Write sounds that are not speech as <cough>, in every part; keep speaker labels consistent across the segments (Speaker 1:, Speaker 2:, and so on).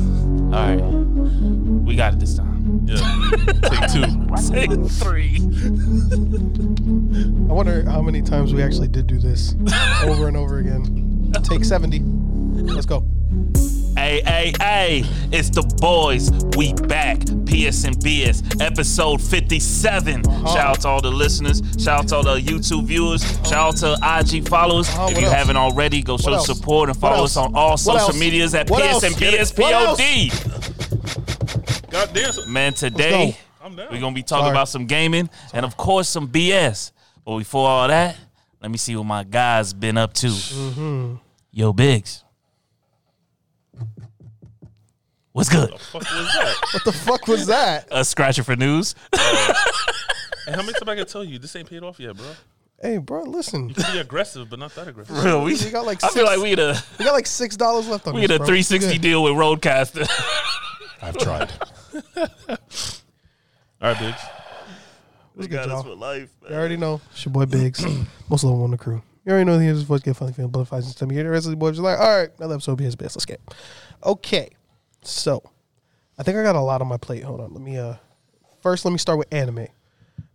Speaker 1: All right, we got it this time.
Speaker 2: Yeah. Take two.
Speaker 1: <laughs> Take three.
Speaker 3: I wonder how many times we actually did do this over and over again. Take 70. Let's go.
Speaker 1: Hey, hey, hey, it's the boys. We back. PS and BS, episode 57.
Speaker 3: Uh-huh.
Speaker 1: Shout out to all the listeners. Shout out to all the YouTube viewers. Shout out to IG followers.
Speaker 3: Uh-huh,
Speaker 1: If
Speaker 3: what
Speaker 1: you
Speaker 3: else?
Speaker 1: haven't already, go show
Speaker 3: else?
Speaker 1: support and
Speaker 3: What
Speaker 1: follow
Speaker 3: else?
Speaker 1: us on all
Speaker 3: What
Speaker 1: social
Speaker 3: else?
Speaker 1: medias at
Speaker 3: What
Speaker 1: PS and
Speaker 3: else? Get it.
Speaker 1: BS
Speaker 3: What else?
Speaker 1: POD.
Speaker 2: God damn.
Speaker 1: Man, today
Speaker 2: I'm down.
Speaker 1: we're going to be talking
Speaker 3: Sorry.
Speaker 1: about some gaming and, of course, some BS. But before all that, let me see what my guys been up to.
Speaker 3: Mm-hmm.
Speaker 1: Yo, Biggs. What's good?
Speaker 2: Fuck was that?
Speaker 3: What the fuck was that?
Speaker 1: A scratcher for news.
Speaker 3: <laughs>
Speaker 2: and how many times I can tell you this ain't paid off yet, bro?
Speaker 3: Hey, bro, listen.
Speaker 2: Be aggressive, but not that aggressive.
Speaker 1: Bro, <laughs> we,
Speaker 3: We got like
Speaker 1: I feel
Speaker 3: six-
Speaker 1: like we had a
Speaker 3: We got like $6 left on
Speaker 1: we had a 360 deal with
Speaker 3: <laughs>
Speaker 1: Roadcaster.
Speaker 4: I've tried.
Speaker 2: All right, Biggs.
Speaker 3: What's good, y'all?
Speaker 1: life,
Speaker 3: You already know. It's your boy Biggs. <clears throat> Most lovable on the crew. You already know he has his voice get funny feeling butterflies and stomach. You're the rest of the boys are like, all right, another episode of his best. Let's get it. Okay. So I think I got a lot on my plate. Hold on. Let me uh first let me start with anime.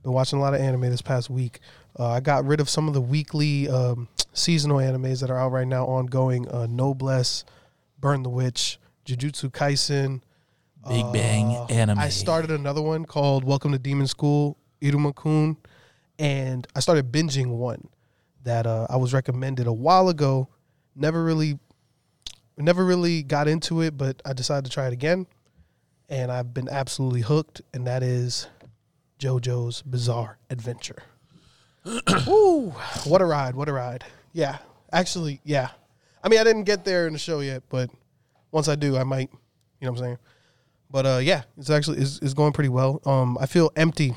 Speaker 3: Been watching a lot of anime this past week. Uh, I got rid of some of the weekly um, seasonal animes that are out right now ongoing. Uh, Noblesse, Burn the Witch, Jujutsu Kaisen,
Speaker 1: Big Bang Anime.
Speaker 3: Uh, I started another one called Welcome to Demon School, Iruma Kun, and I started binging one that uh, I was recommended a while ago. Never really, never really got into it, but I decided to try it again, and I've been absolutely hooked. And that is JoJo's Bizarre Adventure. Ooh, what a ride! What a ride! Yeah, actually, yeah. I mean, I didn't get there in the show yet, but once I do, I might. You know what I'm saying? But uh, yeah, it's actually it's, it's going pretty well. Um, I feel empty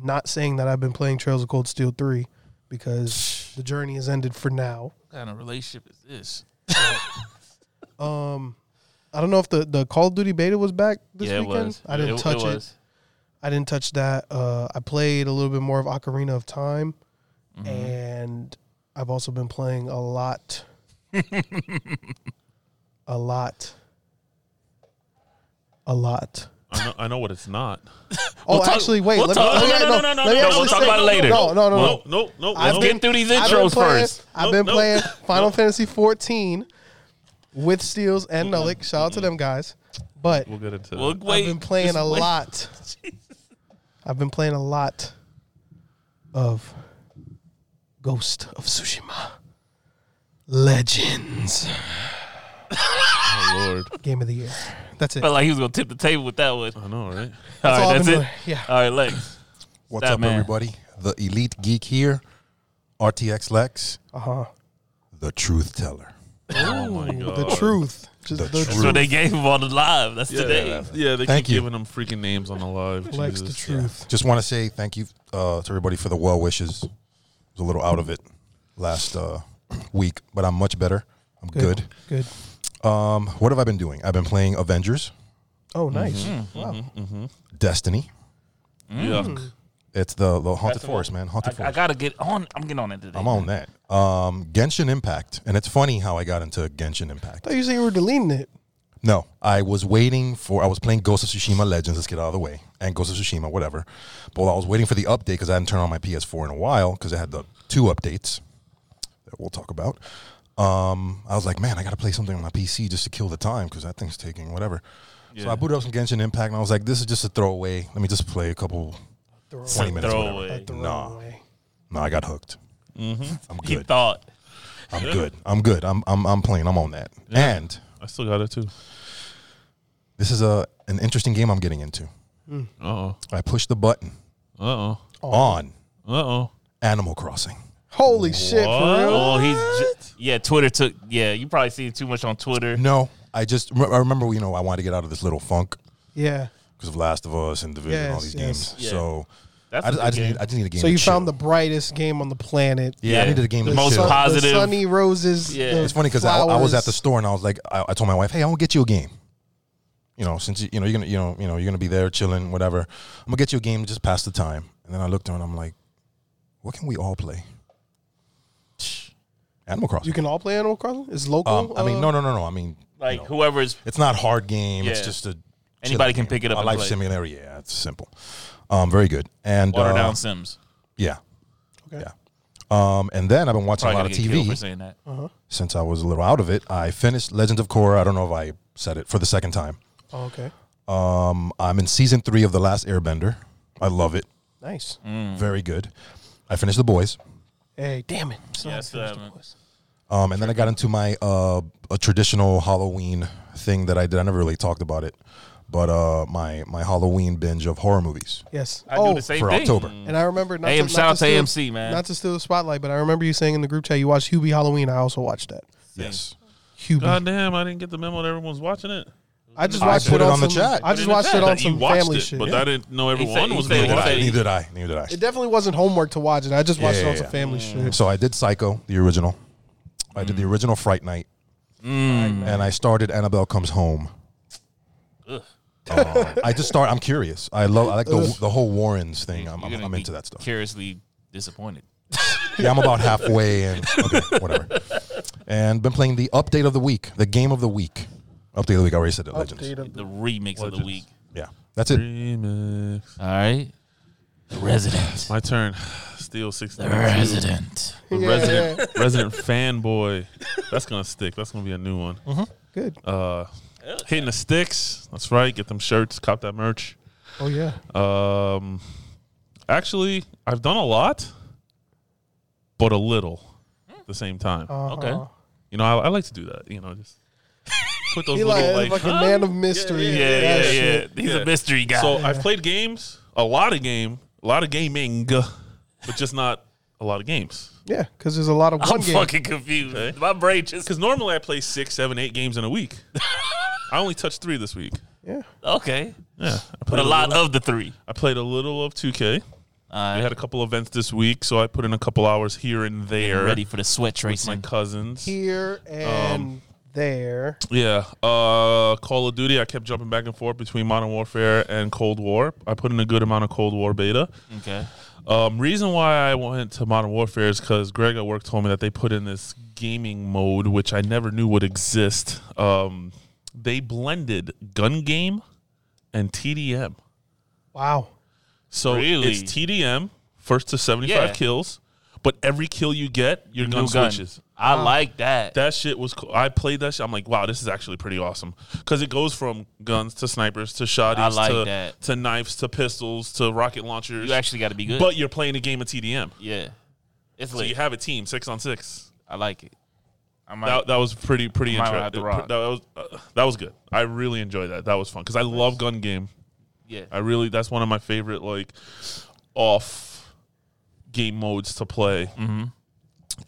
Speaker 3: not saying that I've been playing Trails of Cold Steel three because the journey has ended for now.
Speaker 1: what kind of relationship is this?
Speaker 3: I don't know if the, the Call of Duty beta was back this
Speaker 1: yeah, it
Speaker 3: weekend.
Speaker 1: was.
Speaker 3: I didn't
Speaker 1: it,
Speaker 3: touch it.
Speaker 1: was.
Speaker 3: I didn't touch that. Uh, I played a little bit more of Ocarina of Time,
Speaker 1: Mm-hmm.
Speaker 3: and I've also been playing
Speaker 1: <laughs>
Speaker 3: a lot, a lot, a lot.
Speaker 2: I know, I know what it's not.
Speaker 3: Oh,
Speaker 1: We'll talk-
Speaker 3: actually, wait.
Speaker 1: we'll
Speaker 3: let
Speaker 1: talk-
Speaker 3: me,
Speaker 2: no,
Speaker 3: let me-
Speaker 2: no, no, no,
Speaker 3: let me
Speaker 2: no,
Speaker 3: actually
Speaker 2: we'll talk
Speaker 3: say-
Speaker 2: about it
Speaker 1: later.
Speaker 3: No, no, no, no.
Speaker 2: No, no, no.
Speaker 3: I've
Speaker 2: no.
Speaker 3: been-
Speaker 1: Get through these
Speaker 3: I've been
Speaker 1: intros
Speaker 3: playing-
Speaker 1: first.
Speaker 3: I've
Speaker 2: Nope,
Speaker 3: been
Speaker 2: nope.
Speaker 3: playing Final
Speaker 2: Nope.
Speaker 3: Fantasy 14 with Steels and Nulik. Shout out to them guys. But
Speaker 2: We'll get into
Speaker 1: Well,
Speaker 2: it.
Speaker 1: wait,
Speaker 3: I've been playing
Speaker 1: just
Speaker 3: a
Speaker 1: wait.
Speaker 3: lot. I've been playing a lot of Ghost of Tsushima Legends
Speaker 2: Oh, Lord.
Speaker 3: game of the year. That's it.
Speaker 1: Felt like he was gonna tip the table with that one. All
Speaker 2: I know, right?
Speaker 1: right,
Speaker 3: all I've
Speaker 1: that's
Speaker 3: been
Speaker 1: it.
Speaker 3: doing. Yeah.
Speaker 1: All right, Lex.
Speaker 4: What's
Speaker 1: That
Speaker 4: up,
Speaker 1: man.
Speaker 4: everybody? The Elite Geek here, RTX Lex,
Speaker 3: Uh huh.
Speaker 4: the truth teller.
Speaker 2: Oh, my God.
Speaker 3: The truth. Just
Speaker 4: The
Speaker 3: the
Speaker 4: truth.
Speaker 3: truth.
Speaker 1: So they gave him on the live. That's
Speaker 2: Yeah,
Speaker 1: today.
Speaker 2: yeah, they
Speaker 4: Thank
Speaker 2: keep
Speaker 4: you.
Speaker 2: giving them freaking names on the live.
Speaker 3: Lex, the
Speaker 2: Jesus.
Speaker 3: truth.
Speaker 4: Just want to say thank you uh, to everybody for the well wishes. I was a little out of it last uh, <clears throat> week, but I'm much better. I'm good.
Speaker 3: Good.
Speaker 4: Um, what have I been doing? I've been playing Avengers,
Speaker 3: Oh, nice. Wow.
Speaker 4: Destiny.
Speaker 2: Yuck.
Speaker 4: It's the, the Haunted Forest, man. Haunted
Speaker 1: I, I
Speaker 4: Forest.
Speaker 1: gotta get on. I'm getting on it today.
Speaker 4: I'm on that. Um, Genshin Impact. And it's funny how I got into Genshin Impact.
Speaker 3: thought you said you were deleting it.
Speaker 4: No, I was waiting for. I was playing Ghost of Tsushima Legends. Let's get out of the way. And Ghost of Tsushima, whatever. But while I was waiting for the update because I hadn't turned on my PS4 in a while because I had the two updates that we'll talk about. Um, I was like, man, I got to play something on my PC just to kill the time because that thing's taking whatever. So I booted up some Genshin Impact and I was like, this is just a throwaway. Let me just play a couple.
Speaker 1: Some
Speaker 4: 20 minutes, whatever.
Speaker 1: throwaway.
Speaker 4: Nah. No, I got hooked. I'm
Speaker 1: Mm-hmm. He
Speaker 4: good.
Speaker 1: thought. <laughs>
Speaker 4: I'm good. I'm good. I'm I'm I'm playing. I'm on that. And
Speaker 2: I still got it, too.
Speaker 4: this is a an interesting game I'm getting into.
Speaker 2: Uh-oh.
Speaker 4: I push the button
Speaker 2: Uh-oh.
Speaker 4: on
Speaker 2: Uh-oh.
Speaker 3: Mm-hmm.
Speaker 4: Animal Crossing.
Speaker 3: Holy shit, for real?
Speaker 1: Oh, he's j- yeah. Twitter took yeah. You probably see too much on Twitter.
Speaker 4: No, I just rem- I remember you know I wanted to get out of this little funk
Speaker 3: Yeah.
Speaker 4: because of Last of Us and Division and all
Speaker 3: Yes,
Speaker 4: these
Speaker 3: yes.
Speaker 4: games.
Speaker 1: Yeah.
Speaker 4: So
Speaker 1: That's
Speaker 4: I
Speaker 1: a
Speaker 4: just, I
Speaker 1: good
Speaker 4: just
Speaker 1: game.
Speaker 4: need I just need a game.
Speaker 3: So
Speaker 4: to
Speaker 3: you
Speaker 4: chill.
Speaker 3: found the brightest game on the planet.
Speaker 4: yeah, I needed a game
Speaker 1: The
Speaker 4: to
Speaker 1: most
Speaker 4: chill.
Speaker 3: sun-
Speaker 1: positive.
Speaker 3: The sunny roses.
Speaker 1: Yeah.
Speaker 3: the
Speaker 4: It's funny because I, I was at the
Speaker 3: flowers.
Speaker 4: store and I was like I, I told my wife, hey, I'm gonna get you a game. You know, since you, you know you're gonna you know you know you're gonna be there chilling whatever, I'm gonna get you a game to just pass the time. And then I looked at her and I'm like, what can we all play? Animal Crossing.
Speaker 3: You can all play Animal Crossing? It's local?
Speaker 4: um, I mean,
Speaker 3: uh,
Speaker 4: no, no, no, no. I mean,
Speaker 1: like
Speaker 4: you know,
Speaker 1: whoever is
Speaker 4: it's not hard game. It's
Speaker 1: Yeah.
Speaker 4: just a
Speaker 5: Anybody can pick it up.
Speaker 4: My
Speaker 5: and
Speaker 4: life
Speaker 5: play.
Speaker 4: simulator. Yeah, it's simple. Um, very good. And
Speaker 5: Water
Speaker 4: uh,
Speaker 5: down Sims.
Speaker 4: Yeah.
Speaker 3: Okay.
Speaker 4: Yeah. Um, and then I've been watching
Speaker 5: Probably gonna
Speaker 4: a lot of
Speaker 5: get killed for
Speaker 4: TV
Speaker 5: saying that.
Speaker 4: since I was a little out of it. I finished Legends of Korra. I don't know if I said it for the second time.
Speaker 3: Oh, okay.
Speaker 4: Um, I'm in season three of The Last Airbender. I love it.
Speaker 3: Nice.
Speaker 5: Mm.
Speaker 4: Very good. I finished The Boys.
Speaker 3: Hey, damn it. Son,
Speaker 2: Yes,
Speaker 1: uh,
Speaker 3: I finished
Speaker 2: um,
Speaker 3: it, boys.
Speaker 4: Um, and then I got into my uh, a traditional Halloween thing that I did. I never really talked about it, but uh, my my Halloween binge of horror movies
Speaker 3: Yes.
Speaker 5: I
Speaker 3: oh,
Speaker 5: do the same
Speaker 4: for
Speaker 5: thing.
Speaker 4: October.
Speaker 1: Mm.
Speaker 3: and I remember not
Speaker 5: AM
Speaker 3: to,
Speaker 5: South
Speaker 3: not to steal,
Speaker 5: AMC, man.
Speaker 3: Not to steal the spotlight, but I remember you saying in the group chat you watched Hubie Halloween. I also watched that.
Speaker 4: Yes,
Speaker 3: Hubie.
Speaker 2: God damn, I didn't get the memo that everyone's watching it.
Speaker 3: Uh, I just
Speaker 4: I
Speaker 3: watched
Speaker 4: put it
Speaker 3: on,
Speaker 4: on the
Speaker 3: some-
Speaker 4: chat.
Speaker 3: I
Speaker 2: Put
Speaker 3: just
Speaker 2: in the
Speaker 3: watched
Speaker 2: chat
Speaker 3: it on
Speaker 2: that you
Speaker 3: some
Speaker 2: watched
Speaker 3: family
Speaker 2: it,
Speaker 3: shit.
Speaker 2: But I didn't know
Speaker 5: said-
Speaker 2: everyone
Speaker 5: he
Speaker 2: was
Speaker 5: said- he
Speaker 2: going
Speaker 4: neither did
Speaker 5: What said- about
Speaker 2: to
Speaker 4: I.
Speaker 2: it.
Speaker 5: it?
Speaker 4: Neither did I. Neither did I.
Speaker 3: It definitely wasn't homework to watch it. I just watched
Speaker 4: Yeah,
Speaker 3: it on
Speaker 4: yeah,
Speaker 3: some
Speaker 4: yeah.
Speaker 3: family shit.
Speaker 4: So I did Psycho, the original. I did the original Fright Night, and I started Annabelle Comes Home. Um, I just start. I'm curious. I love. I like the, the whole Warrens thing. I'm,
Speaker 5: You're
Speaker 4: I'm,
Speaker 5: gonna
Speaker 4: I'm
Speaker 5: be
Speaker 4: into that stuff.
Speaker 5: Curiously disappointed.
Speaker 4: Yeah, I'm about halfway and okay, whatever. And been playing the update of the week, the game of the week. Update of the week. I already said it. Legends.
Speaker 3: Update of the-
Speaker 5: The remix of the
Speaker 2: Legends.
Speaker 5: week.
Speaker 4: Yeah, that's it.
Speaker 2: Remix.
Speaker 5: All right. The resident.
Speaker 2: My turn. <sighs> Steel 16.
Speaker 5: The resident.
Speaker 2: The
Speaker 3: Yeah,
Speaker 2: resident, resident fanboy. That's gonna stick. That's gonna be a new one.
Speaker 3: Mm-hmm. Good.
Speaker 2: Uh, hitting the sticks. That's right. Get them shirts. Cop that merch.
Speaker 3: Oh yeah.
Speaker 2: Um, actually, I've done a lot, but a little at the same time.
Speaker 3: Uh,
Speaker 5: Okay.
Speaker 2: You know, I, I like to do that. You
Speaker 3: <laughs>
Speaker 2: know, just put those
Speaker 3: He like,
Speaker 2: little
Speaker 3: like,
Speaker 2: like.
Speaker 3: a man of mystery.
Speaker 5: Yeah, yeah,
Speaker 3: That
Speaker 5: yeah.
Speaker 3: shit.
Speaker 5: He's
Speaker 2: Yeah.
Speaker 5: a mystery guy.
Speaker 1: <laughs>
Speaker 2: So I've played games, a lot of game, a lot of gaming, but just not a lot of games.
Speaker 3: Yeah, because there's a lot of one
Speaker 5: I'm
Speaker 3: game.
Speaker 5: fucking confused. My brain just
Speaker 2: Because normally I play six, seven, eight games in a
Speaker 3: <laughs>
Speaker 2: week. I only touched three this week.
Speaker 3: Yeah.
Speaker 5: okay,
Speaker 2: Yeah, I
Speaker 5: but
Speaker 2: played
Speaker 5: a lot
Speaker 2: little-
Speaker 5: of the three.
Speaker 2: I played a little of 2K. I
Speaker 5: All right.
Speaker 2: had a couple events this week, so I put in a couple hours here and there.
Speaker 5: Ready for the sweat
Speaker 2: with my
Speaker 5: racing.
Speaker 2: cousins.
Speaker 3: Here and there.
Speaker 2: Yeah. Uh, Call of Duty. I kept jumping back and forth between Modern Warfare and Cold War. I put in a good amount of Cold War beta.
Speaker 5: Okay.
Speaker 2: Um, reason why I went to Modern Warfare is because Greg at work told me that they put in this gaming mode, which I never knew would exist. Um, they blended gun game and TDM.
Speaker 3: Wow.
Speaker 2: So
Speaker 5: Really?
Speaker 2: it's TDM, first to 75
Speaker 5: Yeah.
Speaker 2: kills, but every kill you get, your gun
Speaker 5: New gun.
Speaker 2: switches.
Speaker 5: I like that.
Speaker 2: That shit was cool. I played that shit. I'm like, wow, this is actually pretty awesome. Because it goes from guns to snipers to shotties
Speaker 5: like
Speaker 2: to,
Speaker 5: that.
Speaker 2: to knives to pistols to rocket launchers.
Speaker 5: You actually got to be good.
Speaker 2: but you're playing a game of TDM.
Speaker 5: yeah, it's
Speaker 2: So you
Speaker 5: lit.
Speaker 2: have a team, six on six.
Speaker 5: I like it. I might.
Speaker 2: That, that was pretty pretty
Speaker 5: Might have to
Speaker 2: interesting.
Speaker 5: rock.
Speaker 2: That was uh, that was good. I really enjoyed that. That was fun because I love gun game.
Speaker 5: yeah.
Speaker 2: I really that's one of my favorite like off game modes to play. Mm-hmm.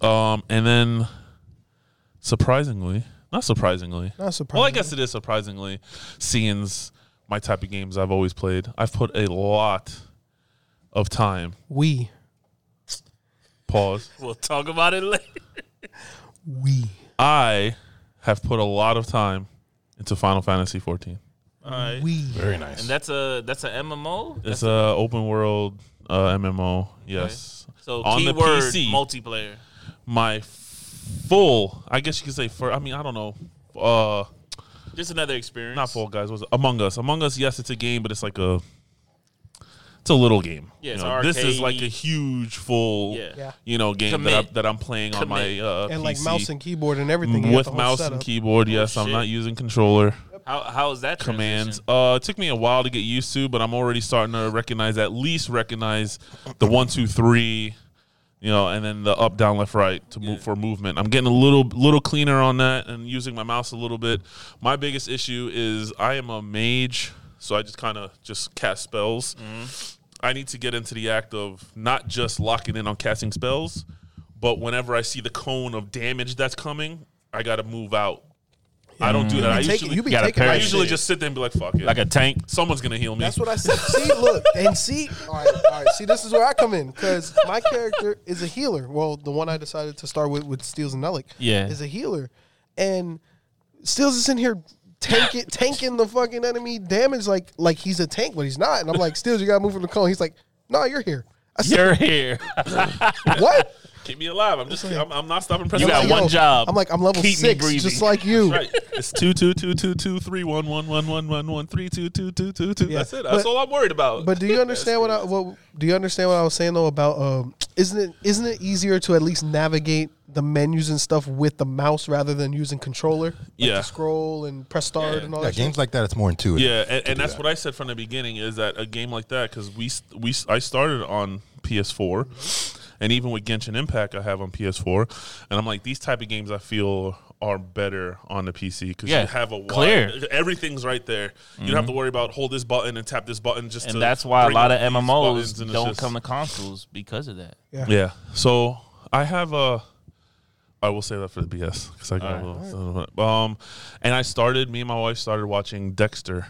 Speaker 2: Um, and then surprisingly, not surprisingly,
Speaker 3: Not surprising.
Speaker 2: well, I guess it is surprisingly, seeing's my type of games I've always played. I've put a lot of time.
Speaker 3: we
Speaker 2: Pause.
Speaker 5: we'll talk about it later.
Speaker 1: <laughs>
Speaker 3: we
Speaker 2: I have put a lot of time into Final Fantasy 14.
Speaker 5: All right.
Speaker 3: we
Speaker 4: Very nice.
Speaker 5: And that's a that's a MMO.
Speaker 2: It's a open world uh, MMO. Yes.
Speaker 5: So
Speaker 2: on the
Speaker 5: keyword
Speaker 2: PC.
Speaker 5: multiplayer.
Speaker 2: my full, I guess you could say for I mean, I don't know. Uh
Speaker 5: Just another experience.
Speaker 2: not Fall Guys, was it? Among Us. Among Us, yes, it's a game, but it's like a it's a little game.
Speaker 5: Yeah,
Speaker 2: You
Speaker 5: it's
Speaker 2: know, this is like a
Speaker 5: arcade.
Speaker 2: huge full
Speaker 5: Yeah.
Speaker 3: yeah.
Speaker 2: you know, game that, I,
Speaker 5: Commit.
Speaker 2: that I'm playing on my
Speaker 5: Commit.
Speaker 2: uh,
Speaker 3: And like
Speaker 2: PC.
Speaker 3: mouse and keyboard Mm, and everything. you got the
Speaker 2: with
Speaker 3: whole
Speaker 2: mouse and
Speaker 3: setup.
Speaker 2: keyboard. Yes, I'm
Speaker 5: Oh, shit.
Speaker 2: not using controller
Speaker 5: How how is that
Speaker 2: commands.
Speaker 5: transition?
Speaker 2: Uh, it took me a while to get used to, but I'm already starting to recognize at least recognize the one, two, three, you know, and then the up, down, left, right to move for movement. I'm getting a little little cleaner on that and using my mouse a little bit. My biggest issue is I am a mage, so I just kind of just cast spells.
Speaker 3: Mm-hmm.
Speaker 2: I need to get into the act of not just locking in on casting spells, but whenever I see the cone of damage that's coming, I got to move out. I don't do that. I
Speaker 3: Take it-
Speaker 2: usually
Speaker 3: Mm. you be
Speaker 5: gotta
Speaker 3: taking
Speaker 2: I
Speaker 3: my
Speaker 5: parry.
Speaker 2: usually
Speaker 3: shit.
Speaker 2: just sit there and be like, "Fuck it."
Speaker 5: Like a tank.
Speaker 1: <laughs>
Speaker 2: someone's gonna heal me.
Speaker 3: That's what I said. See, look, and see, all right, all right. See, this is where I come in because my character is a healer. Well, the one I decided to start with with Steels and Nellick,
Speaker 5: Yeah.
Speaker 3: is a healer, and Steels is in here
Speaker 1: <laughs>
Speaker 3: tanking, tanking the fucking enemy damage like like he's a tank, but he's not. And I'm like, Steels, you gotta move from the cone. He's like, No, you're here. I said,
Speaker 5: You're here.
Speaker 3: What?
Speaker 2: Keep me alive. I'm just. I'm, I'm not stopping pressing.
Speaker 1: You got
Speaker 2: buttons.
Speaker 1: one
Speaker 3: Yo,
Speaker 1: job.
Speaker 3: I'm like, I'm level
Speaker 1: Keep me breathing.
Speaker 3: six, just like you.
Speaker 2: Right. It's two two two two two three one one one one one one three two two two two two.
Speaker 3: Yeah.
Speaker 2: That's it. That's
Speaker 3: But-
Speaker 2: all I'm worried about.
Speaker 3: But do
Speaker 2: <laughs>
Speaker 3: you understand what I what do you understand what I was saying though about um isn't it isn't it easier to at least navigate the menus and stuff with the mouse rather than using controller? Like
Speaker 2: Yeah.
Speaker 3: To scroll and press start and all
Speaker 4: Yeah,
Speaker 3: that. shit?
Speaker 4: games like that, it's more intuitive.
Speaker 2: Yeah, and, and that's what I said from the beginning is that a game like that because we s- we s- I started on PS4,
Speaker 1: Mm-hmm.
Speaker 2: and even with Genshin Impact I have on PS4, and I'm like these type of games I feel are better on the PC because
Speaker 1: Yeah,
Speaker 2: you have a wide,
Speaker 1: clear. Mm-hmm.
Speaker 2: everything's right there. You don't have to worry about hold this button and tap this button just. to
Speaker 1: and that's why a
Speaker 2: bring
Speaker 1: lot of
Speaker 2: up these
Speaker 1: MMOs
Speaker 2: buttons, and it's
Speaker 1: don't
Speaker 2: just-
Speaker 1: come to consoles because of that.
Speaker 2: Yeah. So I have a. I will say that for the BS because I got a little. Um, and I started. Me and my wife started watching Dexter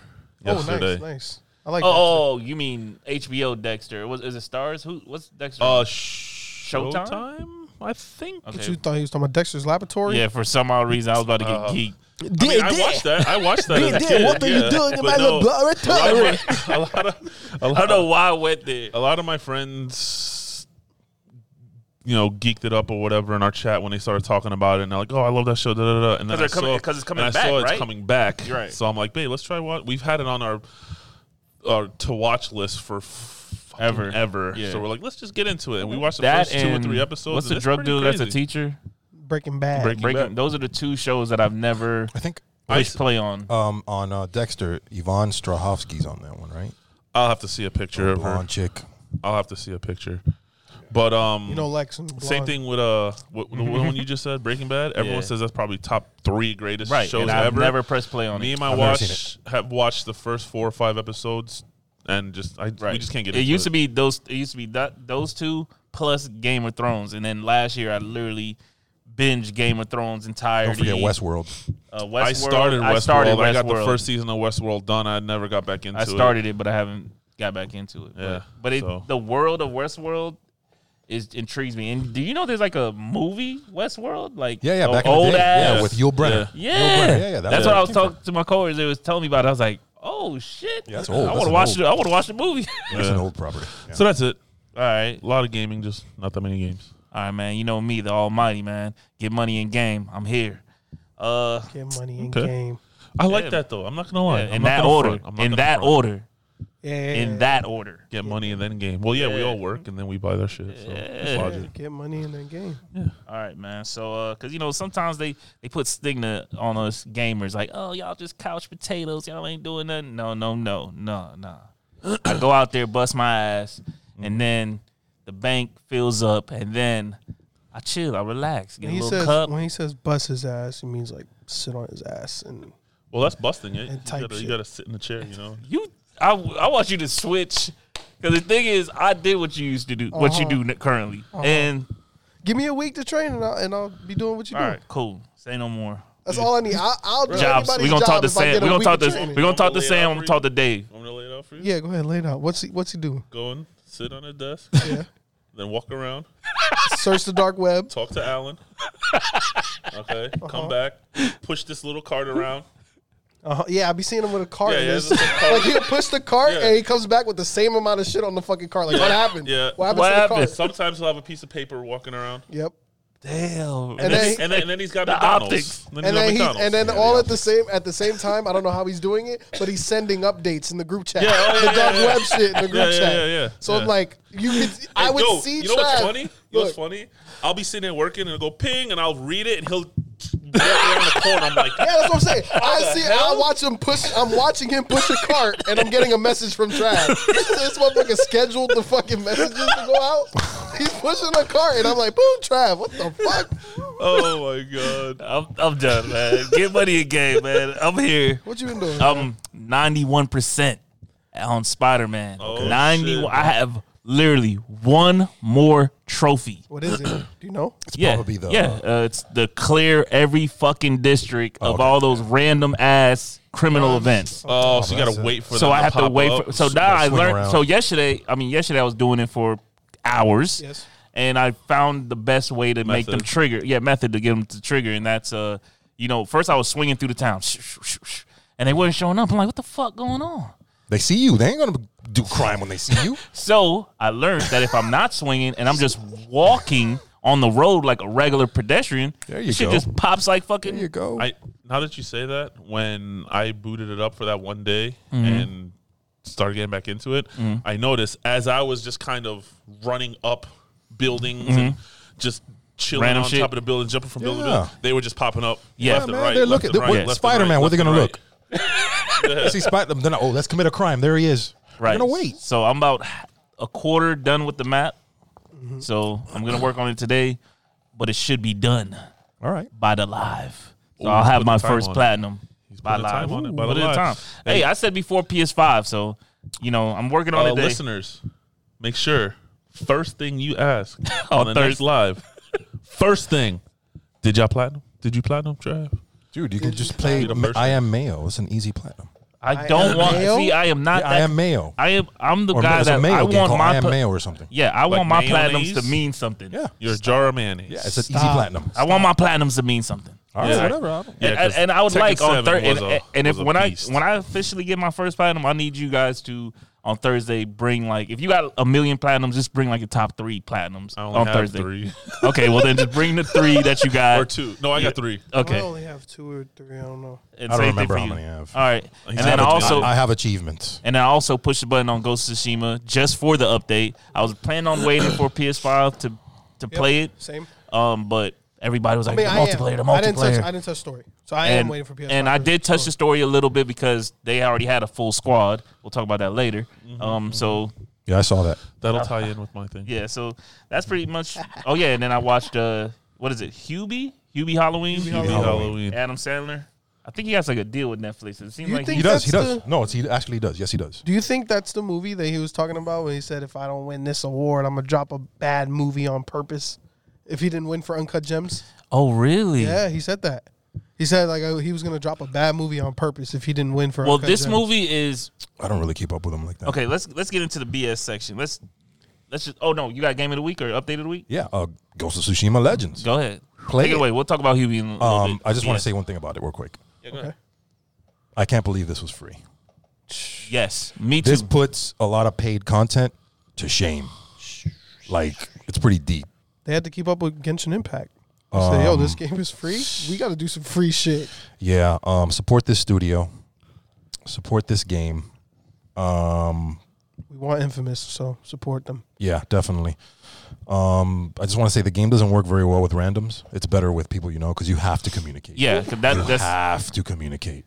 Speaker 3: Oh,
Speaker 2: yesterday.
Speaker 3: nice, nice. I like that.
Speaker 1: Oh, oh, you mean HBO Dexter? Was is it Stars? Who? What's Dexter?
Speaker 2: Uh, Showtime. I think.
Speaker 1: Okay.
Speaker 3: You thought he was talking about Dexter's Laboratory?
Speaker 1: yeah, for some odd reason I was about to get geeked.
Speaker 2: I, mean, I watched that. I watched that. as a kid, yeah. But no,
Speaker 3: laboratory?
Speaker 2: <laughs> A lot of. A
Speaker 1: I don't
Speaker 2: lot of
Speaker 1: know why I went there.
Speaker 2: a lot of my friends you know geeked it up or whatever in our chat when they started talking about it and they're like oh i love that show da, da, da. da. and
Speaker 1: 'Cause
Speaker 2: then
Speaker 1: they're
Speaker 2: I
Speaker 1: coming-
Speaker 2: saw-
Speaker 1: 'cause it's
Speaker 2: and
Speaker 1: coming
Speaker 2: I
Speaker 1: back,
Speaker 2: saw it's
Speaker 1: right?
Speaker 2: coming back
Speaker 1: You're right.
Speaker 2: so i'm like babe let's try what we've had it on our our to watch list for fucking
Speaker 1: Ever.
Speaker 2: ever
Speaker 1: Yeah.
Speaker 2: so we're like let's just get into it and we watched the
Speaker 1: That
Speaker 2: first two or
Speaker 1: and
Speaker 2: three episodes
Speaker 1: what's
Speaker 2: and
Speaker 1: the
Speaker 2: it's
Speaker 1: drug
Speaker 2: pretty
Speaker 1: dealer that's a
Speaker 2: crazy.
Speaker 1: teacher?
Speaker 3: Breaking Bad.
Speaker 2: Breaking
Speaker 1: Breaking.
Speaker 2: Bad.
Speaker 1: Those are the two shows that I've never
Speaker 4: I think
Speaker 1: pushed play on.
Speaker 4: um, on uh, Dexter, Yvonne Strahovski's on that one, right?
Speaker 2: i'll have to see a picture of her
Speaker 4: Blonde chick.
Speaker 2: i'll have to see a picture but um
Speaker 3: You know, Lex. And blonde.
Speaker 2: Same thing with uh, what, the one you just said, Breaking Bad. Everyone
Speaker 1: Mm-hmm. Yeah.
Speaker 2: says that's probably top three greatest
Speaker 1: right.
Speaker 2: shows
Speaker 1: and I've
Speaker 2: ever.
Speaker 1: never pressed play on
Speaker 2: Me
Speaker 1: it.
Speaker 2: and my
Speaker 4: I've never seen
Speaker 2: watch have watched the first four or five episodes, and just I we just can't get.
Speaker 1: It
Speaker 2: into
Speaker 1: used to be those. It used to be that those two plus Game of Thrones, and then last year I literally binge Game of Thrones entirely.
Speaker 4: Don't forget Westworld.
Speaker 1: Uh, Westworld.
Speaker 2: I started Westworld.
Speaker 1: I
Speaker 2: I,
Speaker 1: started Westworld.
Speaker 2: got the first season of Westworld done. I never got back into
Speaker 1: I started it, but I haven't got back into it. But-
Speaker 2: Yeah,
Speaker 1: but, it,
Speaker 2: so.
Speaker 1: the world of Westworld is intrigues me. And do you know there's like a movie Westworld? Like
Speaker 4: Yeah, yeah,
Speaker 1: a
Speaker 4: back in
Speaker 1: old
Speaker 4: the day.
Speaker 1: ass.
Speaker 4: Yeah, with Yul Brenner.
Speaker 1: Yeah.
Speaker 4: Yul Brynner. Yeah, yeah,
Speaker 1: That's what I was talking to my coworkers. They was telling me about. it. I was like, oh shit,
Speaker 4: Yeah, that's old.
Speaker 1: I
Speaker 4: That's
Speaker 1: want to
Speaker 4: an
Speaker 1: watch.
Speaker 4: old-
Speaker 1: The, I want to watch the movie. <laughs>
Speaker 4: It's an old property.
Speaker 2: it. So that's it.
Speaker 1: All right.
Speaker 2: A lot of gaming, just not that many games.
Speaker 1: All right, man. You know me, the Almighty, man. Get money in game. I'm here. Uh,
Speaker 3: Get money in
Speaker 2: Okay.
Speaker 3: game.
Speaker 2: I like
Speaker 1: Yeah.
Speaker 2: that though. I'm not gonna lie. I'm
Speaker 1: in
Speaker 2: not
Speaker 1: that
Speaker 2: gonna
Speaker 1: order.
Speaker 2: front. I'm not
Speaker 1: In
Speaker 2: gonna
Speaker 1: that
Speaker 2: front.
Speaker 1: order.
Speaker 3: Yeah. yeah,
Speaker 1: In
Speaker 3: yeah.
Speaker 1: that order.
Speaker 2: Get money and then game. Well, yeah, we all work and then we buy their shit. So it's
Speaker 3: Yeah,
Speaker 2: logic.
Speaker 3: Get money in that game.
Speaker 1: All right, man. So, uh, cause you know sometimes they they put stigma on us gamers, like, oh y'all just couch potatoes, y'all ain't doing nothing. No, no, no, no, no. I go out there, bust my ass, and
Speaker 3: Mm.
Speaker 1: then the bank fills up, and then I chill, I relax, get
Speaker 3: When he
Speaker 1: a little
Speaker 3: says
Speaker 1: cup.
Speaker 3: when he says bust his ass, he means like sit on his ass and
Speaker 2: Well, that's busting it. You
Speaker 3: type
Speaker 2: gotta, you
Speaker 3: shit.
Speaker 2: gotta sit in the chair.
Speaker 3: <laughs>
Speaker 2: You know.
Speaker 1: You, I, I want you to switch, cause the thing is, I did what you used to do, what you
Speaker 3: Uh-huh.
Speaker 1: do n- currently, and
Speaker 3: give me a week to train and I'll, and I'll be doing what you
Speaker 1: all
Speaker 3: do.
Speaker 1: right, cool. Say no more.
Speaker 3: That's all I need. I, I'll do
Speaker 1: Jobs.
Speaker 3: anybody's
Speaker 1: We gonna
Speaker 3: job
Speaker 1: talk to
Speaker 3: if I
Speaker 1: Sam.
Speaker 3: get
Speaker 1: We
Speaker 3: a
Speaker 1: gonna
Speaker 3: week
Speaker 1: talk
Speaker 3: of
Speaker 1: to.
Speaker 3: training.
Speaker 1: We gonna talk to
Speaker 2: Lay it out
Speaker 1: Sam. I'm
Speaker 2: for
Speaker 1: gonna
Speaker 2: you.
Speaker 1: talk to Dave.
Speaker 2: I'm gonna lay it out for you.
Speaker 3: Yeah, go ahead, lay it out. What's he what's he do?
Speaker 2: Go in, sit on a desk,
Speaker 3: <laughs> Yeah.
Speaker 2: then walk around,
Speaker 3: Search the dark web.
Speaker 2: talk
Speaker 3: <laughs>
Speaker 2: to Alan. Okay, come back, push this little cart around.
Speaker 3: Uh-huh. Yeah, I be seeing him with a cart.
Speaker 2: Yeah,
Speaker 3: and
Speaker 2: yeah,
Speaker 3: it's-
Speaker 2: it's a
Speaker 3: <laughs>
Speaker 2: cart.
Speaker 3: like he'll push the cart
Speaker 2: Yeah.
Speaker 3: and he comes back with the same amount of shit on the fucking cart. Like what happened?
Speaker 2: Yeah.
Speaker 3: What happened
Speaker 1: What
Speaker 3: to the
Speaker 1: happened?
Speaker 3: cart?
Speaker 2: Sometimes he'll have a piece of paper walking around,
Speaker 3: Yep.
Speaker 1: Damn.
Speaker 3: And
Speaker 2: and,
Speaker 3: then-
Speaker 2: then, and, then, and then he's got
Speaker 1: The optics.
Speaker 2: McDonald's.
Speaker 3: And then,
Speaker 2: he's
Speaker 3: he,
Speaker 2: got
Speaker 3: and then all at the same at the same time, I don't know how he's doing it, but he's sending updates in the group chat,
Speaker 2: Yeah, oh, yeah,
Speaker 3: the dark
Speaker 2: yeah, yeah.
Speaker 3: web shit in the group
Speaker 2: Yeah, yeah,
Speaker 3: chat.
Speaker 2: yeah, yeah.
Speaker 3: So
Speaker 2: Yeah.
Speaker 3: I'm like, you could,
Speaker 2: Hey,
Speaker 3: I would
Speaker 2: yo,
Speaker 3: see.
Speaker 2: You know what's
Speaker 3: Trav.
Speaker 2: funny? You know what's
Speaker 3: Look,
Speaker 2: funny? I'll be sitting there working and it'll go ping, and I'll read it, and he'll walk around the corner.
Speaker 1: <laughs>
Speaker 2: I'm like,
Speaker 3: Yeah, that's <laughs> what I'm saying. I see. I watch him push. I'm watching him push a cart, and I'm getting a message from Trav. this motherfucker scheduled the fucking messages to go out. He's pushing a cart, and I'm like, boom, Trav, what the fuck?
Speaker 2: oh my god.
Speaker 1: I'm, I'm done, man. Get money again, man. I'm here.
Speaker 3: What you been doing?
Speaker 1: I'm 91% on Spider Man.
Speaker 2: Oh,
Speaker 1: 91.
Speaker 2: shit.
Speaker 1: I have literally one more trophy.
Speaker 3: what is it? Do you know?
Speaker 4: It's
Speaker 1: yeah,
Speaker 4: probably the
Speaker 1: yeah. Uh, it's the clear every fucking district of all those random ass criminal events.
Speaker 2: Oh, so you
Speaker 4: that's
Speaker 2: gotta
Speaker 4: it.
Speaker 2: wait for.
Speaker 1: So
Speaker 2: them
Speaker 1: I have to
Speaker 2: pop
Speaker 1: wait
Speaker 2: up.
Speaker 1: for. So now I
Speaker 4: swing
Speaker 1: learned.
Speaker 4: around.
Speaker 1: So yesterday, I mean, yesterday I was doing it for hours.
Speaker 3: Yes.
Speaker 1: And I found the best way to make them
Speaker 2: Method.
Speaker 1: trigger. Yeah, method to get them to trigger, and that's uh, you know, first I was swinging through the town, sh- sh- sh- sh- and they weren't showing up. I'm like, what the fuck going on?
Speaker 4: They see you. They ain't gonna
Speaker 1: <laughs>
Speaker 4: do crime when they see you.
Speaker 1: So I learned that if I'm not swinging and I'm just walking on the road like a regular pedestrian.
Speaker 4: There you
Speaker 1: shit
Speaker 4: go.
Speaker 1: just pops like fucking.
Speaker 4: There you go.
Speaker 2: I now that you say that, when I booted it up for that one day
Speaker 1: Mm-hmm.
Speaker 2: and started getting back into it, I noticed as I was just kind of running up buildings and just
Speaker 1: Mm-hmm.
Speaker 2: chilling
Speaker 1: Random
Speaker 2: on
Speaker 1: shit.
Speaker 2: top of the building, jumping from building to
Speaker 4: Yeah.
Speaker 2: building, they were just popping up.
Speaker 1: Yeah.
Speaker 2: left
Speaker 1: Yeah,
Speaker 2: and
Speaker 4: man,
Speaker 2: right.
Speaker 4: they're
Speaker 2: left
Speaker 4: looking-
Speaker 2: and
Speaker 4: they're- what-
Speaker 2: right, left and
Speaker 4: Spider-Man,
Speaker 2: right,
Speaker 4: what are they
Speaker 2: left and
Speaker 4: gonna
Speaker 2: right.
Speaker 4: look? I <laughs> see Spider. Then oh, let's commit a crime. There he is.
Speaker 1: Right.
Speaker 4: We're gonna wait.
Speaker 1: So I'm about a quarter done with the map. So I'm gonna work on it today, but it should be done
Speaker 4: All right.
Speaker 1: by the live. So
Speaker 2: Ooh,
Speaker 1: I'll
Speaker 2: he's
Speaker 1: have
Speaker 2: putting
Speaker 1: my
Speaker 2: the time
Speaker 1: first
Speaker 2: on it.
Speaker 1: platinum
Speaker 2: He's
Speaker 1: by
Speaker 2: putting the
Speaker 1: live.
Speaker 2: time on it by
Speaker 1: Put
Speaker 2: the
Speaker 1: it
Speaker 2: live.
Speaker 1: time. Hey, I said before PS5, so you know I'm working on
Speaker 2: Uh,
Speaker 1: it. today.
Speaker 2: listeners, make sure first thing
Speaker 1: <laughs>
Speaker 2: you ask
Speaker 1: On
Speaker 2: on the next
Speaker 1: Thursday.
Speaker 2: live, first thing, did y'all platinum? Did you platinum drive?
Speaker 4: Dude, you can just play.
Speaker 2: Need a person.
Speaker 4: I am Mayo. It's an easy platinum.
Speaker 1: I don't want.
Speaker 3: Mayo?
Speaker 1: See, I am not.
Speaker 4: Yeah,
Speaker 1: that,
Speaker 4: I am Mayo.
Speaker 1: I am. I'm the
Speaker 4: Or
Speaker 1: guy
Speaker 4: there's a
Speaker 1: that
Speaker 4: Mayo
Speaker 1: I
Speaker 4: game
Speaker 1: want
Speaker 4: called I
Speaker 1: my.
Speaker 4: am
Speaker 1: pla-
Speaker 4: Mayo or something.
Speaker 1: Yeah, I want my
Speaker 2: mayonnaise?
Speaker 1: platinums to mean something.
Speaker 4: Yeah.
Speaker 2: You're a jar of mayonnaise.
Speaker 4: Yeah, it's an easy
Speaker 3: Stop.
Speaker 4: platinum.
Speaker 1: I want my platinums to mean something.
Speaker 4: All right,
Speaker 2: Yeah.
Speaker 4: whatever. I don't-
Speaker 2: Yeah,
Speaker 1: and,
Speaker 2: 'cause
Speaker 1: and- and I would
Speaker 2: Tekken
Speaker 1: like on
Speaker 2: 7
Speaker 1: Thursday, and,
Speaker 2: was a-
Speaker 1: and if
Speaker 2: was a
Speaker 1: when
Speaker 2: beast.
Speaker 1: I when I officially get my first platinum, I need you guys to on Thursday bring like if you got a million platinums, just bring like the top three platinums
Speaker 2: I only
Speaker 1: on
Speaker 2: have
Speaker 1: Thursday.
Speaker 2: three
Speaker 1: <laughs> Okay, well then just bring the three that you got.
Speaker 2: or two. No, I
Speaker 1: <laughs>
Speaker 2: got three.
Speaker 3: I
Speaker 1: Okay,
Speaker 3: only have two or three. I don't know.
Speaker 1: and
Speaker 4: I don't
Speaker 1: same thing
Speaker 4: remember
Speaker 1: for
Speaker 4: how
Speaker 1: you.
Speaker 4: many I have.
Speaker 1: All right, and
Speaker 2: I
Speaker 1: then
Speaker 2: have a-
Speaker 1: also
Speaker 4: I have achievements.
Speaker 1: and I also pushed the button on Ghost of Tsushima just for the update. I was planning on waiting for PS5 to to play it,
Speaker 3: Same.
Speaker 1: um, but everybody was like
Speaker 3: I mean,
Speaker 1: the
Speaker 3: I am.
Speaker 1: multiplayer, the multiplayer.
Speaker 3: I didn't touch. I didn't touch story. So I am waiting for PS.
Speaker 1: and I did touch the story a little bit because they already had a full squad. We'll talk about that later.
Speaker 3: Mm-hmm,
Speaker 1: Um, so
Speaker 4: Yeah, I saw that.
Speaker 2: That'll tie in with my thing.
Speaker 1: yeah, so that's pretty much. Oh yeah, and then I watched uh, what is it, Hubie? Hubie Halloween.
Speaker 2: Happy
Speaker 3: Halloween.
Speaker 2: Halloween.
Speaker 1: Adam Sandler. I think he has like a deal with Netflix. It seems
Speaker 3: You
Speaker 1: like
Speaker 3: think
Speaker 4: He
Speaker 1: he,
Speaker 4: does. He
Speaker 3: That's
Speaker 4: does. No, it's, he actually does. Yes, he does.
Speaker 3: Do you think that's the movie that he was talking about when he said, "If I don't win this award, I'm gonna drop a bad movie on purpose"? If he didn't win for Uncut Gems,
Speaker 1: oh really?
Speaker 3: yeah, he said that. He said like uh, he was gonna drop a bad movie on purpose if he didn't win for.
Speaker 1: Well,
Speaker 3: Uncut
Speaker 1: this
Speaker 3: Gems.
Speaker 1: movie is
Speaker 4: I don't really keep up with him like that.
Speaker 1: okay. Let's let's get into the BS section. Let's let's just. Oh no, you got game of the week or update of the week?
Speaker 4: Yeah. Uh, Ghost of Tsushima Legends.
Speaker 1: Go ahead.
Speaker 4: Play
Speaker 1: Take it
Speaker 4: it.
Speaker 1: away. We'll talk about Hubie in a little
Speaker 4: Um,
Speaker 1: bit.
Speaker 4: I just want to
Speaker 1: Yes.
Speaker 4: say one thing about it real quick.
Speaker 3: Okay.
Speaker 4: I can't believe this was free.
Speaker 1: yes. Me too.
Speaker 4: This puts a lot of paid content to shame. Like it's pretty deep.
Speaker 3: they had to keep up with Genshin Impact. They said, "Yo,
Speaker 4: Um,
Speaker 3: this game is free. We got to do some free shit."
Speaker 4: Yeah. Um, support this studio. Support this game. Um,
Speaker 3: We want Infamous, so support them.
Speaker 4: Yeah, definitely. Um, I just want to say the game doesn't work very well with randoms. It's better with people you know because you have to communicate.
Speaker 1: yeah, 'cause that,
Speaker 4: you
Speaker 1: that's <laughs>
Speaker 4: have to communicate.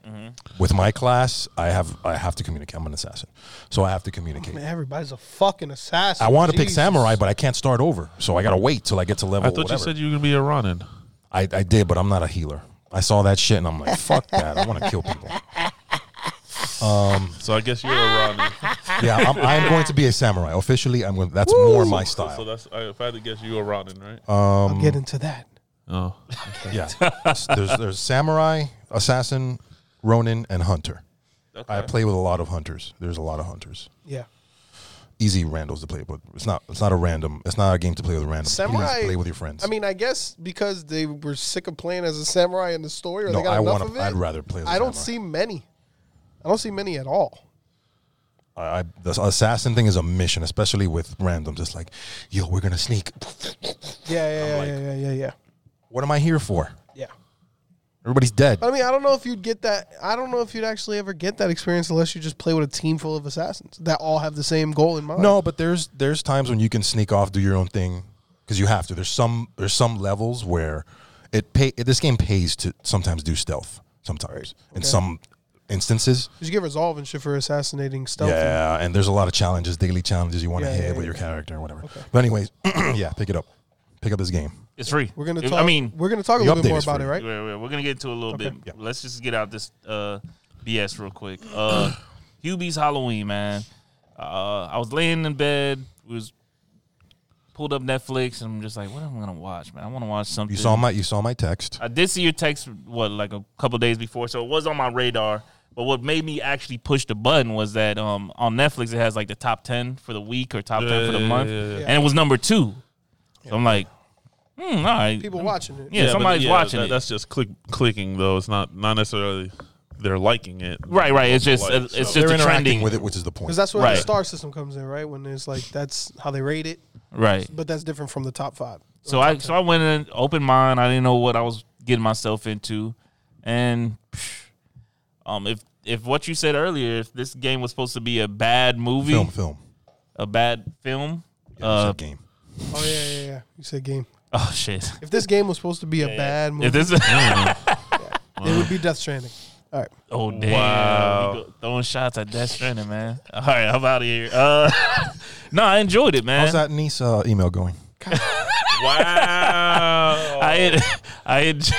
Speaker 4: With my class, I have I have to communicate. I'm an assassin, so I have to communicate.
Speaker 3: Man, everybody's a fucking assassin.
Speaker 4: I want to pick
Speaker 3: Jesus.
Speaker 4: samurai, but I can't start over, so I gotta wait till I get to level.
Speaker 2: I thought
Speaker 4: whatever.
Speaker 2: you said you were gonna be a Ronin.
Speaker 4: I, I did, but I'm not a healer. I saw that shit and I'm like, fuck that. I want to kill people.
Speaker 2: So I guess
Speaker 1: <laughs>
Speaker 2: you're a Ronin.
Speaker 4: Yeah, I'm, I'm going to be a samurai officially. I'm going. That's more my style.
Speaker 2: so that's I, if I had to guess, you a Ronin, right?
Speaker 4: mm.
Speaker 3: I'll get into that.
Speaker 2: oh,
Speaker 4: Yeah.
Speaker 2: <laughs>
Speaker 4: S- there's there's samurai, assassin, ronin, and hunter. I play with a lot of hunters. There's a lot of hunters.
Speaker 3: Yeah,
Speaker 4: Easy randos to play, but it's not it's not a random. It's not a game to play with randoms.
Speaker 3: samurai.
Speaker 4: Please play with your friends.
Speaker 3: I mean, I guess because they were sick of playing as a samurai in the story, or
Speaker 4: no,
Speaker 3: they got
Speaker 4: I
Speaker 3: enough
Speaker 4: wanna-
Speaker 3: of it.
Speaker 4: I'd rather play. As a
Speaker 3: I don't
Speaker 4: samurai.
Speaker 3: see many. I don't see many at all.
Speaker 4: I, I, the assassin thing is a mission, especially with randoms. It's like, yo, we're gonna sneak.
Speaker 3: Yeah, yeah, yeah, yeah, yeah, yeah, yeah.
Speaker 4: What am I here for?
Speaker 3: Yeah.
Speaker 4: Everybody's dead.
Speaker 3: But I mean, I don't know if you'd get that. I don't know if you'd actually ever get that experience unless you just play with a team full of assassins that all have the same goal in mind.
Speaker 4: No, but there's there's times when you can sneak off, do your own thing, because you have to. There's some there's some levels where it pay this game pays to sometimes do stealth sometimes in some instances.
Speaker 3: 'Cause you get resolve and shit for assassinating stealth.
Speaker 4: Yeah, and there's a lot of challenges, daily challenges you want to
Speaker 3: Yeah,
Speaker 4: hit
Speaker 3: yeah,
Speaker 4: with
Speaker 3: yeah.
Speaker 4: your character or whatever. But anyways, <clears throat> yeah, pick it up, pick up this game.
Speaker 1: it's free.
Speaker 3: We're gonna
Speaker 1: If-
Speaker 3: talk.
Speaker 1: I mean,
Speaker 3: we're gonna talk a
Speaker 4: the
Speaker 3: little bit
Speaker 4: update
Speaker 3: more
Speaker 4: is
Speaker 3: about it,
Speaker 4: free.
Speaker 3: right?
Speaker 1: Wait, wait, we're gonna get into a little bit.
Speaker 4: Yeah.
Speaker 1: Let's just get out this uh, BS real quick.
Speaker 4: <clears throat>
Speaker 1: Uh, Hubie's Halloween, man. Uh, I was laying in bed, was pulled up Netflix, and I'm just like, what am I gonna watch, man? I want to watch something.
Speaker 4: You saw
Speaker 3: Mm-hmm.
Speaker 4: my you saw my text.
Speaker 1: I did see your text, what, like a couple days before, so it was on my radar. But what made me actually push the button was that um, on Netflix it has like the top ten for the week or top ten for the
Speaker 2: Yeah,
Speaker 1: month,
Speaker 2: yeah, yeah, yeah.
Speaker 1: and it was number two. So I'm like, hmm, all right,
Speaker 3: People watching it.
Speaker 1: Yeah,
Speaker 2: but
Speaker 1: somebody's watching
Speaker 2: that-
Speaker 1: it.
Speaker 2: That's just click clicking though. It's not not necessarily they're liking it.
Speaker 1: Right, right. It's just
Speaker 2: Like,
Speaker 1: it's just
Speaker 2: so-
Speaker 4: They're
Speaker 1: a
Speaker 4: interacting
Speaker 1: trending.
Speaker 4: with it, which is the point.
Speaker 3: Because that's where
Speaker 1: Right.
Speaker 3: the star system comes in, right? When it's like that's how they rate it,
Speaker 1: Right.
Speaker 3: but that's different from the top five.
Speaker 1: So I so I went in open mind. I didn't know what I was getting myself into, and psh, um, if if what you said earlier, if this game was supposed to be a bad movie,
Speaker 4: Film, film.
Speaker 1: a bad film, <laughs>
Speaker 4: Yeah,
Speaker 1: uh,
Speaker 4: it's a game.
Speaker 3: Oh yeah, yeah, yeah. You said game.
Speaker 1: oh shit.
Speaker 3: If this game was supposed to be a bad movie,
Speaker 1: If this is
Speaker 3: it would be Death Stranding. All right.
Speaker 1: <laughs> oh damn,
Speaker 2: Wow.
Speaker 1: You go- throwing shots at Death Stranding, man. All right, I'm out of here. Uh, <laughs> no, I enjoyed it, man.
Speaker 4: How's that niece uh, email going?
Speaker 1: <laughs>
Speaker 2: Wow.
Speaker 1: I en- I enjoyed,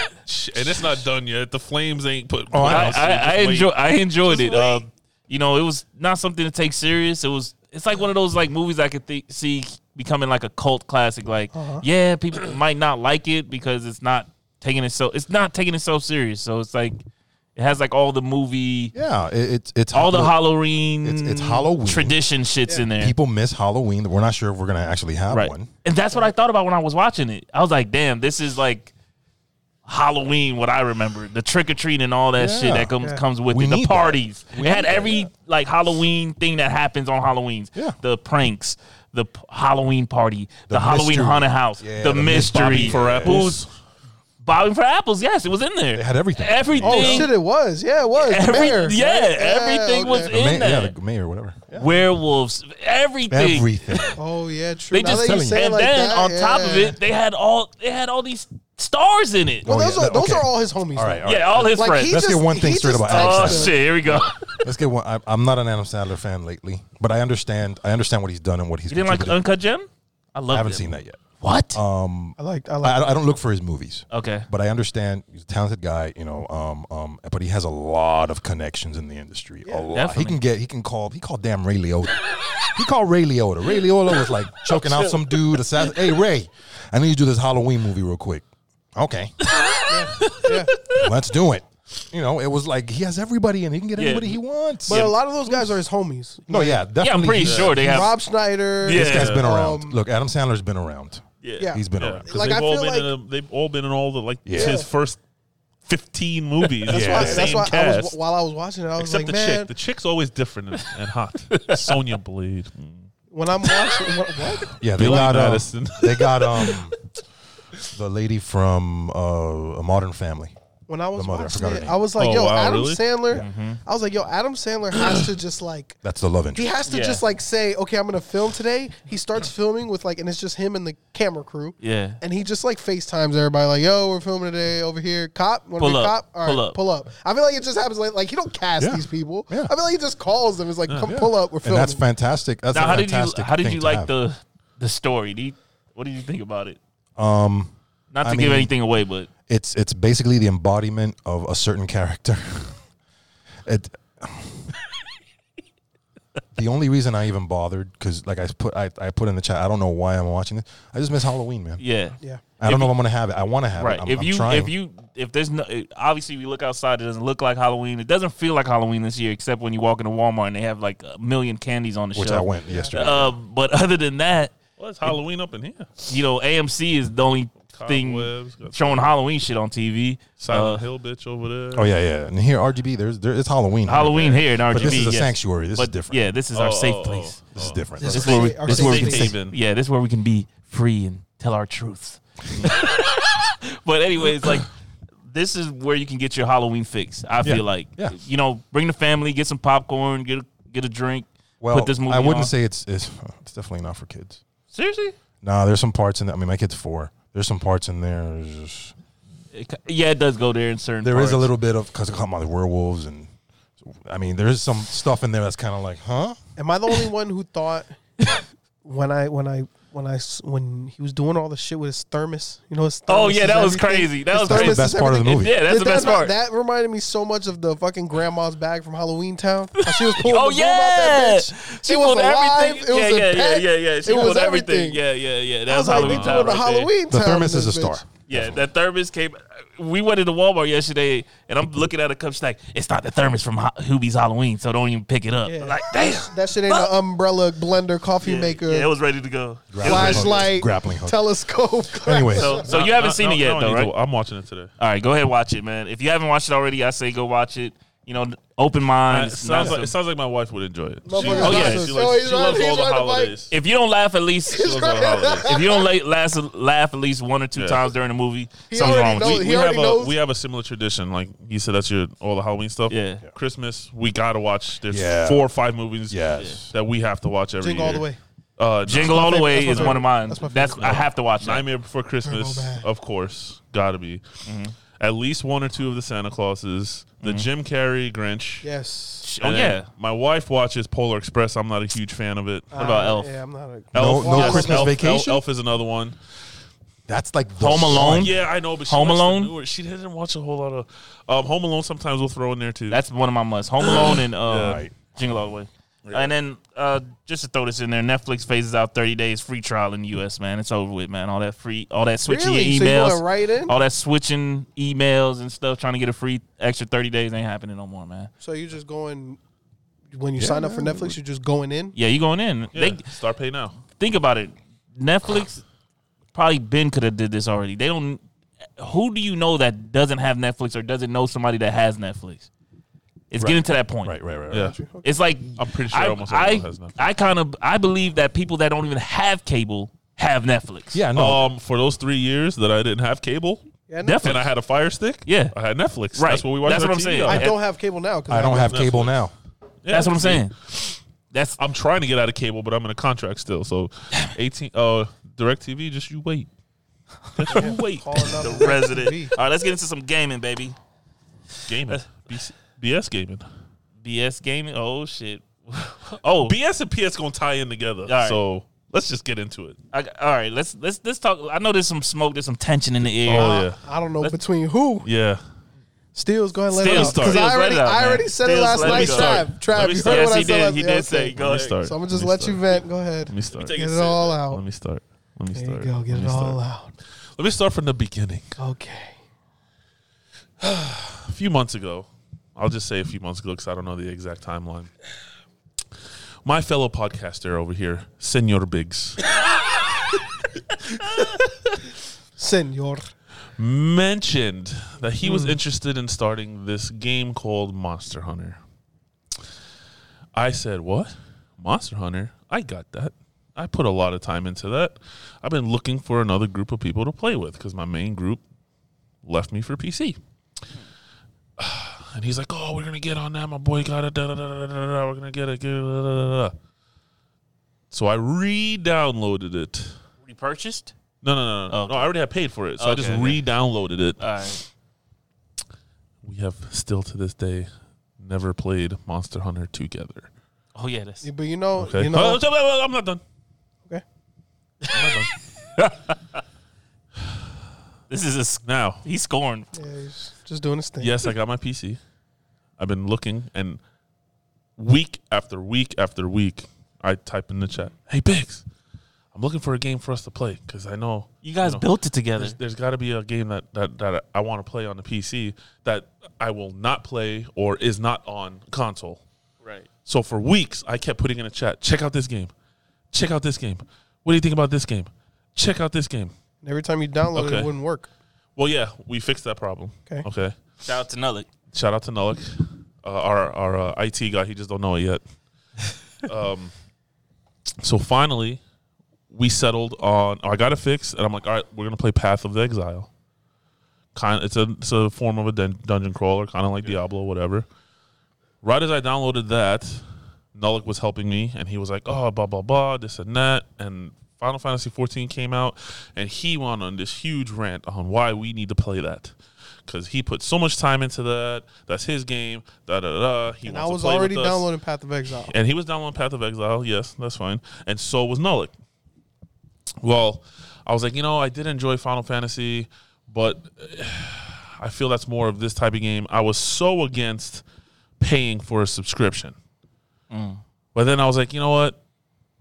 Speaker 2: and it's not done yet. The flames ain't put.
Speaker 4: Oh, I-
Speaker 1: I,
Speaker 2: out, so
Speaker 1: I,
Speaker 2: just
Speaker 1: I
Speaker 2: wait.
Speaker 1: enjoy I enjoyed it.
Speaker 2: wait.
Speaker 1: Um, you know, it was not something to take serious. It was it's like one of those like movies I could thi- see becoming like a cult classic. Like,
Speaker 4: Uh-huh.
Speaker 1: yeah, people <clears throat> might not like it because it's not taking it so it's not taking itself serious. So it's like it has like all the movie,
Speaker 4: Yeah, it, it's it's
Speaker 1: all the
Speaker 4: look,
Speaker 1: Halloween,
Speaker 4: it's- it's Halloween.
Speaker 1: tradition shits in there.
Speaker 4: people miss Halloween. We're not sure if we're gonna actually have
Speaker 1: right.
Speaker 4: one.
Speaker 1: And that's what I thought about when I was watching it. I was like, damn, this is like Halloween, what I remember. The trick or treat and all that
Speaker 4: Yeah.
Speaker 1: shit that comes
Speaker 3: Yeah.
Speaker 1: comes with
Speaker 4: We
Speaker 1: it. The
Speaker 4: need that.
Speaker 1: parties.
Speaker 4: We
Speaker 1: it had
Speaker 4: need that.
Speaker 1: every like Halloween thing that happens on Halloween's.
Speaker 4: Yeah.
Speaker 1: The pranks, the p- Halloween party, the, Halloween
Speaker 4: mystery.
Speaker 1: haunted house,
Speaker 4: Yeah,
Speaker 1: the,
Speaker 4: the Miss
Speaker 1: mystery.
Speaker 4: Bobbing for
Speaker 1: Who's
Speaker 4: Apples.
Speaker 1: bobbing for apples? Yes, it was in there.
Speaker 4: It had everything.
Speaker 1: Everything.
Speaker 3: Oh shit! It was. Yeah, it was. The
Speaker 1: Every-
Speaker 3: mayor,
Speaker 1: yeah,
Speaker 3: right?
Speaker 1: everything was
Speaker 3: okay.
Speaker 4: The
Speaker 1: In
Speaker 4: ma- yeah,
Speaker 1: there.
Speaker 4: the mayor, whatever.
Speaker 1: Werewolves. Everything. <laughs>
Speaker 4: Everything.
Speaker 3: Oh yeah, true.
Speaker 1: They
Speaker 3: Now
Speaker 1: just
Speaker 3: that you
Speaker 4: telling
Speaker 3: say it
Speaker 1: and
Speaker 3: like
Speaker 1: then
Speaker 3: that,
Speaker 1: on top
Speaker 3: yeah.
Speaker 1: of it, they had all they had all these stars in it.
Speaker 3: well,
Speaker 4: Oh,
Speaker 3: those
Speaker 4: yeah,
Speaker 3: are those
Speaker 4: okay.
Speaker 3: are all his homies.
Speaker 4: all right,
Speaker 3: though.
Speaker 4: all right.
Speaker 1: Yeah, all his
Speaker 3: Like
Speaker 1: friends.
Speaker 3: he
Speaker 4: Let's
Speaker 3: just,
Speaker 4: get one thing
Speaker 3: he
Speaker 4: straight
Speaker 3: just
Speaker 4: about
Speaker 3: texted
Speaker 1: Oh
Speaker 4: Alex
Speaker 3: them.
Speaker 1: shit! Here we go.
Speaker 4: Let's get one. I, I'm not an Adam Sandler fan lately, but I understand. I understand what he's done and what he's.
Speaker 1: You didn't like
Speaker 4: contributed.
Speaker 1: Uncut Gem? I love.
Speaker 4: I haven't seen that yet.
Speaker 1: What?
Speaker 4: Um,
Speaker 3: I like I
Speaker 4: I,
Speaker 3: like.
Speaker 4: I don't look for his movies,
Speaker 1: okay.
Speaker 4: but I understand he's a talented guy. You know, um, um, but he has a lot of connections in the industry. a lot.
Speaker 1: definitely.
Speaker 4: He can get. He can call. He called damn Ray Liotta. he called Ray Liotta. Ray Liotta was like choking out some dude. Assassin. Hey Ray, I need you to do this Halloween movie real quick. Okay,
Speaker 3: yeah.
Speaker 4: let's do it. You know, it was like he has everybody and he can get anybody he wants.
Speaker 3: But a lot of those guys are his homies.
Speaker 4: no, yeah, definitely.
Speaker 1: Yeah, I'm pretty
Speaker 4: he's-
Speaker 1: sure they have.
Speaker 3: Rob Schneider.
Speaker 1: Yeah.
Speaker 4: This guy's been around.
Speaker 3: Um,
Speaker 4: Look, Adam Sandler's been around.
Speaker 3: yeah.
Speaker 4: He's been
Speaker 2: Yeah,
Speaker 4: around.
Speaker 2: 'cause
Speaker 3: Like,
Speaker 2: they've
Speaker 3: I
Speaker 2: all
Speaker 3: feel
Speaker 2: been
Speaker 3: like-
Speaker 2: in a, they've all been in all the like
Speaker 4: Yeah.
Speaker 2: his first fifteen movies.
Speaker 3: That's
Speaker 2: yeah,
Speaker 3: why.
Speaker 2: the
Speaker 3: That's
Speaker 2: same
Speaker 3: why I was
Speaker 2: cast.
Speaker 3: while I was watching it, I was
Speaker 2: Except
Speaker 3: like,
Speaker 2: the
Speaker 3: man,
Speaker 2: chick. The chick's always different and, and hot. Sonya Blade. Mm.
Speaker 3: when I'm watching, what? what?
Speaker 4: Yeah, they
Speaker 2: Billy
Speaker 4: got um,
Speaker 2: Madison.
Speaker 4: <laughs> they got um the lady from uh, a Modern Family.
Speaker 3: when I was
Speaker 4: The mother, I
Speaker 3: watching
Speaker 4: forgot her
Speaker 3: it,
Speaker 4: name.
Speaker 3: I was like,
Speaker 2: Oh,
Speaker 3: yo,
Speaker 2: wow,
Speaker 3: Adam
Speaker 2: really?
Speaker 3: Sandler.
Speaker 4: Mm-hmm.
Speaker 3: I was like, yo, Adam Sandler has to just like.
Speaker 4: That's the love
Speaker 3: He
Speaker 4: interest.
Speaker 3: has to
Speaker 1: Yeah.
Speaker 3: just like say, okay, I'm gonna film today. He starts filming with like, and it's just him and the camera crew.
Speaker 1: Yeah.
Speaker 3: And he just like FaceTimes everybody, like, yo, we're filming today over here. Cop, wanna
Speaker 1: Pull
Speaker 3: be
Speaker 1: up.
Speaker 3: cop?
Speaker 1: Pull up.
Speaker 3: Pull up. I feel like it just happens like, like he don't cast
Speaker 4: Yeah.
Speaker 3: these people.
Speaker 4: Yeah.
Speaker 3: I feel like he just calls them. It's like, come pull up, we're
Speaker 4: And
Speaker 3: filming.
Speaker 4: that's fantastic. That's
Speaker 1: Now,
Speaker 4: a
Speaker 1: how did you
Speaker 4: fantastic
Speaker 1: how did
Speaker 4: thing
Speaker 1: you
Speaker 4: to
Speaker 1: like
Speaker 4: have.
Speaker 1: the the story? Do you, what did you think about it?
Speaker 4: um
Speaker 1: Not to
Speaker 4: I
Speaker 1: give
Speaker 4: mean-
Speaker 1: anything away, but
Speaker 4: it's it's basically the embodiment of a certain character. <laughs> it <laughs> The only reason I even bothered because like I put I, I put in the chat, I don't know why I'm watching this. I just miss Halloween, man.
Speaker 1: yeah,
Speaker 3: yeah.
Speaker 4: I don't know if I'm gonna have it. I want to have
Speaker 1: right.
Speaker 4: it. I'm,
Speaker 1: if
Speaker 4: I'm
Speaker 1: you
Speaker 4: trying.
Speaker 1: if you if there's no it- obviously we look outside, it doesn't look like Halloween. It doesn't feel like Halloween this year, except when you walk into Walmart and they have like a million candies on the
Speaker 4: which
Speaker 1: shelf.
Speaker 4: I went yesterday.
Speaker 1: Uh, but other than that,
Speaker 2: Well, it's Halloween up in here.
Speaker 1: you know, AMC is the only thing
Speaker 2: Cobwebs, got
Speaker 1: showing Halloween shit on TV. Uh,
Speaker 2: Silent Hill bitch over there.
Speaker 4: Oh yeah, yeah. And here RGB, there's there it's Halloween. here.
Speaker 1: Halloween here in RGB.
Speaker 4: But this is a
Speaker 1: yes.
Speaker 4: sanctuary. This
Speaker 1: but
Speaker 4: is different.
Speaker 1: Yeah, this is
Speaker 2: Oh,
Speaker 1: our
Speaker 2: oh,
Speaker 1: safe
Speaker 2: oh.
Speaker 1: place.
Speaker 4: This is different.
Speaker 3: This
Speaker 1: This
Speaker 3: is
Speaker 1: where we,
Speaker 3: Our
Speaker 1: this where we
Speaker 3: safe
Speaker 1: can,
Speaker 2: haven.
Speaker 1: yeah, this where we can be free and tell our
Speaker 2: <laughs>
Speaker 1: truths. but anyways, like this is where you can get your Halloween fix. I feel
Speaker 4: Yeah,
Speaker 1: like,
Speaker 4: yeah.
Speaker 1: you know, bring the family, get some popcorn, get a, get a drink.
Speaker 4: well,
Speaker 1: put this movie
Speaker 4: I wouldn't
Speaker 1: on.
Speaker 4: say it's, it's it's definitely not for kids.
Speaker 1: seriously.
Speaker 4: Nah, there's some parts in there. I mean, my kid's four. There's some parts in there. there's-
Speaker 1: It ca- yeah, it does go there in certain.
Speaker 4: There is a
Speaker 1: parts.
Speaker 4: little bit of because come on, the werewolves and I mean, there's some stuff in there that's kind of like, huh?
Speaker 3: Am I the only <laughs> one who thought when I when I when I s- when he was doing all the shit with his thermos? You know, his thermos
Speaker 1: Oh, yeah,
Speaker 3: is
Speaker 1: that was
Speaker 3: everything.
Speaker 1: crazy. That
Speaker 3: His
Speaker 1: was
Speaker 4: That's
Speaker 1: crazy.
Speaker 4: the
Speaker 3: thermos
Speaker 4: best
Speaker 3: is
Speaker 4: part of the
Speaker 3: everything.
Speaker 4: movie.
Speaker 1: Yeah, that's the
Speaker 3: Did that
Speaker 1: best
Speaker 3: not-
Speaker 1: part.
Speaker 3: That reminded me so much of the fucking grandma's bag from Halloween Town. How She was pulling
Speaker 1: <laughs> oh
Speaker 3: the broom out that
Speaker 1: yeah,
Speaker 3: bitch.
Speaker 1: she
Speaker 3: it was
Speaker 1: pulled
Speaker 3: alive.
Speaker 1: everything.
Speaker 3: It
Speaker 1: yeah,
Speaker 3: was
Speaker 1: yeah,
Speaker 3: a pet.
Speaker 1: yeah, yeah, yeah. She
Speaker 3: it was
Speaker 1: pulled everything.
Speaker 3: everything.
Speaker 1: Yeah, yeah, yeah. That
Speaker 3: I
Speaker 1: was
Speaker 3: was like, they
Speaker 1: Halloween.
Speaker 3: doing
Speaker 1: time
Speaker 3: the
Speaker 1: right there.
Speaker 3: Halloween
Speaker 4: The
Speaker 3: Town.
Speaker 4: thermos
Speaker 3: in
Speaker 4: is a
Speaker 3: this
Speaker 4: star.
Speaker 3: bitch.
Speaker 1: Yeah, that thermos came. uh, We went into Walmart yesterday, and I'm looking at a cup. She's like, "It's not the thermos from Ho- Hubie's Halloween, so don't even pick it up."
Speaker 3: Yeah.
Speaker 1: I'm like, damn.
Speaker 3: That shit ain't an umbrella, blender, coffee
Speaker 1: Yeah,
Speaker 3: maker,
Speaker 1: yeah, it was ready to go.
Speaker 4: Right.
Speaker 1: It was ready.
Speaker 4: Flash-
Speaker 3: flashlight,
Speaker 4: Grappling hook.
Speaker 3: telescope. <laughs>
Speaker 4: <laughs> Anyways,
Speaker 1: So, so
Speaker 2: No,
Speaker 1: you haven't
Speaker 2: no,
Speaker 1: seen
Speaker 2: no,
Speaker 1: it yet,
Speaker 2: no, I
Speaker 1: though,
Speaker 2: need
Speaker 1: right?
Speaker 2: to- I'm watching it today.
Speaker 1: All right, go ahead watch it, man. If you haven't watched it already, I say go watch it. you know, open
Speaker 2: Uh,
Speaker 1: mind.
Speaker 2: it
Speaker 1: It's
Speaker 2: sounds
Speaker 1: not
Speaker 2: like it
Speaker 1: some-
Speaker 2: sounds like my wife would enjoy it. She,
Speaker 3: Motherfucker,
Speaker 2: oh yeah,
Speaker 1: he's
Speaker 2: she,
Speaker 3: right.
Speaker 2: likes,
Speaker 3: He's
Speaker 2: she loves
Speaker 3: right.
Speaker 2: all the
Speaker 3: He's right.
Speaker 2: holidays.
Speaker 1: if you don't laugh at least,
Speaker 2: She loves all the holidays.
Speaker 1: if you don't la- last, laugh at least one or two
Speaker 2: Yeah.
Speaker 1: times during the movie,
Speaker 3: He
Speaker 1: something's
Speaker 3: already
Speaker 1: wrong with
Speaker 3: knows
Speaker 1: you.
Speaker 3: Oh,
Speaker 2: we,
Speaker 3: he
Speaker 2: we have
Speaker 3: already knows.
Speaker 2: a we have a similar tradition. Like you said, that's your all the Halloween stuff.
Speaker 1: Yeah. Yeah.
Speaker 2: Christmas, we gotta watch. There's
Speaker 4: Yeah.
Speaker 2: four or five movies.
Speaker 4: Yes.
Speaker 2: that we have to watch every
Speaker 3: Jingle all the
Speaker 2: year.
Speaker 3: way.
Speaker 2: Uh, no.
Speaker 1: Jingle All the Way
Speaker 3: That's
Speaker 1: is
Speaker 3: my
Speaker 1: one of
Speaker 3: favorite.
Speaker 1: mine.
Speaker 3: That's my
Speaker 1: That's I have to watch that.
Speaker 2: Nightmare Before Christmas,
Speaker 3: Turbo Mm-hmm. Bad.
Speaker 2: of course, gotta be. At least one or two of the Santa Clauses, the
Speaker 3: Mm-hmm.
Speaker 2: Jim Carrey Grinch.
Speaker 3: Yes.
Speaker 1: Oh
Speaker 2: And then
Speaker 1: yeah,
Speaker 2: my wife watches Polar Express. I'm not a huge fan of it.
Speaker 1: about
Speaker 3: Uh,
Speaker 1: Elf?
Speaker 3: Yeah, I'm not a.
Speaker 4: No-
Speaker 2: Elf,
Speaker 4: no
Speaker 2: yes, Elf-
Speaker 4: Christmas
Speaker 2: Elf-
Speaker 4: Vacation?
Speaker 2: Elf, is another one.
Speaker 4: That's like the
Speaker 1: Home
Speaker 4: song.
Speaker 1: Alone?
Speaker 2: Yeah, I know, but she
Speaker 1: Home
Speaker 2: likes the
Speaker 1: Alone?
Speaker 2: newer- she didn't watch a whole lot of um, Home Alone. Sometimes we'll throw in there too.
Speaker 1: that's one of my musts. Home Alone and uh,
Speaker 4: Right.
Speaker 1: Jingle All the Way. And then uh, just to throw this in there, Netflix phases out 30 days free trial in the U.S. Man, it's over with, man. All that free, all that switching
Speaker 3: Really?
Speaker 1: your
Speaker 3: So you
Speaker 1: emails,
Speaker 3: going right in?
Speaker 1: all that switching emails and stuff, trying to get a free extra 30 days ain't happening no more, man.
Speaker 3: So you just going when you sign up for Netflix, you're just going in.
Speaker 1: Yeah, you going in?
Speaker 2: Yeah,
Speaker 1: They
Speaker 2: start pay now.
Speaker 1: think about it. Netflix probably Ben could have did this already. They don't. Who do you know that doesn't have Netflix or doesn't know somebody that has Netflix? It's getting to that point.
Speaker 4: Right, right, right. right.
Speaker 2: Yeah,
Speaker 1: It's like
Speaker 2: I'm pretty sure
Speaker 1: I,
Speaker 2: almost
Speaker 1: I,
Speaker 2: everyone has Netflix.
Speaker 1: I kind of I believe that people that don't even have cable have Netflix.
Speaker 4: Yeah, no.
Speaker 2: Um, for those three years that I didn't have cable
Speaker 3: Yeah, no.
Speaker 1: Definitely.
Speaker 2: and I had a Fire Stick,
Speaker 1: Yeah.
Speaker 2: I had Netflix.
Speaker 1: Right.
Speaker 2: That's what we watched.
Speaker 1: That's
Speaker 2: on
Speaker 1: what I'm
Speaker 2: TV.
Speaker 1: saying.
Speaker 2: Yeah,
Speaker 3: I don't have cable now because
Speaker 4: I don't have cable now.
Speaker 1: that's what I'm saying. That's
Speaker 2: I'm trying to get out of cable, but I'm in a contract still. So, 18. Uh, Directv, just you wait. Just you
Speaker 1: <laughs>
Speaker 2: wait.
Speaker 3: the
Speaker 1: resident. All right, let's get into some gaming, baby.
Speaker 2: Gaming. BC, BS gaming.
Speaker 1: BS gaming. Oh shit. oh,
Speaker 2: BS and PS gonna tie in together.
Speaker 1: right.
Speaker 2: So let's just get into it.
Speaker 1: I, all right. Let's let's let's talk. I know there's some smoke. There's some tension in the air.
Speaker 2: Oh, yeah.
Speaker 3: I don't know between who.
Speaker 2: Yeah.
Speaker 3: Steals, go ahead and let
Speaker 1: Steals,
Speaker 3: it out. Because
Speaker 1: Steals,
Speaker 3: I
Speaker 1: let
Speaker 3: already,
Speaker 1: it out,
Speaker 3: I
Speaker 1: man.
Speaker 3: already said
Speaker 1: Steals,
Speaker 3: it last
Speaker 1: let me
Speaker 3: night.
Speaker 1: start.
Speaker 3: Trav, Trav, you heard
Speaker 1: Yes,
Speaker 3: what I
Speaker 1: he
Speaker 3: said
Speaker 1: did.
Speaker 3: last
Speaker 1: He
Speaker 3: yeah,
Speaker 1: did
Speaker 3: okay.
Speaker 1: say. Go
Speaker 2: Let me
Speaker 1: ahead.
Speaker 2: start.
Speaker 3: So I'm gonna just
Speaker 2: Let me
Speaker 3: let
Speaker 2: start.
Speaker 3: you vent. Go ahead.
Speaker 2: Let me start.
Speaker 3: Get it all out.
Speaker 2: Let me start. Let me
Speaker 3: There
Speaker 2: start.
Speaker 3: you go. Get
Speaker 2: Let
Speaker 3: it
Speaker 2: me start.
Speaker 3: all out.
Speaker 2: Let me start from the beginning.
Speaker 3: Okay.
Speaker 2: A few months ago, I'll just say a few months ago because I don't know the exact timeline. My fellow podcaster over here, Senor Biggs,
Speaker 3: Senor.
Speaker 2: mentioned that he was interested in starting this game called Monster Hunter. I said, What? Monster Hunter? I got that. I put a lot of time into that. I've been looking for another group of people to play with because my main group left me for PC. <sighs> And he's like, Oh, we're going to get on that. My boy got it. Da, da, da, da, da, da, da. We're going to get it. Da, da, da, da, da. So I re downloaded it.
Speaker 1: Repurchased.
Speaker 2: No, no, no, no. no. I already had paid for it. So I
Speaker 1: Okay,
Speaker 2: just
Speaker 1: okay.
Speaker 2: re downloaded it.
Speaker 1: All right.
Speaker 2: we have still to this day never played Monster Hunter together.
Speaker 1: Oh yeah. That's,
Speaker 3: But you know,
Speaker 2: Okay,
Speaker 3: you know.
Speaker 2: Oh, I'm not done.
Speaker 3: Okay.
Speaker 1: this is a. s-
Speaker 2: Now,
Speaker 1: He scorned.
Speaker 2: Oh,
Speaker 3: Yeah, he's just doing his thing.
Speaker 2: yes, I got my PC. I've been looking, and week after week after week, I type in the chat, "Hey Biggs, I'm looking for a game for us to play because I know
Speaker 1: You guys
Speaker 2: know,
Speaker 1: built it together.
Speaker 2: There's, there's got to be a game that that that I want to play on the PC that I will not play or is not on console."
Speaker 1: Right.
Speaker 2: So for weeks, I kept putting in a chat, check out this game. Check out this game. What do you think about this game? Check out this game.
Speaker 3: And every time you download it,
Speaker 2: Okay.
Speaker 3: it wouldn't work.
Speaker 2: Well, yeah, we fixed that problem.
Speaker 3: Okay.
Speaker 2: Okay.
Speaker 1: Shout out to Nullick.
Speaker 2: Shout out to Nullick, uh, our our uh, IT guy. He just don't know it yet. um, so finally, we settled on. I got it fixed, and I'm like, all right, we're gonna play Path of the Exile. Kind, it's a it's a form of a dun- dungeon crawler, kind of like Diablo, whatever. Right as I downloaded that, Nullick was helping me, and he was like, oh, blah blah blah, this and that, and. Final Fantasy 14 came out, and he went on this huge rant on why we need to play that because he put so much time into that. That's his game. Da da da. da. He
Speaker 3: And I
Speaker 2: wants
Speaker 3: was
Speaker 2: to play
Speaker 3: already
Speaker 2: with us.
Speaker 3: downloading Path of Exile.
Speaker 2: And he was downloading Path of Exile. Yes, that's fine. And so was Nullick. Well, I was like, you know, I did enjoy Final Fantasy, but <sighs> I feel that's more of this type of game. I was so against paying for a subscription.
Speaker 1: Mm.
Speaker 2: But then I was like, you know what?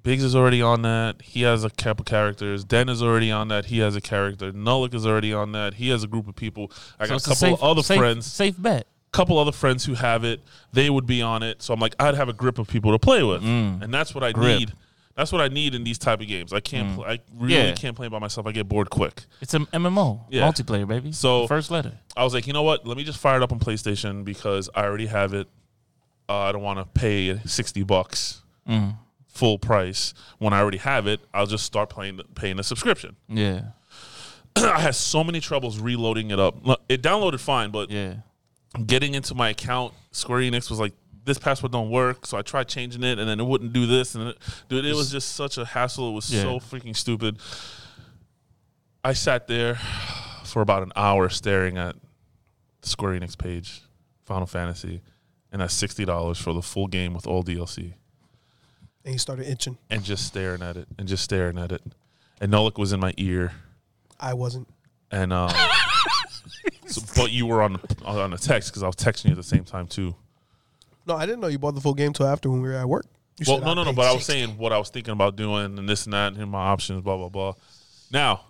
Speaker 2: Biggs is already on that. He has a couple characters. Den is already on that. He has a character. Nullick is already on that. He has a group of people. I got a couple of other
Speaker 1: safe,
Speaker 2: friends
Speaker 1: Safe bet.
Speaker 2: couple other friends who have it, they would be on it. So I'm like, I'd have a grip of people to play with, and that's what I need That's what I need in these type of games. I can't. Play, I really
Speaker 1: Yeah.
Speaker 2: can't play by myself. I get bored quick.
Speaker 1: It's an MMO,
Speaker 2: Yeah.
Speaker 1: multiplayer, baby.
Speaker 2: So-
Speaker 1: first letter.
Speaker 2: I was like, you know what? Let me just fire it up on PlayStation because I already have it. Uh, I don't want to pay sixty bucks full price when I already have it. I'll just start playing paying a subscription. <clears throat>
Speaker 1: Yeah,
Speaker 2: I had so many troubles reloading it up. Look, It downloaded fine, but
Speaker 1: yeah.
Speaker 2: getting into my account, Square Enix was like, "This password don't work." So I tried changing it, and then it wouldn't do this. And it, dude, it was just such a hassle. It was
Speaker 1: Yeah.
Speaker 2: so freaking stupid. I sat there for about an hour staring at the Square Enix page, Final Fantasy, and that's sixty dollars for the full game with all DLC,
Speaker 3: And he started itching.
Speaker 2: and just staring at it, and just staring at it. And Nolik was in my ear,
Speaker 3: I wasn't.
Speaker 2: and um, so- but you were on on a text because I was texting you at the same time too.
Speaker 3: No, I didn't know you bought the full game till after when we were at work. You
Speaker 2: Well,
Speaker 3: said,
Speaker 2: no, no, no.
Speaker 3: paid
Speaker 2: But I was
Speaker 3: 60.
Speaker 2: saying what I was thinking about doing and this and that and my options, blah blah blah. Now,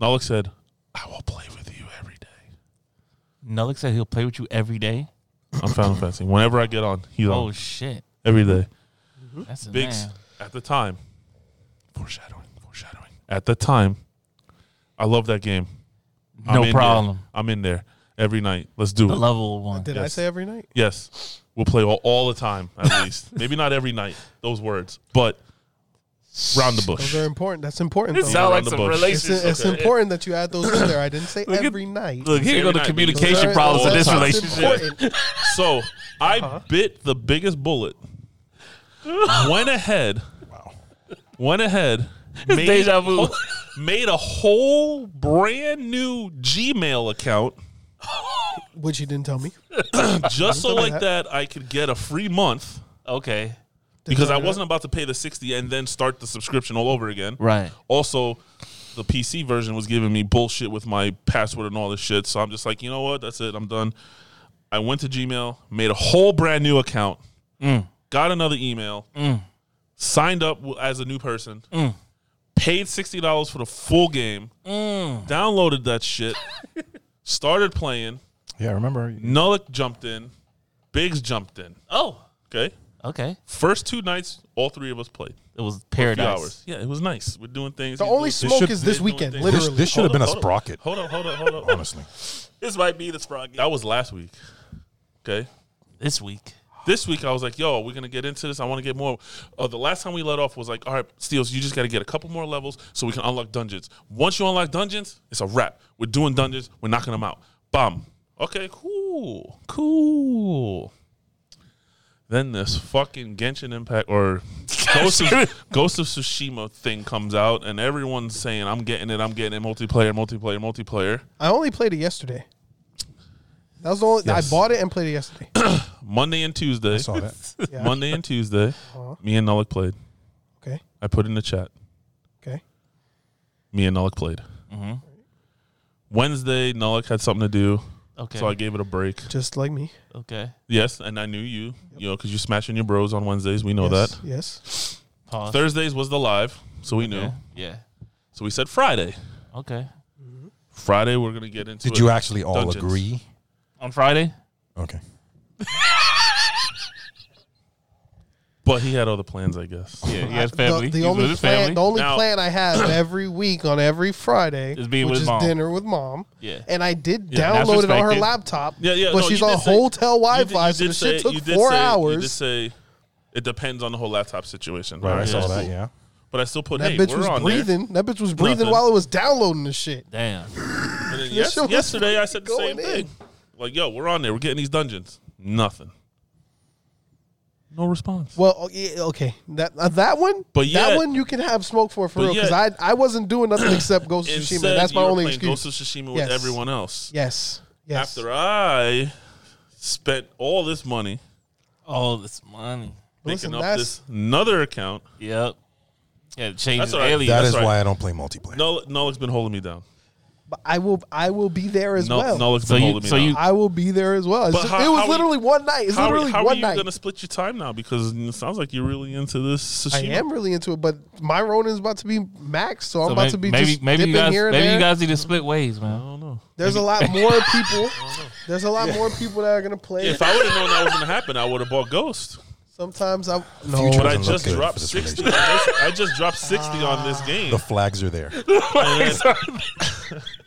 Speaker 2: Nolik said, "I will play with you every day."
Speaker 1: Nullick said he'll play with you every day.
Speaker 2: I'm Final Fantasy. Whenever I get on, he's
Speaker 1: Oh
Speaker 2: on
Speaker 1: shit,
Speaker 2: every day.
Speaker 1: that's a
Speaker 2: Big
Speaker 1: man.
Speaker 2: s- at the time. Foreshadowing, foreshadowing. At the time, I love that game. I'm
Speaker 1: No
Speaker 2: in there.
Speaker 1: problem.
Speaker 2: I'm in there every night. Let's do
Speaker 1: The
Speaker 2: it.
Speaker 1: level one.
Speaker 3: Did I
Speaker 2: Yes.
Speaker 3: say every night?
Speaker 2: yes, we'll play all, all the time at least. Maybe not every night. Those words, but round the bush.
Speaker 3: Those are important. That's important.
Speaker 5: It
Speaker 3: though.
Speaker 2: around
Speaker 5: sounds like
Speaker 2: the
Speaker 5: some
Speaker 2: bush.
Speaker 3: It's,
Speaker 5: relationship.
Speaker 3: it's important that you add those in there. I didn't
Speaker 2: <laughs>
Speaker 3: say
Speaker 1: at-
Speaker 3: every night.
Speaker 1: Look, here go the
Speaker 2: Every night,
Speaker 3: Those
Speaker 1: communication
Speaker 3: are-
Speaker 1: problems in
Speaker 3: those
Speaker 1: this
Speaker 3: are
Speaker 1: relationship. Uh-huh.
Speaker 3: important.
Speaker 2: So I bit the
Speaker 1: <laughs>
Speaker 2: biggest bullet. went ahead.
Speaker 1: <laughs>
Speaker 2: Went ahead. Made,
Speaker 1: deja vu.
Speaker 2: made a whole brand new Gmail account
Speaker 3: Which you didn't tell me.
Speaker 2: just so
Speaker 3: tell me
Speaker 2: like that I could get a free month
Speaker 1: <laughs> Okay,
Speaker 2: because
Speaker 3: tell
Speaker 2: I
Speaker 3: me
Speaker 2: wasn't about to pay the 60 and then start the subscription all over again.
Speaker 1: right.
Speaker 2: Also, the PC version was giving me bullshit with my password and all this shit. So I'm just like, you know what? That's it. I'm done. I went to Gmail, made a whole brand new account, got another email, signed up w- as a new person, paid $60 for the full game, downloaded that shit, started playing.
Speaker 4: Yeah, I remember.
Speaker 2: Nullick jumped in, Biggs jumped in.
Speaker 1: Oh,
Speaker 2: Okay.
Speaker 1: okay.
Speaker 2: First two nights, all three of us played.
Speaker 1: It was
Speaker 2: Few
Speaker 1: paradise.
Speaker 2: hours. Yeah, it was nice. We're doing things.
Speaker 3: The
Speaker 2: he's
Speaker 3: only
Speaker 2: doing things.
Speaker 3: smoke
Speaker 4: should-
Speaker 3: is this
Speaker 2: they're doing
Speaker 3: weekend.
Speaker 2: things.
Speaker 3: Literally,
Speaker 4: This, this should have been a
Speaker 2: Hold up,
Speaker 4: sprocket,
Speaker 2: Hold on, hold on, hold on.
Speaker 4: honestly.
Speaker 5: This might be the sprog.
Speaker 2: That was last week. Okay.
Speaker 1: This week.
Speaker 2: This week I was like, yo, we're gonna get into this. I wanna get more. Uh, the last time we let off was like, all right, Steels, you just gotta get a couple more levels so we can unlock dungeons. Once you unlock dungeons, it's a wrap. We're doing dungeons, we're knocking them out. Bum. Okay, cool. Cool. Then this fucking Genshin Impact or
Speaker 5: <laughs>
Speaker 2: Ghost of, Ghost of Tsushima thing comes out, and everyone's saying, I'm getting it, I'm getting it, multiplayer, multiplayer, multiplayer.
Speaker 3: I only played it yesterday. That was the only. I
Speaker 2: Yes.
Speaker 3: bought it and played it yesterday. <coughs>
Speaker 2: Monday and Tuesday.
Speaker 4: Saw
Speaker 2: <laughs>
Speaker 4: that.
Speaker 3: Yeah.
Speaker 2: Monday and Tuesday,
Speaker 3: Uh-huh.
Speaker 2: me and Nolik played.
Speaker 3: Okay.
Speaker 2: I put in the chat.
Speaker 3: Okay.
Speaker 2: Me and Nolik played. Wednesday, Nolik had something to do,
Speaker 1: Okay.
Speaker 2: so I gave it a break.
Speaker 3: Just like me.
Speaker 1: okay.
Speaker 2: Yes, and I knew you, you know, because you're smashing your bros on Wednesdays. We know
Speaker 3: yes,
Speaker 2: that.
Speaker 3: Yes.
Speaker 1: Pause.
Speaker 2: Thursdays was the live, so we knew.
Speaker 1: Yeah. yeah.
Speaker 2: So we said Friday.
Speaker 1: Okay.
Speaker 2: Friday, we're gonna get into.
Speaker 4: Did
Speaker 2: it.
Speaker 4: you actually all
Speaker 2: Dungeons.
Speaker 4: agree?
Speaker 1: On Friday.
Speaker 4: Okay.
Speaker 2: But he had other plans, I guess.
Speaker 3: <laughs>
Speaker 1: Yeah, he has
Speaker 3: The-
Speaker 1: family.
Speaker 3: The,
Speaker 1: He's
Speaker 3: only
Speaker 1: with his
Speaker 3: plan,
Speaker 1: family.
Speaker 3: the only
Speaker 2: Now-
Speaker 3: plan I have
Speaker 2: <coughs>
Speaker 3: every week on every Friday
Speaker 1: Is being
Speaker 3: which
Speaker 1: with
Speaker 3: is
Speaker 1: mom.
Speaker 3: dinner with mom.
Speaker 1: Yeah.
Speaker 3: And I did
Speaker 2: Yeah, that's
Speaker 3: download it on her
Speaker 1: respected.
Speaker 3: laptop.
Speaker 2: Yeah, yeah,
Speaker 3: But
Speaker 2: no,
Speaker 3: she's
Speaker 2: you
Speaker 3: on
Speaker 2: did say-
Speaker 3: hotel
Speaker 2: You did- you
Speaker 3: Wi-Fi, so
Speaker 2: did
Speaker 3: the
Speaker 2: say-
Speaker 3: shit took
Speaker 2: you did
Speaker 3: four
Speaker 2: say- You
Speaker 3: hours.
Speaker 2: did say it depends on the whole laptop situation.
Speaker 4: Right, I
Speaker 2: Alright,
Speaker 4: saw
Speaker 2: that's
Speaker 4: that,
Speaker 2: cool.
Speaker 4: yeah.
Speaker 2: But I still put
Speaker 3: that
Speaker 2: hey,
Speaker 3: bitch
Speaker 2: we're
Speaker 3: was
Speaker 2: on there.
Speaker 3: breathing. That bitch was breathing
Speaker 2: Nothing.
Speaker 3: while it was downloading the shit.
Speaker 1: Damn.
Speaker 2: And then
Speaker 3: Your
Speaker 2: yes-
Speaker 3: shit was
Speaker 2: yesterday, I said the
Speaker 3: going
Speaker 2: same thing. Like, yo, we're on there. We're getting these dungeons. Nothing. No response.
Speaker 3: Well, o- yeah, okay, that uh, that one,
Speaker 2: But
Speaker 3: that
Speaker 2: yet-
Speaker 3: one you can have smoke for for
Speaker 2: but
Speaker 3: real because I
Speaker 2: yet-
Speaker 3: I wasn't doing nothing except
Speaker 2: <coughs>
Speaker 3: Ghost of
Speaker 2: Instead,
Speaker 3: Tsushima. That's my
Speaker 2: you were
Speaker 3: only
Speaker 2: playing
Speaker 3: excuse.
Speaker 2: Ghost of Tsushima
Speaker 3: Yes.
Speaker 2: with everyone else.
Speaker 3: yes, yes.
Speaker 2: After I spent all this money
Speaker 1: All this money.
Speaker 3: But listen,
Speaker 2: picking up
Speaker 3: that's-
Speaker 2: this another account,
Speaker 1: Yep. Yeah. Change
Speaker 2: That's
Speaker 1: the
Speaker 2: all right.
Speaker 1: alien.
Speaker 4: That
Speaker 2: That's
Speaker 4: is
Speaker 2: right.
Speaker 4: why I don't play multiplayer.
Speaker 2: Null- Nullick's been holding me down.
Speaker 3: But I will I will be there as
Speaker 2: Null-
Speaker 3: well.
Speaker 2: Nullick's
Speaker 1: So
Speaker 2: been
Speaker 1: you-
Speaker 2: holding me
Speaker 1: so
Speaker 2: down.
Speaker 1: you-
Speaker 3: I will be there as well. It's
Speaker 2: But
Speaker 3: just-
Speaker 2: how-
Speaker 3: it
Speaker 2: how
Speaker 3: was
Speaker 2: are
Speaker 3: literally one night. It's
Speaker 2: How,
Speaker 3: literally
Speaker 2: how are
Speaker 3: one
Speaker 2: you
Speaker 3: night.
Speaker 2: going to split your time now? Because it sounds like you're really into this
Speaker 3: I
Speaker 2: Tsushima.
Speaker 3: am really into it, but my Ronin's about to be maxed, so, I'm
Speaker 1: So
Speaker 3: about
Speaker 1: may-
Speaker 3: to be
Speaker 1: maybe
Speaker 3: just
Speaker 1: maybe
Speaker 3: dipping
Speaker 1: you guys
Speaker 3: here and
Speaker 1: maybe
Speaker 3: there.
Speaker 1: you guys need to split ways, man. <laughs>
Speaker 2: I don't know.
Speaker 3: there's a lot more people. There's a lot more people that are gonna play.
Speaker 2: If I would have known that was going to happen, I would have bought Ghost.
Speaker 3: Sometimes I no.
Speaker 4: Future
Speaker 2: But I
Speaker 4: Doesn't look
Speaker 2: just
Speaker 4: good
Speaker 2: dropped
Speaker 4: for this
Speaker 2: sixty. I just, I just dropped sixty on
Speaker 3: Ah.
Speaker 2: this game.
Speaker 4: The flags are there.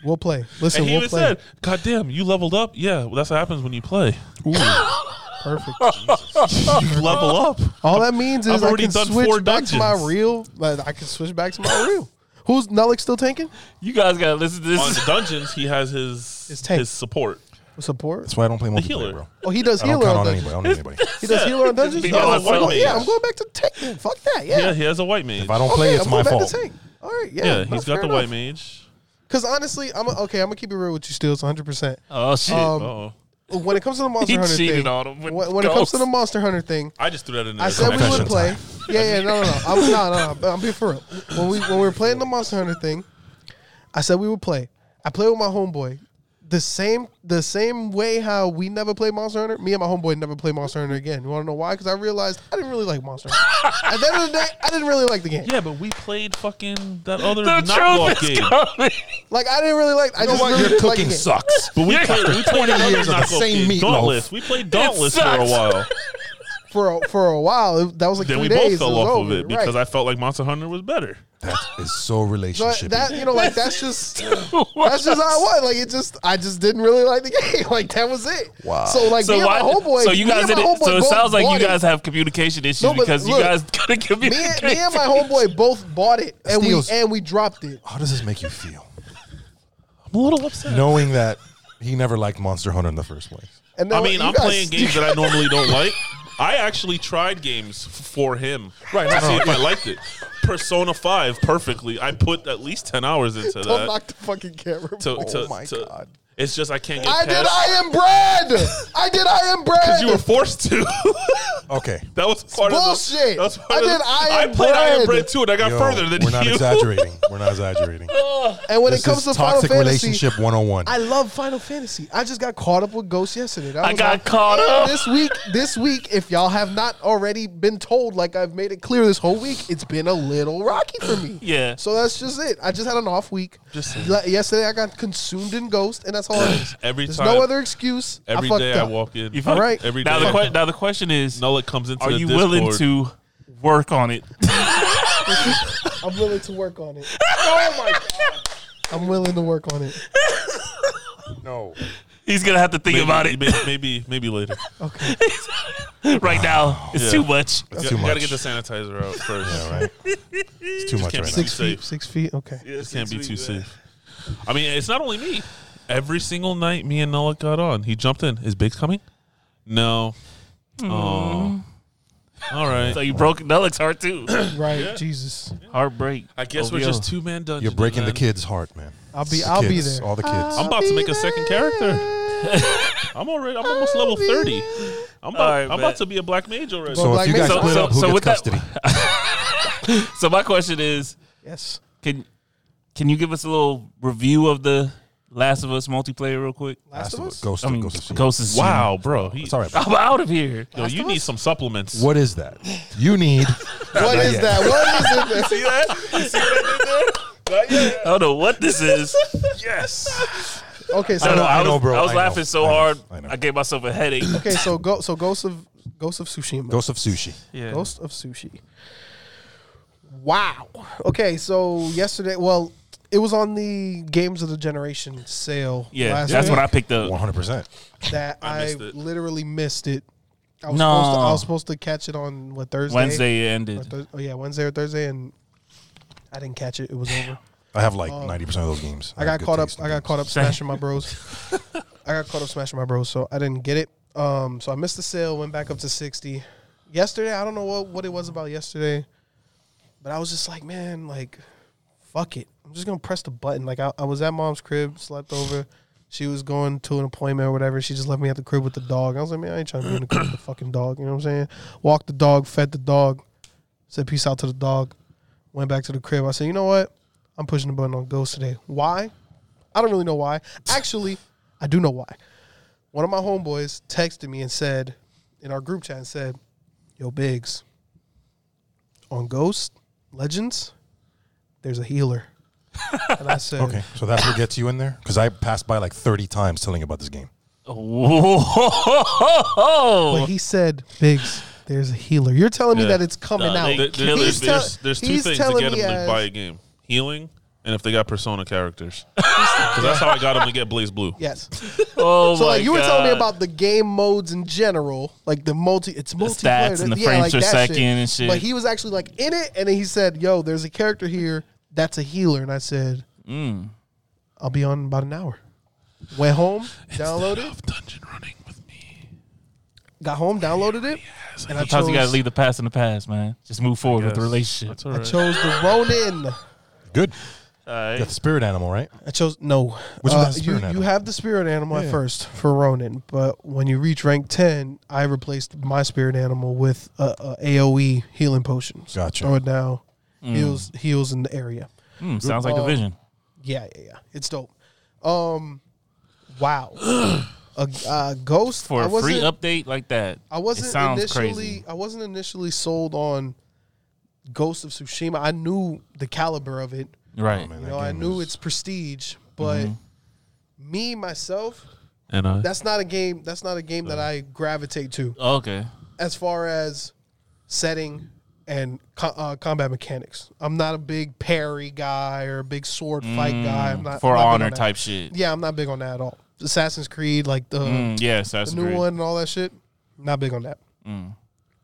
Speaker 3: We'll play. Listen,
Speaker 2: and he
Speaker 3: we'll
Speaker 2: even
Speaker 3: play.
Speaker 2: said, "God damn, you leveled up." Yeah, well, that's what happens when you play.
Speaker 3: Perfect.
Speaker 2: You level up.
Speaker 3: All that means
Speaker 2: I've
Speaker 3: is I
Speaker 2: already
Speaker 3: can
Speaker 2: done
Speaker 3: switch
Speaker 2: four
Speaker 3: back to my
Speaker 2: dungeons.
Speaker 3: real. Like, I can switch back to my real. Who's Nellick still tanking?
Speaker 1: You guys gotta listen to
Speaker 2: On the
Speaker 1: this.
Speaker 2: dungeons, he has his
Speaker 3: His
Speaker 2: his,
Speaker 3: tank.
Speaker 2: support.
Speaker 3: Support.
Speaker 4: That's why I don't play
Speaker 2: healer.
Speaker 4: multiplayer, bro.
Speaker 3: Oh, he does
Speaker 4: I don't
Speaker 3: healer on
Speaker 4: count on
Speaker 3: dungeons.
Speaker 4: anybody. I don't need anybody.
Speaker 3: He does healer on dungeons.
Speaker 2: be
Speaker 3: No,
Speaker 2: all
Speaker 3: I'm going-
Speaker 2: white
Speaker 3: yeah,
Speaker 2: mage.
Speaker 3: I'm going back to tank. Then. Fuck that. Yeah.
Speaker 2: Yeah, he has a white mage.
Speaker 4: If I don't play,
Speaker 3: Okay,
Speaker 4: it's
Speaker 3: Oh, I'm
Speaker 4: my
Speaker 3: going back to
Speaker 4: fault.
Speaker 3: tank. All right. Yeah.
Speaker 2: yeah,
Speaker 3: no,
Speaker 2: he's
Speaker 3: fair
Speaker 2: got the
Speaker 3: enough.
Speaker 2: white mage.
Speaker 3: Because honestly, I'm okay. I'm gonna keep it real with you. Still, it's 100. percent
Speaker 1: <laughs> Oh shit.
Speaker 3: Um,
Speaker 2: Oh,
Speaker 3: when it comes to the monster
Speaker 1: He
Speaker 3: hunter
Speaker 1: cheated
Speaker 3: thing,
Speaker 1: on him with
Speaker 3: when, when it comes
Speaker 1: ghosts.
Speaker 3: to the monster hunter thing,
Speaker 2: I just threw that in there.
Speaker 3: I
Speaker 2: as a
Speaker 3: said we
Speaker 2: confession.
Speaker 3: would
Speaker 4: confession
Speaker 3: play.
Speaker 4: time.
Speaker 3: Yeah, yeah, no, no, no. I'm, no, no, no. I'm being for real. When we when we were playing the Monster Hunter thing, I said we would play. I played with my homeboy. The same the same way how we never played Monster Hunter. Me and my homeboy never played Monster Hunter again. You want to know why? Because I realized I didn't really like Monster Hunter. At the end of the day, I didn't really like the game.
Speaker 2: Yeah, but we played fucking that other
Speaker 1: the
Speaker 2: knockoff
Speaker 1: truth is
Speaker 2: game.
Speaker 1: coming.
Speaker 3: Like I didn't really like. I just really
Speaker 4: Your
Speaker 3: didn't like the
Speaker 4: cooking
Speaker 3: game. <laughs>
Speaker 4: sucks.
Speaker 2: But we played, we played another
Speaker 4: years of the
Speaker 2: knockoff
Speaker 4: same
Speaker 2: game,
Speaker 4: meatloaf.
Speaker 2: Dauntless. We played Dauntless for a
Speaker 1: sucks.
Speaker 2: while.
Speaker 3: for a, for a while. It- That was like
Speaker 2: then
Speaker 3: three
Speaker 2: we
Speaker 3: days.
Speaker 2: both fell
Speaker 3: it was
Speaker 2: off
Speaker 3: over.
Speaker 2: of it because
Speaker 3: right.
Speaker 2: I felt like Monster Hunter was better.
Speaker 4: That is so
Speaker 3: But
Speaker 4: relationship.
Speaker 3: that you know,
Speaker 2: <laughs>
Speaker 3: like that's just that's just how I was. Like it just, I just didn't really like the <laughs> game. Like that was it.
Speaker 4: Wow.
Speaker 3: So like, me
Speaker 1: So
Speaker 3: and
Speaker 1: why?
Speaker 3: my homeboy.
Speaker 1: so you
Speaker 3: me
Speaker 1: guys?
Speaker 3: and my
Speaker 1: didn't-
Speaker 3: homeboy
Speaker 1: so it
Speaker 3: both
Speaker 1: sounds like
Speaker 3: bought
Speaker 1: you
Speaker 3: it.
Speaker 1: guys have communication issues
Speaker 3: No, but
Speaker 1: because you
Speaker 3: look,
Speaker 1: guys <laughs> gotta
Speaker 3: Me
Speaker 1: communicate.
Speaker 3: and, me
Speaker 2: <laughs>
Speaker 3: and my homeboy both bought it, and
Speaker 4: Steals.
Speaker 3: we and we dropped it.
Speaker 4: How does this make
Speaker 3: <laughs>
Speaker 4: you feel?
Speaker 2: I'm a little upset.
Speaker 4: Knowing that he never liked Monster Hunter in the first place.
Speaker 3: And then
Speaker 2: I mean,
Speaker 3: you
Speaker 2: I'm
Speaker 3: guys- <laughs>
Speaker 2: playing games that I normally don't like. I actually tried games f- for him
Speaker 4: Right,
Speaker 2: to
Speaker 4: no,
Speaker 2: see
Speaker 4: no.
Speaker 2: if I liked it. Persona Five, perfectly. I put at least ten hours into
Speaker 3: Don't
Speaker 2: that.
Speaker 3: knock the fucking camera.
Speaker 2: To,
Speaker 3: bro.
Speaker 2: to-
Speaker 4: Oh my
Speaker 2: to-
Speaker 4: God.
Speaker 2: It's just I can't get
Speaker 3: I did.
Speaker 2: past
Speaker 3: I am
Speaker 2: <laughs>
Speaker 3: bread. I did. I am
Speaker 2: because you were
Speaker 3: bread.
Speaker 2: forced to. <laughs>
Speaker 4: Okay.
Speaker 2: that was part of the,
Speaker 3: bullshit.
Speaker 2: that was part
Speaker 3: I
Speaker 2: of the-
Speaker 3: did Iron
Speaker 2: I played Iron
Speaker 3: Bread.
Speaker 2: Bread too, and I got
Speaker 4: Yo,
Speaker 2: further than
Speaker 4: we're not
Speaker 2: you.
Speaker 4: exaggerating. We're not exaggerating.
Speaker 3: And when
Speaker 4: this
Speaker 3: it comes
Speaker 4: is
Speaker 3: to Final
Speaker 4: toxic
Speaker 3: Fantasy,
Speaker 4: relationship 101.
Speaker 3: I love Final Fantasy. I just got caught up with Ghost yesterday. That
Speaker 1: I
Speaker 3: was
Speaker 1: got
Speaker 3: like-
Speaker 1: caught
Speaker 3: And
Speaker 1: up.
Speaker 3: this week. This week, if y'all have not already been told, like I've made it clear this whole week, it's been a little rocky for me.
Speaker 1: <laughs> <laughs> Yeah.
Speaker 3: So that's just it. I just had an off week. Just yesterday, I got consumed in Ghost, and that's all it is.
Speaker 2: <laughs> Every
Speaker 3: There's
Speaker 2: time-
Speaker 3: no other excuse.
Speaker 2: Every
Speaker 3: I fucked
Speaker 2: day I
Speaker 3: up.
Speaker 2: walk in.
Speaker 1: You
Speaker 2: All
Speaker 1: fucked-
Speaker 2: right.
Speaker 3: Alright.
Speaker 2: Every day.
Speaker 1: now the que- now the question is:
Speaker 2: Nullet comes into
Speaker 1: Are
Speaker 2: the
Speaker 1: you
Speaker 2: Discord.
Speaker 1: willing to work on it?
Speaker 3: I'm willing to work
Speaker 1: <laughs>
Speaker 3: on it. oh my god. I'm willing to work on it.
Speaker 4: No.
Speaker 1: He's gonna have to think
Speaker 2: Maybe,
Speaker 1: about it.
Speaker 2: Maybe, maybe, maybe later.
Speaker 3: Okay.
Speaker 1: <laughs> right now, it's
Speaker 2: Yeah.
Speaker 1: too much.
Speaker 4: That's
Speaker 2: You
Speaker 4: too
Speaker 2: gotta- you gotta get
Speaker 4: much.
Speaker 2: the sanitizer out first.
Speaker 4: Yeah, right. It's too much
Speaker 2: can't
Speaker 4: right
Speaker 2: be
Speaker 4: now.
Speaker 3: Six
Speaker 2: safe.
Speaker 3: feet. Six feet. Okay.
Speaker 2: This can't be too safe. I mean, it's not only me. Every single night, me and Noah got on. He jumped in. Is Biggs coming? No. Oh. All right.
Speaker 1: So you broke Nellick's heart too.
Speaker 3: Right. Jesus.
Speaker 1: Heartbreak.
Speaker 2: I guess
Speaker 1: OVO.
Speaker 2: we're just two man dungeons.
Speaker 4: You're breaking the
Speaker 2: man.
Speaker 4: kid's heart, man.
Speaker 3: I'll be.
Speaker 4: It's the
Speaker 3: I'll be
Speaker 4: kids,
Speaker 3: there.
Speaker 4: All the
Speaker 2: I'm
Speaker 4: kids.
Speaker 2: about to make a second character.
Speaker 1: <laughs>
Speaker 2: I'm already. I'm almost level thirty. I'm about,
Speaker 1: All right,
Speaker 2: I'm about
Speaker 1: bet.
Speaker 2: to be a black mage already.
Speaker 4: So
Speaker 3: Black
Speaker 4: if you guys
Speaker 3: Mesa.
Speaker 4: split
Speaker 1: So-
Speaker 4: up, who
Speaker 1: so
Speaker 4: gets
Speaker 1: with that-
Speaker 4: custody?
Speaker 1: So my question is:
Speaker 3: Yes.
Speaker 1: Can can you give us a little review of the Last of Us multiplayer real quick?
Speaker 3: Last of Us.
Speaker 4: Ghost,
Speaker 1: I mean,
Speaker 4: Ghost of Tsushima.
Speaker 1: Ghost is
Speaker 2: wow, bro. He,
Speaker 4: It's all right. bro.
Speaker 1: <laughs> I'm out of here.
Speaker 2: Yo, you need some supplements.
Speaker 4: What is that? You need.
Speaker 3: What is
Speaker 4: yet.
Speaker 3: that? What
Speaker 1: <laughs>
Speaker 3: is it?
Speaker 2: See that? You see what I did there?
Speaker 1: I don't know what this is.
Speaker 2: Yes.
Speaker 3: Okay, so
Speaker 1: I, don't know.
Speaker 4: I
Speaker 1: I was,
Speaker 4: know, bro.
Speaker 1: I was
Speaker 4: I know.
Speaker 1: laughing so
Speaker 4: I know.
Speaker 1: hard,
Speaker 4: I know.
Speaker 1: I gave myself a headache.
Speaker 3: okay, so go so Ghost of Ghost of Tsushima. Ghost,
Speaker 4: Ghost of Sushi.
Speaker 1: Yeah.
Speaker 3: of Sushi. Wow. Okay, so yesterday, well, it was on the Games of the Generation sale.
Speaker 1: Yeah,
Speaker 3: last
Speaker 1: that's
Speaker 3: week
Speaker 1: what I picked up.
Speaker 4: 100%.
Speaker 3: that
Speaker 2: I
Speaker 3: I,
Speaker 2: missed it.
Speaker 3: literally missed it. I was,
Speaker 1: No.
Speaker 3: supposed to, I was supposed to catch it on what Thursday.
Speaker 1: Wednesday it
Speaker 3: Or
Speaker 1: ended.
Speaker 3: Thurs- oh yeah, Wednesday or Thursday, and I didn't catch it. It was over.
Speaker 4: I have like 90% of those games.
Speaker 3: Oh. I
Speaker 4: have
Speaker 3: got
Speaker 4: good
Speaker 3: caught up.
Speaker 4: taste in
Speaker 3: I got
Speaker 4: games.
Speaker 3: caught up smashing my bros. I got caught up smashing my bros, so I didn't get it. Um, so I missed the sale. Went back up to sixty. Yesterday, I don't know what what it was about yesterday, but I was just like, man, like, fuck it. I'm just gonna press the button. Like I, I was at mom's crib, slept over. She was going to an appointment or whatever. She just left me at the crib with the dog. I was like, man, I ain't trying to be in the crib with the fucking dog. You know what I'm saying? Walked the dog, fed the dog, said peace out to the dog. Went back to the crib. I said, you know what? I'm pushing the button on Ghost today. Why? I don't really know why. Actually, I do know why. One of my homeboys texted me and said in our group chat and said, Yo, Biggs, on Ghost Legends, there's a
Speaker 2: <laughs>
Speaker 3: healer. And I said,
Speaker 4: Okay, so that's what gets you in there? Because I passed by like 30
Speaker 1: <laughs>
Speaker 4: times telling you about this game.
Speaker 1: Whoa.
Speaker 3: But he said, Biggs, There's a healer. You're telling me
Speaker 2: Yeah.
Speaker 3: that it's coming
Speaker 1: Nah,
Speaker 3: out.
Speaker 1: they-
Speaker 2: There- there-
Speaker 3: He's
Speaker 2: there's,
Speaker 3: tell-
Speaker 2: there's, there's two
Speaker 3: he's
Speaker 2: things to
Speaker 3: telling
Speaker 2: get
Speaker 3: me
Speaker 2: him to
Speaker 3: as-
Speaker 2: buy a game: healing, and if they got Persona characters. <laughs> 'Cause that's how I got him to get Blaze Blue.
Speaker 3: Yes.
Speaker 1: Oh
Speaker 3: So
Speaker 1: my
Speaker 3: like you were
Speaker 1: God.
Speaker 3: telling me about the game modes in general, like the multi, it's multiplayer,
Speaker 1: stats and the frames per
Speaker 3: that
Speaker 1: second and shit.
Speaker 3: But he was actually like in it, and then he said, "Yo, there's a character here that's a healer," and I said,
Speaker 1: Mm.
Speaker 3: "I'll be on in about an hour." Went home, downloaded,
Speaker 2: Of dungeon running with me.
Speaker 3: got home, downloaded it, and I
Speaker 1: Sometimes
Speaker 3: chose,
Speaker 1: you gotta leave the past in the past, man. Just move forward with the
Speaker 2: Yes.
Speaker 1: relationship.
Speaker 2: That's all
Speaker 3: I
Speaker 2: right.
Speaker 3: chose the Ronin.
Speaker 4: Good.
Speaker 1: All right.
Speaker 4: That's the spirit animal, right?
Speaker 3: I chose no.
Speaker 4: Which
Speaker 3: Uh,
Speaker 4: one's the
Speaker 3: you,
Speaker 4: spirit
Speaker 3: you
Speaker 4: animal?
Speaker 3: have the spirit animal at
Speaker 4: Yeah.
Speaker 3: first for Ronin, but when you reach rank ten, I replaced my spirit animal with a, a AOE healing potion. So
Speaker 4: Gotcha.
Speaker 3: Throw it down,
Speaker 1: Mm.
Speaker 3: heals heals in the area.
Speaker 1: Hmm, sounds
Speaker 4: uh,
Speaker 1: like the vision.
Speaker 3: Yeah, yeah, yeah. It's dope. Um,
Speaker 1: <clears throat>
Speaker 3: wow. a, a ghost
Speaker 1: For
Speaker 3: I
Speaker 1: a free
Speaker 3: wasn't-
Speaker 1: update like that,
Speaker 3: I
Speaker 1: it
Speaker 3: wasn't
Speaker 1: sounds
Speaker 3: initially
Speaker 1: crazy.
Speaker 3: I wasn't initially sold on Ghost of Tsushima. I knew the caliber of it.
Speaker 1: Right.
Speaker 4: Oh, Man,
Speaker 3: You
Speaker 4: that
Speaker 3: know, I
Speaker 4: game
Speaker 3: knew
Speaker 4: is-
Speaker 3: its prestige, but
Speaker 1: Mm-hmm.
Speaker 3: me myself,
Speaker 2: And uh, I.
Speaker 3: that's not a game. That's not a game
Speaker 1: Uh.
Speaker 3: that I gravitate to
Speaker 1: Oh, okay.
Speaker 3: as far as setting and co- uh, combat mechanics. I'm not a big parry guy or a big sword fight guy. I'm not
Speaker 1: Mm, For
Speaker 3: I'm not big on
Speaker 1: honor
Speaker 3: that.
Speaker 1: type shit.
Speaker 3: Yeah, I'm not big on that at all. Assassin's Creed, like the,
Speaker 1: Mm, yes, that's
Speaker 3: the new
Speaker 1: great.
Speaker 3: one and all that shit, not big on that.
Speaker 4: Mm.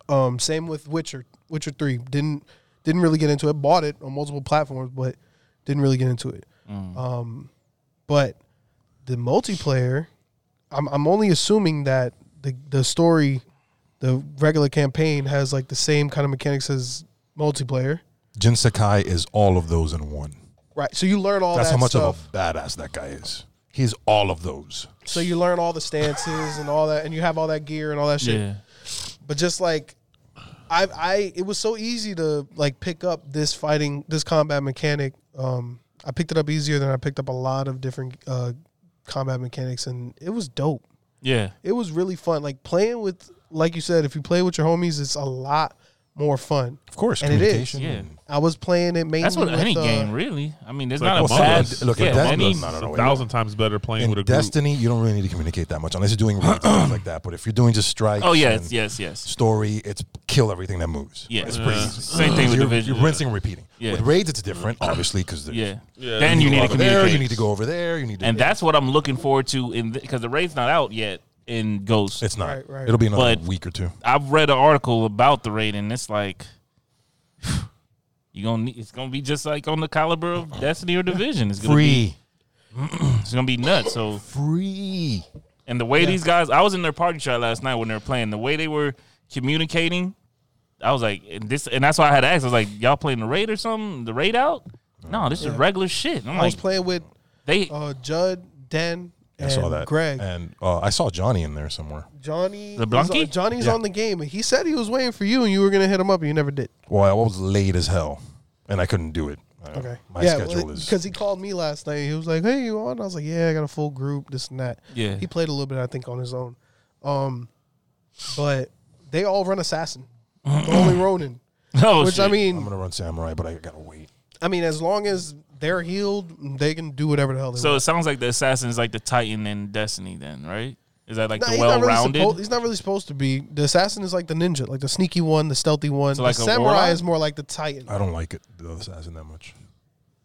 Speaker 3: Um, same with Witcher. Witcher three didn't didn't really get into it. Bought it on multiple platforms, but didn't really get into it.
Speaker 4: Mm.
Speaker 3: Um, but the multiplayer, I'm I'm only assuming that the the story, the regular campaign has like the same kind of mechanics as multiplayer,
Speaker 4: Jin Sakai is all of those in one.
Speaker 3: right? So you learn all
Speaker 4: That's
Speaker 3: that
Speaker 4: how much
Speaker 3: stuff.
Speaker 4: of a badass that guy is. He's all of those.
Speaker 3: so you learn all the stances and all that, and you have all that gear and all that shit.
Speaker 1: Yeah.
Speaker 3: but just like I I it was so easy to like pick up this fighting this combat mechanic. Um, I picked it up easier than I picked up a lot of different uh, combat mechanics, and it was dope.
Speaker 1: Yeah.
Speaker 3: It was really fun. Like playing with, like you said, if you play with your homies, it's a lot more fun.
Speaker 4: Of course,
Speaker 3: And it is,
Speaker 4: communication.
Speaker 1: yeah.
Speaker 4: and-
Speaker 3: I was playing it mainly.
Speaker 1: That's what
Speaker 3: with,
Speaker 1: any
Speaker 3: uh,
Speaker 1: game really. I mean, there's
Speaker 2: It's like
Speaker 1: not a
Speaker 2: Among
Speaker 1: bad
Speaker 2: Us.
Speaker 4: Look,
Speaker 1: yeah,
Speaker 4: if that's-
Speaker 1: any-
Speaker 4: No, no, no,
Speaker 2: a
Speaker 4: wait.
Speaker 2: thousand times better playing
Speaker 4: In
Speaker 2: with a group.
Speaker 4: Destiny, you don't really need to communicate that much unless you're doing raids and things like that. But if you're doing just strikes,
Speaker 1: Oh yes,
Speaker 4: and
Speaker 1: yes, yes.
Speaker 4: story, it's kill everything that moves.
Speaker 1: Yeah.
Speaker 4: it's pretty
Speaker 1: Yeah.
Speaker 4: easy.
Speaker 1: Same thing with
Speaker 4: you're,
Speaker 1: Division.
Speaker 4: You're rinsing and repeating.
Speaker 1: Yeah.
Speaker 4: With raids, it's different, obviously, because
Speaker 1: Yeah.
Speaker 2: Yeah.
Speaker 1: Then you need to
Speaker 4: over there,
Speaker 1: communicate.
Speaker 4: you need to go over there, you need to.
Speaker 1: And that's what I'm looking forward to in because the raid's not out yet in Ghost.
Speaker 4: it's not.
Speaker 3: Right, right.
Speaker 4: It'll be another
Speaker 1: But-
Speaker 4: week or two.
Speaker 1: I've read an article about the raid, and it's like <sighs> you gonna need, it's gonna be just like on the caliber of Destiny or Division. It's gonna be
Speaker 4: Free,
Speaker 1: it's gonna be nuts. So
Speaker 4: free.
Speaker 1: and the way these guys, I was in their party chat last night when they were playing. The way they were communicating, I was like, and this, and that's why I had to ask. I was like, y'all playing the raid or something? The raid out? No, this is regular shit. And I'm
Speaker 3: I was
Speaker 1: like,
Speaker 3: playing with
Speaker 1: they
Speaker 3: uh, Judd, Den,
Speaker 4: I
Speaker 3: and
Speaker 4: saw that.
Speaker 3: Greg.
Speaker 4: and uh, I saw Johnny in there somewhere.
Speaker 3: Johnny
Speaker 1: The
Speaker 3: is
Speaker 1: Blanky?
Speaker 3: on- Johnny's
Speaker 4: Yeah.
Speaker 3: on the game, and he said he was waiting for you, and you were gonna hit him up, and you never did.
Speaker 4: Well, I was late as hell, and I couldn't do it. Uh,
Speaker 1: Oh,
Speaker 3: Okay.
Speaker 4: my schedule is.
Speaker 3: because he called me last night. He was like, "Hey, you on?" I was like, "Yeah, I got a full group, this and that."
Speaker 1: Yeah.
Speaker 3: He played a little bit, I think, on his own. Um, but they all run assassin,
Speaker 1: <clears throat>
Speaker 3: The only Ronin.
Speaker 1: <laughs> oh
Speaker 3: Which
Speaker 1: shit.
Speaker 3: I
Speaker 4: I'm
Speaker 3: mean,
Speaker 4: gonna run samurai, but I gotta wait.
Speaker 3: I mean, as long as they're healed, they can do whatever the hell they
Speaker 1: So it
Speaker 3: want.
Speaker 1: sounds like the assassin is like the Titan in Destiny, then, right? Is that like
Speaker 3: Nah,
Speaker 1: the
Speaker 3: he's, not really
Speaker 1: well-rounded?
Speaker 3: suppo- he's not really supposed to be. The assassin is like the ninja, like the sneaky one, the stealthy one.
Speaker 1: So like
Speaker 3: the
Speaker 1: a
Speaker 3: samurai
Speaker 1: warlock? Uh,
Speaker 3: is more like the titan.
Speaker 4: I don't like it. The other assassin that much.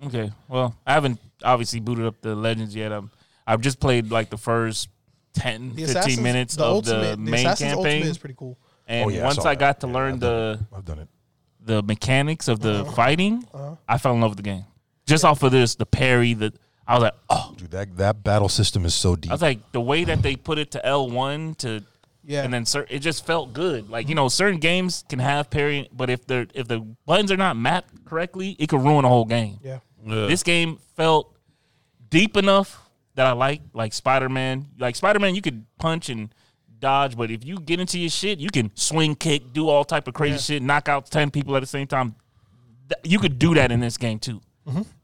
Speaker 1: Okay. Well, I haven't obviously booted up the Legends yet. I'm, I've just played like the first 10,
Speaker 3: The
Speaker 1: 15
Speaker 3: assassin's-
Speaker 1: minutes of the main
Speaker 3: assassin's ultimate
Speaker 1: campaign.
Speaker 3: is pretty cool.
Speaker 1: and
Speaker 4: Oh, yeah, I
Speaker 1: once
Speaker 4: saw
Speaker 1: I, got to
Speaker 4: that. Yeah,
Speaker 1: learn
Speaker 4: I've
Speaker 1: the,
Speaker 4: done it. I've done it.
Speaker 1: the mechanics of
Speaker 3: Uh-huh.
Speaker 1: the fighting, I fell in love with the game. Just off of this, the parry, the I was like, oh.
Speaker 4: Dude, that that battle system is so deep.
Speaker 1: I was like, the way that they put it to L1 to
Speaker 3: Yeah.
Speaker 1: and then cer- it just felt good. Like you know, certain games can have parry, but if they're if the buttons are not mapped correctly, it could ruin a whole game.
Speaker 3: yeah.
Speaker 2: Yeah.
Speaker 1: This game felt deep enough that I like like Spider Man. Like Spider Man, you could punch and dodge, but if you get into your shit, you can swing, kick, do all type of crazy shit, knock out ten people at the same time. Th- You could do that in this game too.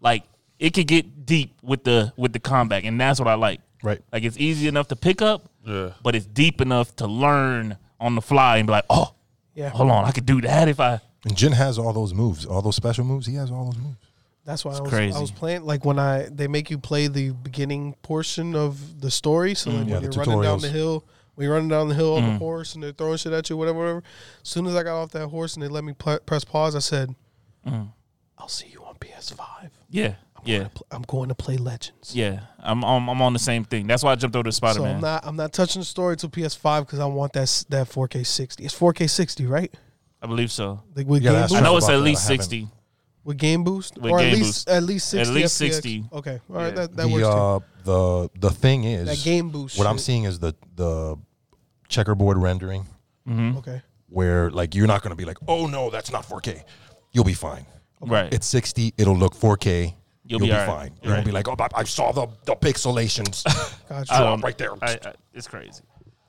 Speaker 1: Like it could get deep with the with the combat, and that's what I like.
Speaker 4: Right.
Speaker 1: Like it's easy enough to pick up,
Speaker 2: Yeah.
Speaker 1: but it's deep enough to learn on the fly and be like, oh,
Speaker 3: Yeah.
Speaker 1: hold on, I could do that if I.
Speaker 4: and Jin has all those moves, all those special moves. He has all those moves.
Speaker 3: That's why I was,
Speaker 1: crazy.
Speaker 3: I was playing like when I they make you play the beginning portion of the story. So like, when
Speaker 4: yeah,
Speaker 3: you're
Speaker 1: Mm.
Speaker 4: the
Speaker 3: running down
Speaker 4: tutorials.
Speaker 3: the hill when you're running down the hill on a horse and they're throwing shit at you, whatever, whatever. As soon as I got off that horse and they let me pl- press pause, I said, "I'll see you on PS5.
Speaker 1: Yeah, Mm. yeah,
Speaker 3: Pl- I'm going to play Legends."
Speaker 1: yeah. I'm, I'm I'm on the same thing. That's why I jumped over to Spider
Speaker 3: So I'm
Speaker 1: Man.
Speaker 3: not I'm not touching the story till PS5 because I want that s- that 4K 60. It's 4K 60, right?
Speaker 1: I believe so.
Speaker 3: Like with
Speaker 4: Yeah,
Speaker 3: game
Speaker 4: that's
Speaker 1: I
Speaker 3: boost,
Speaker 4: Sorry
Speaker 1: know it's
Speaker 4: about
Speaker 1: at
Speaker 4: that, I
Speaker 1: least
Speaker 4: haven't.
Speaker 1: sixty.
Speaker 3: with game boost,
Speaker 1: With
Speaker 3: or at
Speaker 1: Game
Speaker 3: least
Speaker 1: Boost.
Speaker 3: at least 60
Speaker 1: least
Speaker 3: FPX.
Speaker 1: 60.
Speaker 3: Okay, all right,
Speaker 1: Yeah.
Speaker 3: that, that works.
Speaker 4: The
Speaker 3: too.
Speaker 4: uh, the the thing is
Speaker 3: that game boost.
Speaker 4: What I'm
Speaker 3: shit.
Speaker 4: seeing is the the checkerboard rendering
Speaker 3: Okay.
Speaker 4: where like you're not going to be like, "Oh no, that's not 4K." You'll be fine.
Speaker 1: Right.
Speaker 4: It's 60, it'll look 4K.
Speaker 1: You'll
Speaker 4: You'll,
Speaker 1: be
Speaker 4: be,
Speaker 1: all right.
Speaker 4: fine. You won't be like, "Oh, I, I saw the
Speaker 1: <laughs>
Speaker 4: the pixelations
Speaker 3: Gotcha.
Speaker 4: drop
Speaker 1: Um,
Speaker 4: right there."
Speaker 1: I, I, it's crazy.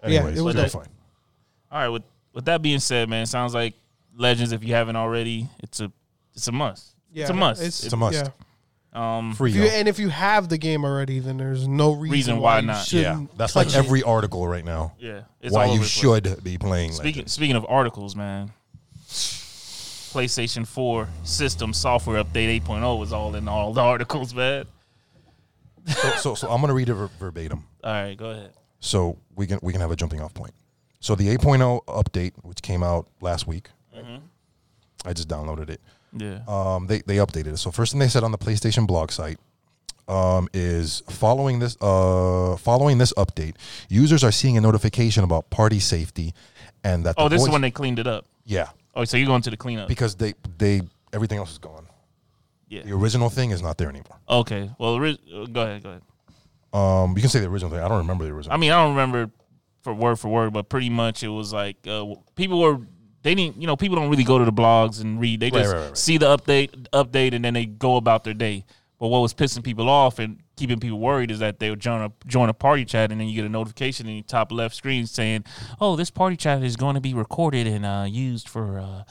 Speaker 3: Yeah,
Speaker 4: Anyways,
Speaker 3: it was
Speaker 4: you'll be
Speaker 3: dope.
Speaker 4: fine.
Speaker 1: All right. With with that being said, man, sounds like Legends. If you haven't already, it's a it's a must.
Speaker 3: yeah,
Speaker 1: it's a must.
Speaker 4: It's a must.
Speaker 3: yeah.
Speaker 1: um,
Speaker 4: Free.
Speaker 3: If you,
Speaker 4: yo.
Speaker 3: and if you have the game already, then there's no reason,
Speaker 1: Reason why
Speaker 3: why, you
Speaker 1: not.
Speaker 3: shouldn't
Speaker 4: yeah, that's
Speaker 3: touch
Speaker 4: like
Speaker 3: it.
Speaker 4: every article right now.
Speaker 1: yeah. It's
Speaker 4: Why
Speaker 1: all
Speaker 4: you
Speaker 1: over the place.
Speaker 4: should be playing
Speaker 1: Speaking
Speaker 4: Legends.
Speaker 1: speaking of articles, man. PlayStation 4 system software update 8.0 was all in all the articles, man.
Speaker 4: so, so, so I'm going to read it ver- verbatim.
Speaker 1: All right, go ahead.
Speaker 4: so we can we can have a jumping off point. So the 8.0 update, which came out last week,
Speaker 1: Mm-hmm.
Speaker 4: I just downloaded it.
Speaker 1: Yeah.
Speaker 4: Um, they they updated it. So first thing they said on the PlayStation blog site um, is following this uh, following this update, users are seeing a notification about party safety, and that
Speaker 1: oh,
Speaker 4: the
Speaker 1: this is
Speaker 4: voice-
Speaker 1: when they cleaned it up.
Speaker 4: yeah
Speaker 1: Oh, so you're going to the cleanup.
Speaker 4: because they they everything else is gone.
Speaker 1: Yeah.
Speaker 4: The original thing is not there anymore.
Speaker 1: Okay. Well, ri- uh, go ahead. Go ahead.
Speaker 4: Um, you can say the original thing. I don't remember the original.
Speaker 1: I mean, I don't remember for word for word, but pretty much it was like uh, people were they didn't you know people don't really go to the blogs and read. They
Speaker 4: Right,
Speaker 1: just
Speaker 4: right, right, right.
Speaker 1: see the update update and then they go about their day. But what was pissing people off and keeping people worried is that they would join a join a party chat and then you get a notification in the top left screen saying, "Oh, this party chat is going to be recorded and uh, used for uh,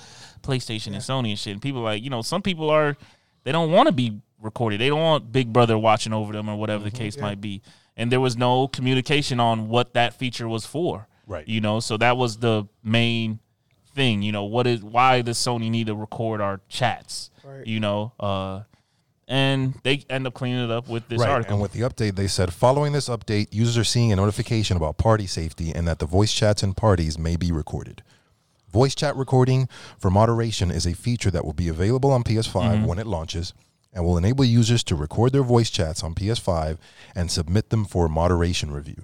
Speaker 1: PlayStation and Sony and shit." And people like you know some people are they don't want to be recorded. They don't want Big Brother watching over them or whatever the case might be. And there was no communication on what that feature was for.
Speaker 4: Right.
Speaker 1: You know, so that was the main thing. You know, what is why does Sony need to record our chats?
Speaker 3: Right.
Speaker 1: You know, uh, and they end up cleaning it up with this
Speaker 4: right,
Speaker 1: article.
Speaker 4: and with the update, they said following this update, users are seeing a notification about party safety and that the voice chats and parties may be recorded. Voice chat recording for moderation is a feature that will be available on PS5
Speaker 1: Mm-hmm.
Speaker 4: when it launches and will enable users to record their voice chats on PS5 and submit them for moderation review.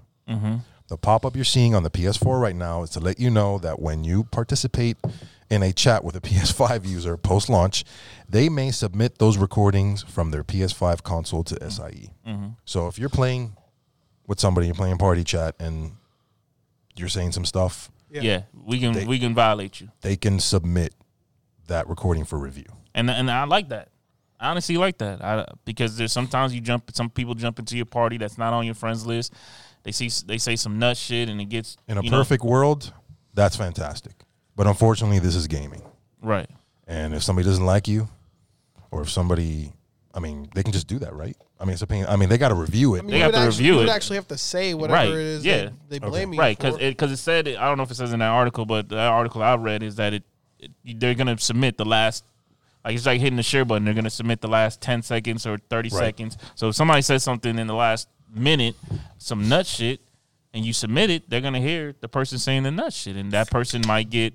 Speaker 4: The pop up you're seeing on the PS4 right now is to let you know that when you participate in a chat with a <laughs> PS5 user post launch, they may submit those recordings from their PS5 console to SIE.
Speaker 1: Mm-hmm.
Speaker 4: So if you're playing with somebody, you're playing party chat, and you're saying some stuff,
Speaker 1: yeah. we can we can violate you.
Speaker 4: they can submit that recording for review.
Speaker 1: and and I like that. I honestly like that I, because there's sometimes you jump, some people jump into your party that's not on your friends list. They see they say some nut shit and it gets
Speaker 4: In a
Speaker 1: you know-
Speaker 4: perfect world, that's fantastic. But unfortunately, this is gaming.
Speaker 1: right.
Speaker 4: And if somebody doesn't like you, or if somebody, I mean, they can just do that, right? I mean, it's a pain. I mean, they got to review
Speaker 3: I
Speaker 4: it.
Speaker 3: mean,
Speaker 1: They
Speaker 3: you
Speaker 1: have
Speaker 3: would
Speaker 1: to
Speaker 3: actually,
Speaker 1: review
Speaker 3: you would
Speaker 1: it.
Speaker 3: actually have to say whatever
Speaker 1: Right,
Speaker 3: it is
Speaker 1: yeah.
Speaker 3: that they blame you
Speaker 1: right because
Speaker 3: for.
Speaker 1: it because it said I don't know if it says in that article, but the article I read is that it, it- they're gonna submit the last like it's like hitting the share button. They're gonna submit the last ten seconds or thirty
Speaker 4: Right.
Speaker 1: seconds. So if somebody says something in the last minute, some nut shit, and you submit it, they're gonna hear the person saying the nut shit, and that person might get.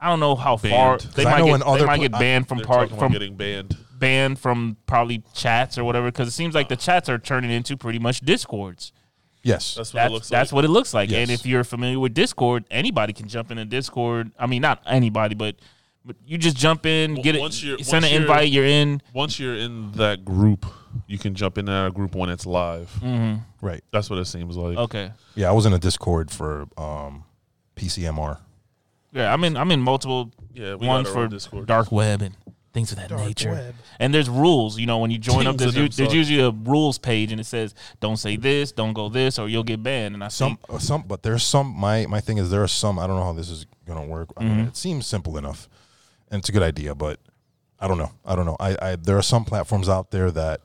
Speaker 1: I don't know how far
Speaker 2: Banned.
Speaker 1: they
Speaker 4: 'Cause I
Speaker 1: might
Speaker 4: know
Speaker 1: get.
Speaker 4: in
Speaker 1: They
Speaker 4: other
Speaker 1: might
Speaker 4: pla-
Speaker 1: get
Speaker 4: I-
Speaker 1: banned from
Speaker 2: They're
Speaker 1: part
Speaker 2: talking about
Speaker 1: from
Speaker 2: getting banned.
Speaker 1: banned from probably chats or whatever because it seems like the chats are turning into pretty much discords
Speaker 4: Yes.
Speaker 2: That's what
Speaker 1: that's,
Speaker 2: it looks
Speaker 1: that's
Speaker 2: like.
Speaker 1: what it looks like. And
Speaker 4: Yes.
Speaker 1: if you're familiar with Discord, anybody can jump into Discord. I mean, not anybody, but, but you just jump in,
Speaker 2: Well,
Speaker 1: get it,
Speaker 2: once you're-
Speaker 1: send
Speaker 2: once
Speaker 1: an
Speaker 2: you're-
Speaker 1: invite, you're in.
Speaker 2: Once you're in that group, you can jump in and out of group when it's live.
Speaker 4: right.
Speaker 2: That's what it seems like.
Speaker 1: Mm. Okay.
Speaker 4: Yeah, I was in a Discord for um, PCMR.
Speaker 1: Yeah, I'm in. I'm in multiple
Speaker 2: Yeah, we got
Speaker 1: ones
Speaker 2: our
Speaker 1: for
Speaker 2: own Discord.
Speaker 1: dark web and things of that
Speaker 3: Dark
Speaker 1: nature.
Speaker 3: web.
Speaker 1: And there's rules. You know, when you join up,
Speaker 2: Things
Speaker 1: there's,
Speaker 2: of them
Speaker 1: u- there's
Speaker 2: sort.
Speaker 1: usually a rules page, and it says, "Don't say this, don't go this, or you'll get banned." And I
Speaker 4: Some,
Speaker 1: think,
Speaker 4: uh, some, but there's some. My my thing is there are some. I don't know how this is gonna work. I mean, it seems simple enough, and it's a good idea, but I don't know. I don't know. I, I there are some platforms out there that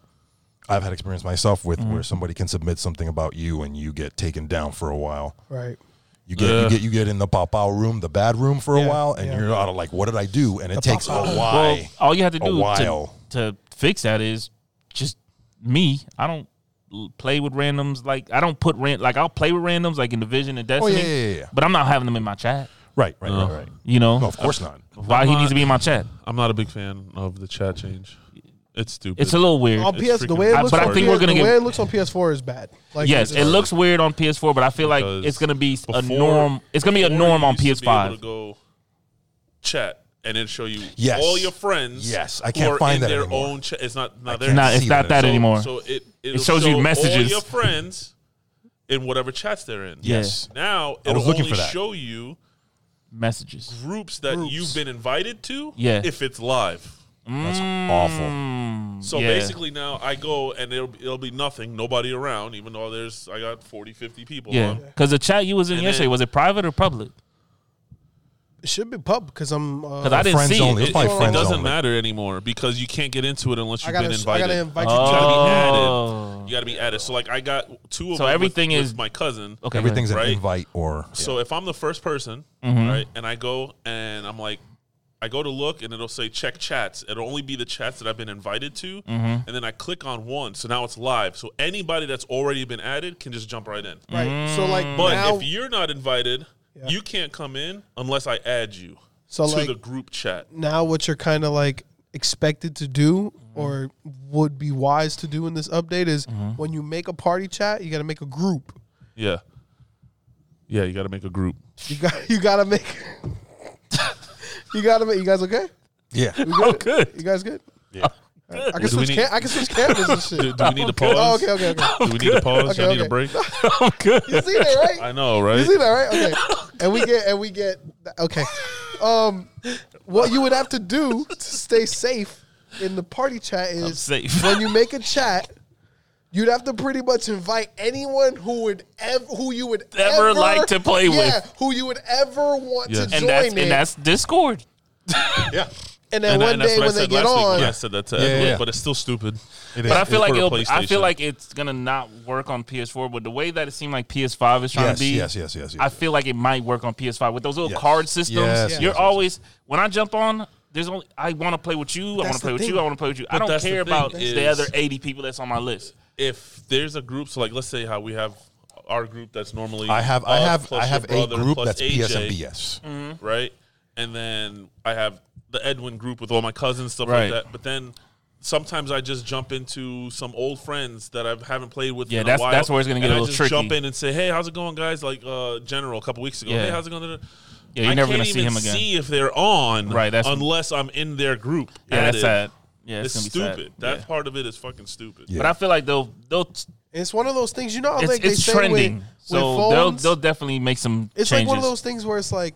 Speaker 4: I've had experience myself with where somebody can submit something about you and you get taken down for a while.
Speaker 3: right.
Speaker 4: You get
Speaker 2: Yeah.
Speaker 4: you get you get in the pop out room, the bad room for a
Speaker 3: Yeah,
Speaker 4: while, and
Speaker 3: yeah.
Speaker 4: you're out of like, what did I do? And it takes a
Speaker 3: pop-out.
Speaker 4: while.
Speaker 1: well, all you have to
Speaker 4: a
Speaker 1: do to,
Speaker 4: while.
Speaker 1: to fix that is just me. I don't l- play with randoms. Like I don't put rand like I'll play with randoms like in Division and
Speaker 4: Oh,
Speaker 1: Destiny.
Speaker 4: yeah, yeah, yeah, yeah.
Speaker 1: But I'm not having them in my chat.
Speaker 4: Right, right, right, right.
Speaker 1: You know
Speaker 4: No, of course not.
Speaker 1: why he
Speaker 2: not-
Speaker 1: needs to be in my chat.
Speaker 2: I'm not a big fan of the chat change. It's stupid.
Speaker 1: It's a little weird.
Speaker 3: on
Speaker 2: It's
Speaker 3: PS, the
Speaker 2: freaking-
Speaker 3: way it
Speaker 2: I-
Speaker 3: looks,
Speaker 1: but I
Speaker 3: on
Speaker 1: think
Speaker 3: PS
Speaker 1: we're gonna
Speaker 3: the
Speaker 1: get-
Speaker 3: way it looks on PS4 is bad. Like,
Speaker 1: yes,
Speaker 3: it's
Speaker 1: it
Speaker 3: just-
Speaker 1: looks weird on PS4, but I feel like
Speaker 2: Because
Speaker 1: it's gonna be a
Speaker 2: Before-
Speaker 1: norm. It's gonna be a
Speaker 2: before
Speaker 1: norm
Speaker 2: you
Speaker 1: on
Speaker 2: used to be able
Speaker 1: PS5.
Speaker 2: to go chat and it show you
Speaker 4: Yes.
Speaker 2: all your friends.
Speaker 4: Yes, I
Speaker 2: who
Speaker 4: can't
Speaker 2: are
Speaker 4: find
Speaker 2: in
Speaker 4: that
Speaker 2: their
Speaker 4: anymore.
Speaker 2: own. Cha- it's not not
Speaker 4: I
Speaker 2: there.
Speaker 4: can't
Speaker 1: Nah,
Speaker 4: see
Speaker 1: it's not that
Speaker 4: So-
Speaker 1: anymore.
Speaker 2: So it it'll
Speaker 1: shows you
Speaker 2: show All
Speaker 1: messages.
Speaker 2: your friends and whatever chats they're in.
Speaker 1: Yes.
Speaker 2: Now
Speaker 4: I was
Speaker 2: it'll
Speaker 4: looking
Speaker 2: only
Speaker 4: for that.
Speaker 2: show you
Speaker 1: Messages.
Speaker 2: groups that
Speaker 3: Groups.
Speaker 2: you've been invited to.
Speaker 1: Yeah.
Speaker 2: If it's live.
Speaker 4: That's awful.
Speaker 1: Mm,
Speaker 2: So
Speaker 1: yeah.
Speaker 2: basically now I go and it'll, be- it'll be nothing, nobody around, even though there's, I got 40, 50 people
Speaker 1: yeah,
Speaker 2: on.
Speaker 1: because the chat you was in
Speaker 2: And
Speaker 1: yesterday
Speaker 2: then-
Speaker 1: was it private or public?
Speaker 3: It should be pub because I'm. Uh,
Speaker 1: Because I didn't
Speaker 4: friends
Speaker 1: see
Speaker 4: only.
Speaker 1: it.
Speaker 4: It's probably
Speaker 2: It
Speaker 4: friends
Speaker 2: doesn't
Speaker 4: only.
Speaker 2: matter anymore because you can't get into it unless
Speaker 3: I
Speaker 2: you've
Speaker 3: gotta,
Speaker 2: been
Speaker 3: I
Speaker 2: invited.
Speaker 3: gotta invite you.
Speaker 2: You
Speaker 3: to-
Speaker 2: gotta be
Speaker 1: Oh.
Speaker 2: added. You gotta be added. So like I got two of
Speaker 1: So
Speaker 2: them with-
Speaker 1: everything
Speaker 2: with
Speaker 1: is-
Speaker 2: my cousin.
Speaker 1: Okay, go ahead.
Speaker 4: Everything's an
Speaker 2: Right.
Speaker 4: invite or
Speaker 2: So if I'm the first person,
Speaker 1: Mm-hmm.
Speaker 2: right, and I go and I'm like, I go to look and it'll say check chats. It'll only be the chats that I've been invited to,
Speaker 1: Mm-hmm.
Speaker 2: and then I click on one. So now it's live. So anybody that's already been added can just jump right in.
Speaker 3: right.
Speaker 1: Mm,
Speaker 3: So like
Speaker 2: But
Speaker 3: now,
Speaker 2: if you're not invited, you can't come in unless I add you
Speaker 3: So,
Speaker 2: to
Speaker 3: like-
Speaker 2: the group chat.
Speaker 3: now what you're kind of like expected to do
Speaker 1: Mm-hmm.
Speaker 3: or would be wise to do in this update is when you make a party chat, you got to make a group.
Speaker 2: Yeah. Yeah, you got to make a group.
Speaker 3: You got you got to make. <laughs> you got to make. You guys okay?
Speaker 4: yeah.
Speaker 3: Oh, good. You guys good?
Speaker 4: Yeah.
Speaker 3: I can
Speaker 2: Do we
Speaker 3: switch.
Speaker 2: need-
Speaker 3: Cam- I can switch cameras and shit.
Speaker 2: <laughs> Do, do we need to pause?
Speaker 3: oh, <laughs> okay, okay, okay.
Speaker 2: Do we need to pause?
Speaker 3: Okay,
Speaker 2: Y'all need
Speaker 3: okay. <laughs>
Speaker 2: a break?
Speaker 3: You see that,
Speaker 2: I <laughs>
Speaker 3: right?
Speaker 2: know,
Speaker 3: You
Speaker 2: right?
Speaker 3: see that, right? Okay. And we get and we get okay. Um, what you would have to do to stay safe in the party chat is
Speaker 1: safe.
Speaker 3: when you make a chat. You'd have to pretty much invite anyone who would ever, who you would
Speaker 1: Ever like to play
Speaker 3: yeah,
Speaker 1: with.
Speaker 3: who you would ever want
Speaker 2: Yes.
Speaker 3: to join
Speaker 1: and that's
Speaker 3: in.
Speaker 1: and that's Discord.
Speaker 4: Yeah.
Speaker 3: And then
Speaker 2: And,
Speaker 3: one
Speaker 2: and that's
Speaker 3: day
Speaker 2: what I
Speaker 3: when they
Speaker 2: said
Speaker 3: get
Speaker 2: last week
Speaker 3: on,
Speaker 2: when I said that to
Speaker 4: Yeah,
Speaker 2: everyone,
Speaker 4: yeah.
Speaker 2: but it's still stupid.
Speaker 4: It
Speaker 1: But I
Speaker 4: is.
Speaker 1: feel
Speaker 2: It's
Speaker 1: like
Speaker 2: for the
Speaker 1: it'll, I feel
Speaker 2: PlayStation.
Speaker 1: like it's gonna not work on PS4. But the way that it seemed like PS5 is trying
Speaker 4: Yes,
Speaker 1: to be,
Speaker 4: yes, yes, yes, yes,
Speaker 1: I
Speaker 4: yes.
Speaker 1: feel like it might work on PS5 with those little
Speaker 4: Yes.
Speaker 1: card systems.
Speaker 4: Yes,
Speaker 3: yes,
Speaker 1: you're
Speaker 4: yes,
Speaker 1: always when I jump on. There's only I want to play with you. I
Speaker 3: that's
Speaker 1: want to
Speaker 3: the
Speaker 1: play with
Speaker 3: thing.
Speaker 1: you. I want to play with you. I
Speaker 2: But
Speaker 1: don't
Speaker 2: that's the
Speaker 1: care
Speaker 2: thing
Speaker 1: about the
Speaker 2: is-
Speaker 1: other 80 people that's on my list.
Speaker 2: If there's a group, so like let's say how we have our group that's normally
Speaker 4: I have I
Speaker 2: us
Speaker 4: have
Speaker 2: plus
Speaker 4: I have
Speaker 2: your
Speaker 4: a
Speaker 2: brother
Speaker 4: group
Speaker 2: plus
Speaker 4: that's
Speaker 2: AJ,
Speaker 4: PSMBS.
Speaker 3: Mm.
Speaker 2: Mm-hmm. right? And then I have the Edwin group with all my cousins stuff
Speaker 1: Right.
Speaker 2: like that. But then sometimes I just jump into some old friends that I haven't played with.
Speaker 1: Yeah,
Speaker 2: in
Speaker 1: that's-
Speaker 2: a while,
Speaker 1: that's where it's gonna get
Speaker 2: and
Speaker 1: a
Speaker 2: I
Speaker 1: little
Speaker 2: just
Speaker 1: tricky.
Speaker 2: Jump in and say, hey, how's it going, guys? Like uh, General a couple weeks ago.
Speaker 1: Yeah.
Speaker 2: Hey, how's it going?
Speaker 1: Yeah, you're
Speaker 2: I
Speaker 1: never
Speaker 2: can't
Speaker 1: gonna see
Speaker 2: even
Speaker 1: him again.
Speaker 2: See if they're on,
Speaker 1: Right, that's-
Speaker 2: unless I'm in their group.
Speaker 1: Yeah, that's
Speaker 2: added.
Speaker 1: sad. Yeah,
Speaker 2: It's
Speaker 1: it's, gonna be
Speaker 2: stupid.
Speaker 1: Sad.
Speaker 2: That
Speaker 1: Yeah.
Speaker 2: part of it is fucking stupid.
Speaker 4: Yeah.
Speaker 1: But I feel like they'll they'll
Speaker 3: it's one of those things. You know, how
Speaker 1: it's,
Speaker 3: like they
Speaker 1: it's
Speaker 3: say
Speaker 1: trending.
Speaker 3: with, with
Speaker 1: so
Speaker 3: phones,
Speaker 1: they'll they'll definitely make some
Speaker 3: It's
Speaker 1: changes.
Speaker 3: like one of those things where it's like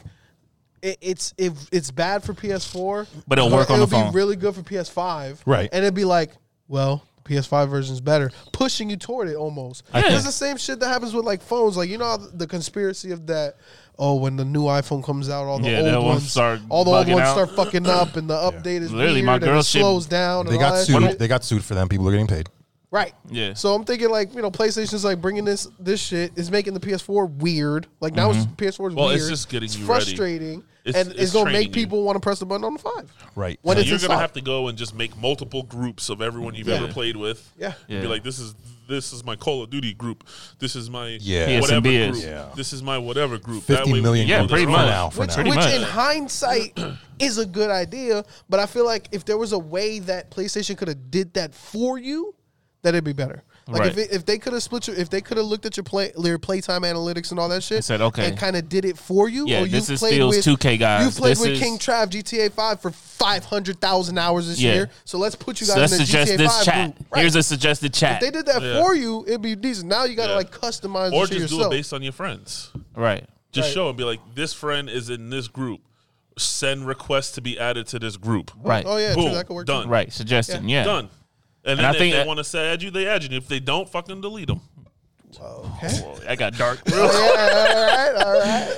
Speaker 3: it, it's if it's bad for PS4,
Speaker 1: But it'll work on the phone.
Speaker 3: be really good for PS5,
Speaker 4: Right.
Speaker 3: And it'd be like, well, PS5 version's better, pushing you toward it almost. It's the same shit that happens with like phones. Like you know how the conspiracy of that. Oh, when the new iPhone comes out, all the
Speaker 1: Yeah, that
Speaker 3: old
Speaker 1: one
Speaker 3: ones
Speaker 1: start
Speaker 3: all the old
Speaker 1: bugging
Speaker 3: ones
Speaker 1: out.
Speaker 3: start fucking up, and the update is
Speaker 1: Literally,
Speaker 3: weird
Speaker 1: my
Speaker 3: and
Speaker 1: girl
Speaker 3: it
Speaker 1: shit-
Speaker 3: slows down.
Speaker 4: They
Speaker 3: and all
Speaker 4: got
Speaker 3: that
Speaker 4: sued.
Speaker 3: shit.
Speaker 4: They got sued for them. People are getting paid.
Speaker 3: Right.
Speaker 1: Yeah.
Speaker 3: So I'm thinking like, you know, PlayStation's like bringing this this shit is making the PS4 weird. Like now it's PS4 is
Speaker 2: Mm-hmm. Well,
Speaker 3: weird.
Speaker 2: it's just getting you ready.
Speaker 3: frustrating.
Speaker 2: It's-
Speaker 3: and it's,
Speaker 2: it's
Speaker 3: gonna
Speaker 2: training
Speaker 3: make
Speaker 2: you.
Speaker 3: people want to press the button on the five.
Speaker 4: Right.
Speaker 3: When
Speaker 4: So
Speaker 3: it's
Speaker 2: you're
Speaker 3: inside.
Speaker 2: gonna have to go and just make multiple groups of everyone you've ever played with.
Speaker 3: Yeah.
Speaker 2: And
Speaker 1: Yeah.
Speaker 2: Be like, this is this is my Call of Duty group. This is my
Speaker 4: Yeah.
Speaker 2: whatever
Speaker 1: PSNBS.
Speaker 2: group.
Speaker 4: Yeah.
Speaker 2: This is my whatever group.
Speaker 4: Fifty
Speaker 2: we
Speaker 4: million
Speaker 2: can
Speaker 1: Yeah,
Speaker 2: do
Speaker 4: groups
Speaker 1: pretty
Speaker 2: this
Speaker 1: much.
Speaker 4: for now. For
Speaker 3: which
Speaker 4: now.
Speaker 3: which
Speaker 1: much.
Speaker 3: in hindsight <clears throat> is a good idea, but I feel like if there was a way that PlayStation could have did that for you, that it'd be better. Like if,
Speaker 1: Right.
Speaker 3: it, if they could have split your, if they could have looked at your play your playtime analytics and all that shit,
Speaker 1: said, okay.
Speaker 3: and kind of did it for you.
Speaker 1: Yeah,
Speaker 3: or
Speaker 1: this
Speaker 3: you've
Speaker 1: is
Speaker 3: played
Speaker 1: Steel's
Speaker 3: with-
Speaker 1: 2K guys.
Speaker 3: You've played
Speaker 1: This
Speaker 3: with
Speaker 1: is-
Speaker 3: King Trav GTA Five for five hundred thousand hours this
Speaker 1: Yeah.
Speaker 3: year, so let's put you guys
Speaker 1: So let's
Speaker 3: in the
Speaker 1: suggest
Speaker 3: GTA
Speaker 1: this
Speaker 3: Five
Speaker 1: chat.
Speaker 3: group. Right.
Speaker 1: Here's a suggested
Speaker 3: if
Speaker 1: chat.
Speaker 3: they did that
Speaker 2: Yeah.
Speaker 3: for you, it'd be decent. Now you gotta
Speaker 2: Yeah.
Speaker 3: like customize
Speaker 2: Or
Speaker 3: the shit
Speaker 2: just do
Speaker 3: yourself.
Speaker 2: it based on your friends.
Speaker 1: right.
Speaker 2: Just
Speaker 3: Right.
Speaker 2: show and be like, this friend is in this group. Send requests to be added to this group.
Speaker 1: Right.
Speaker 3: oh yeah, true,
Speaker 2: Boom.
Speaker 3: that could work.
Speaker 2: Done.
Speaker 3: too.
Speaker 1: Right. Suggestion. Yeah.
Speaker 2: Done. And, then
Speaker 1: I
Speaker 2: if
Speaker 1: think
Speaker 2: they
Speaker 1: that-
Speaker 2: want to add you, they add you. And if they don't, fucking delete them.
Speaker 1: Whoa, that got dark.
Speaker 3: <laughs> yeah, all right, all right.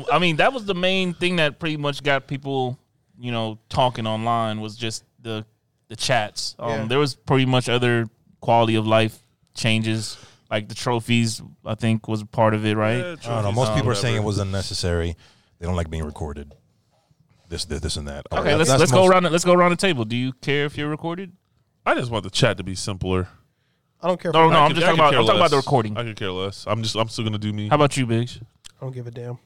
Speaker 1: um, I mean, that was the main thing that pretty much got people, you know, talking online was just the the chats. Um,
Speaker 3: Yeah.
Speaker 1: There was pretty much other quality of life changes, like the trophies. I think was part of it, right?
Speaker 4: I don't know. Most people are saying it was unnecessary. They don't like being recorded. This, this, this, and that.
Speaker 1: Okay, let's let's go around. The, let's go around the table. Do you care if you're recorded?
Speaker 2: I just want the chat to be simpler.
Speaker 3: I don't care.
Speaker 1: No,
Speaker 3: if
Speaker 1: no,
Speaker 2: I
Speaker 1: I'm
Speaker 2: could-
Speaker 1: just talking
Speaker 2: I could
Speaker 1: about.
Speaker 2: care
Speaker 1: I'm talking about the
Speaker 2: less.
Speaker 1: recording.
Speaker 2: I could care less. I'm just. I'm still gonna do me.
Speaker 1: How about you, Biggs?
Speaker 3: I don't give a damn.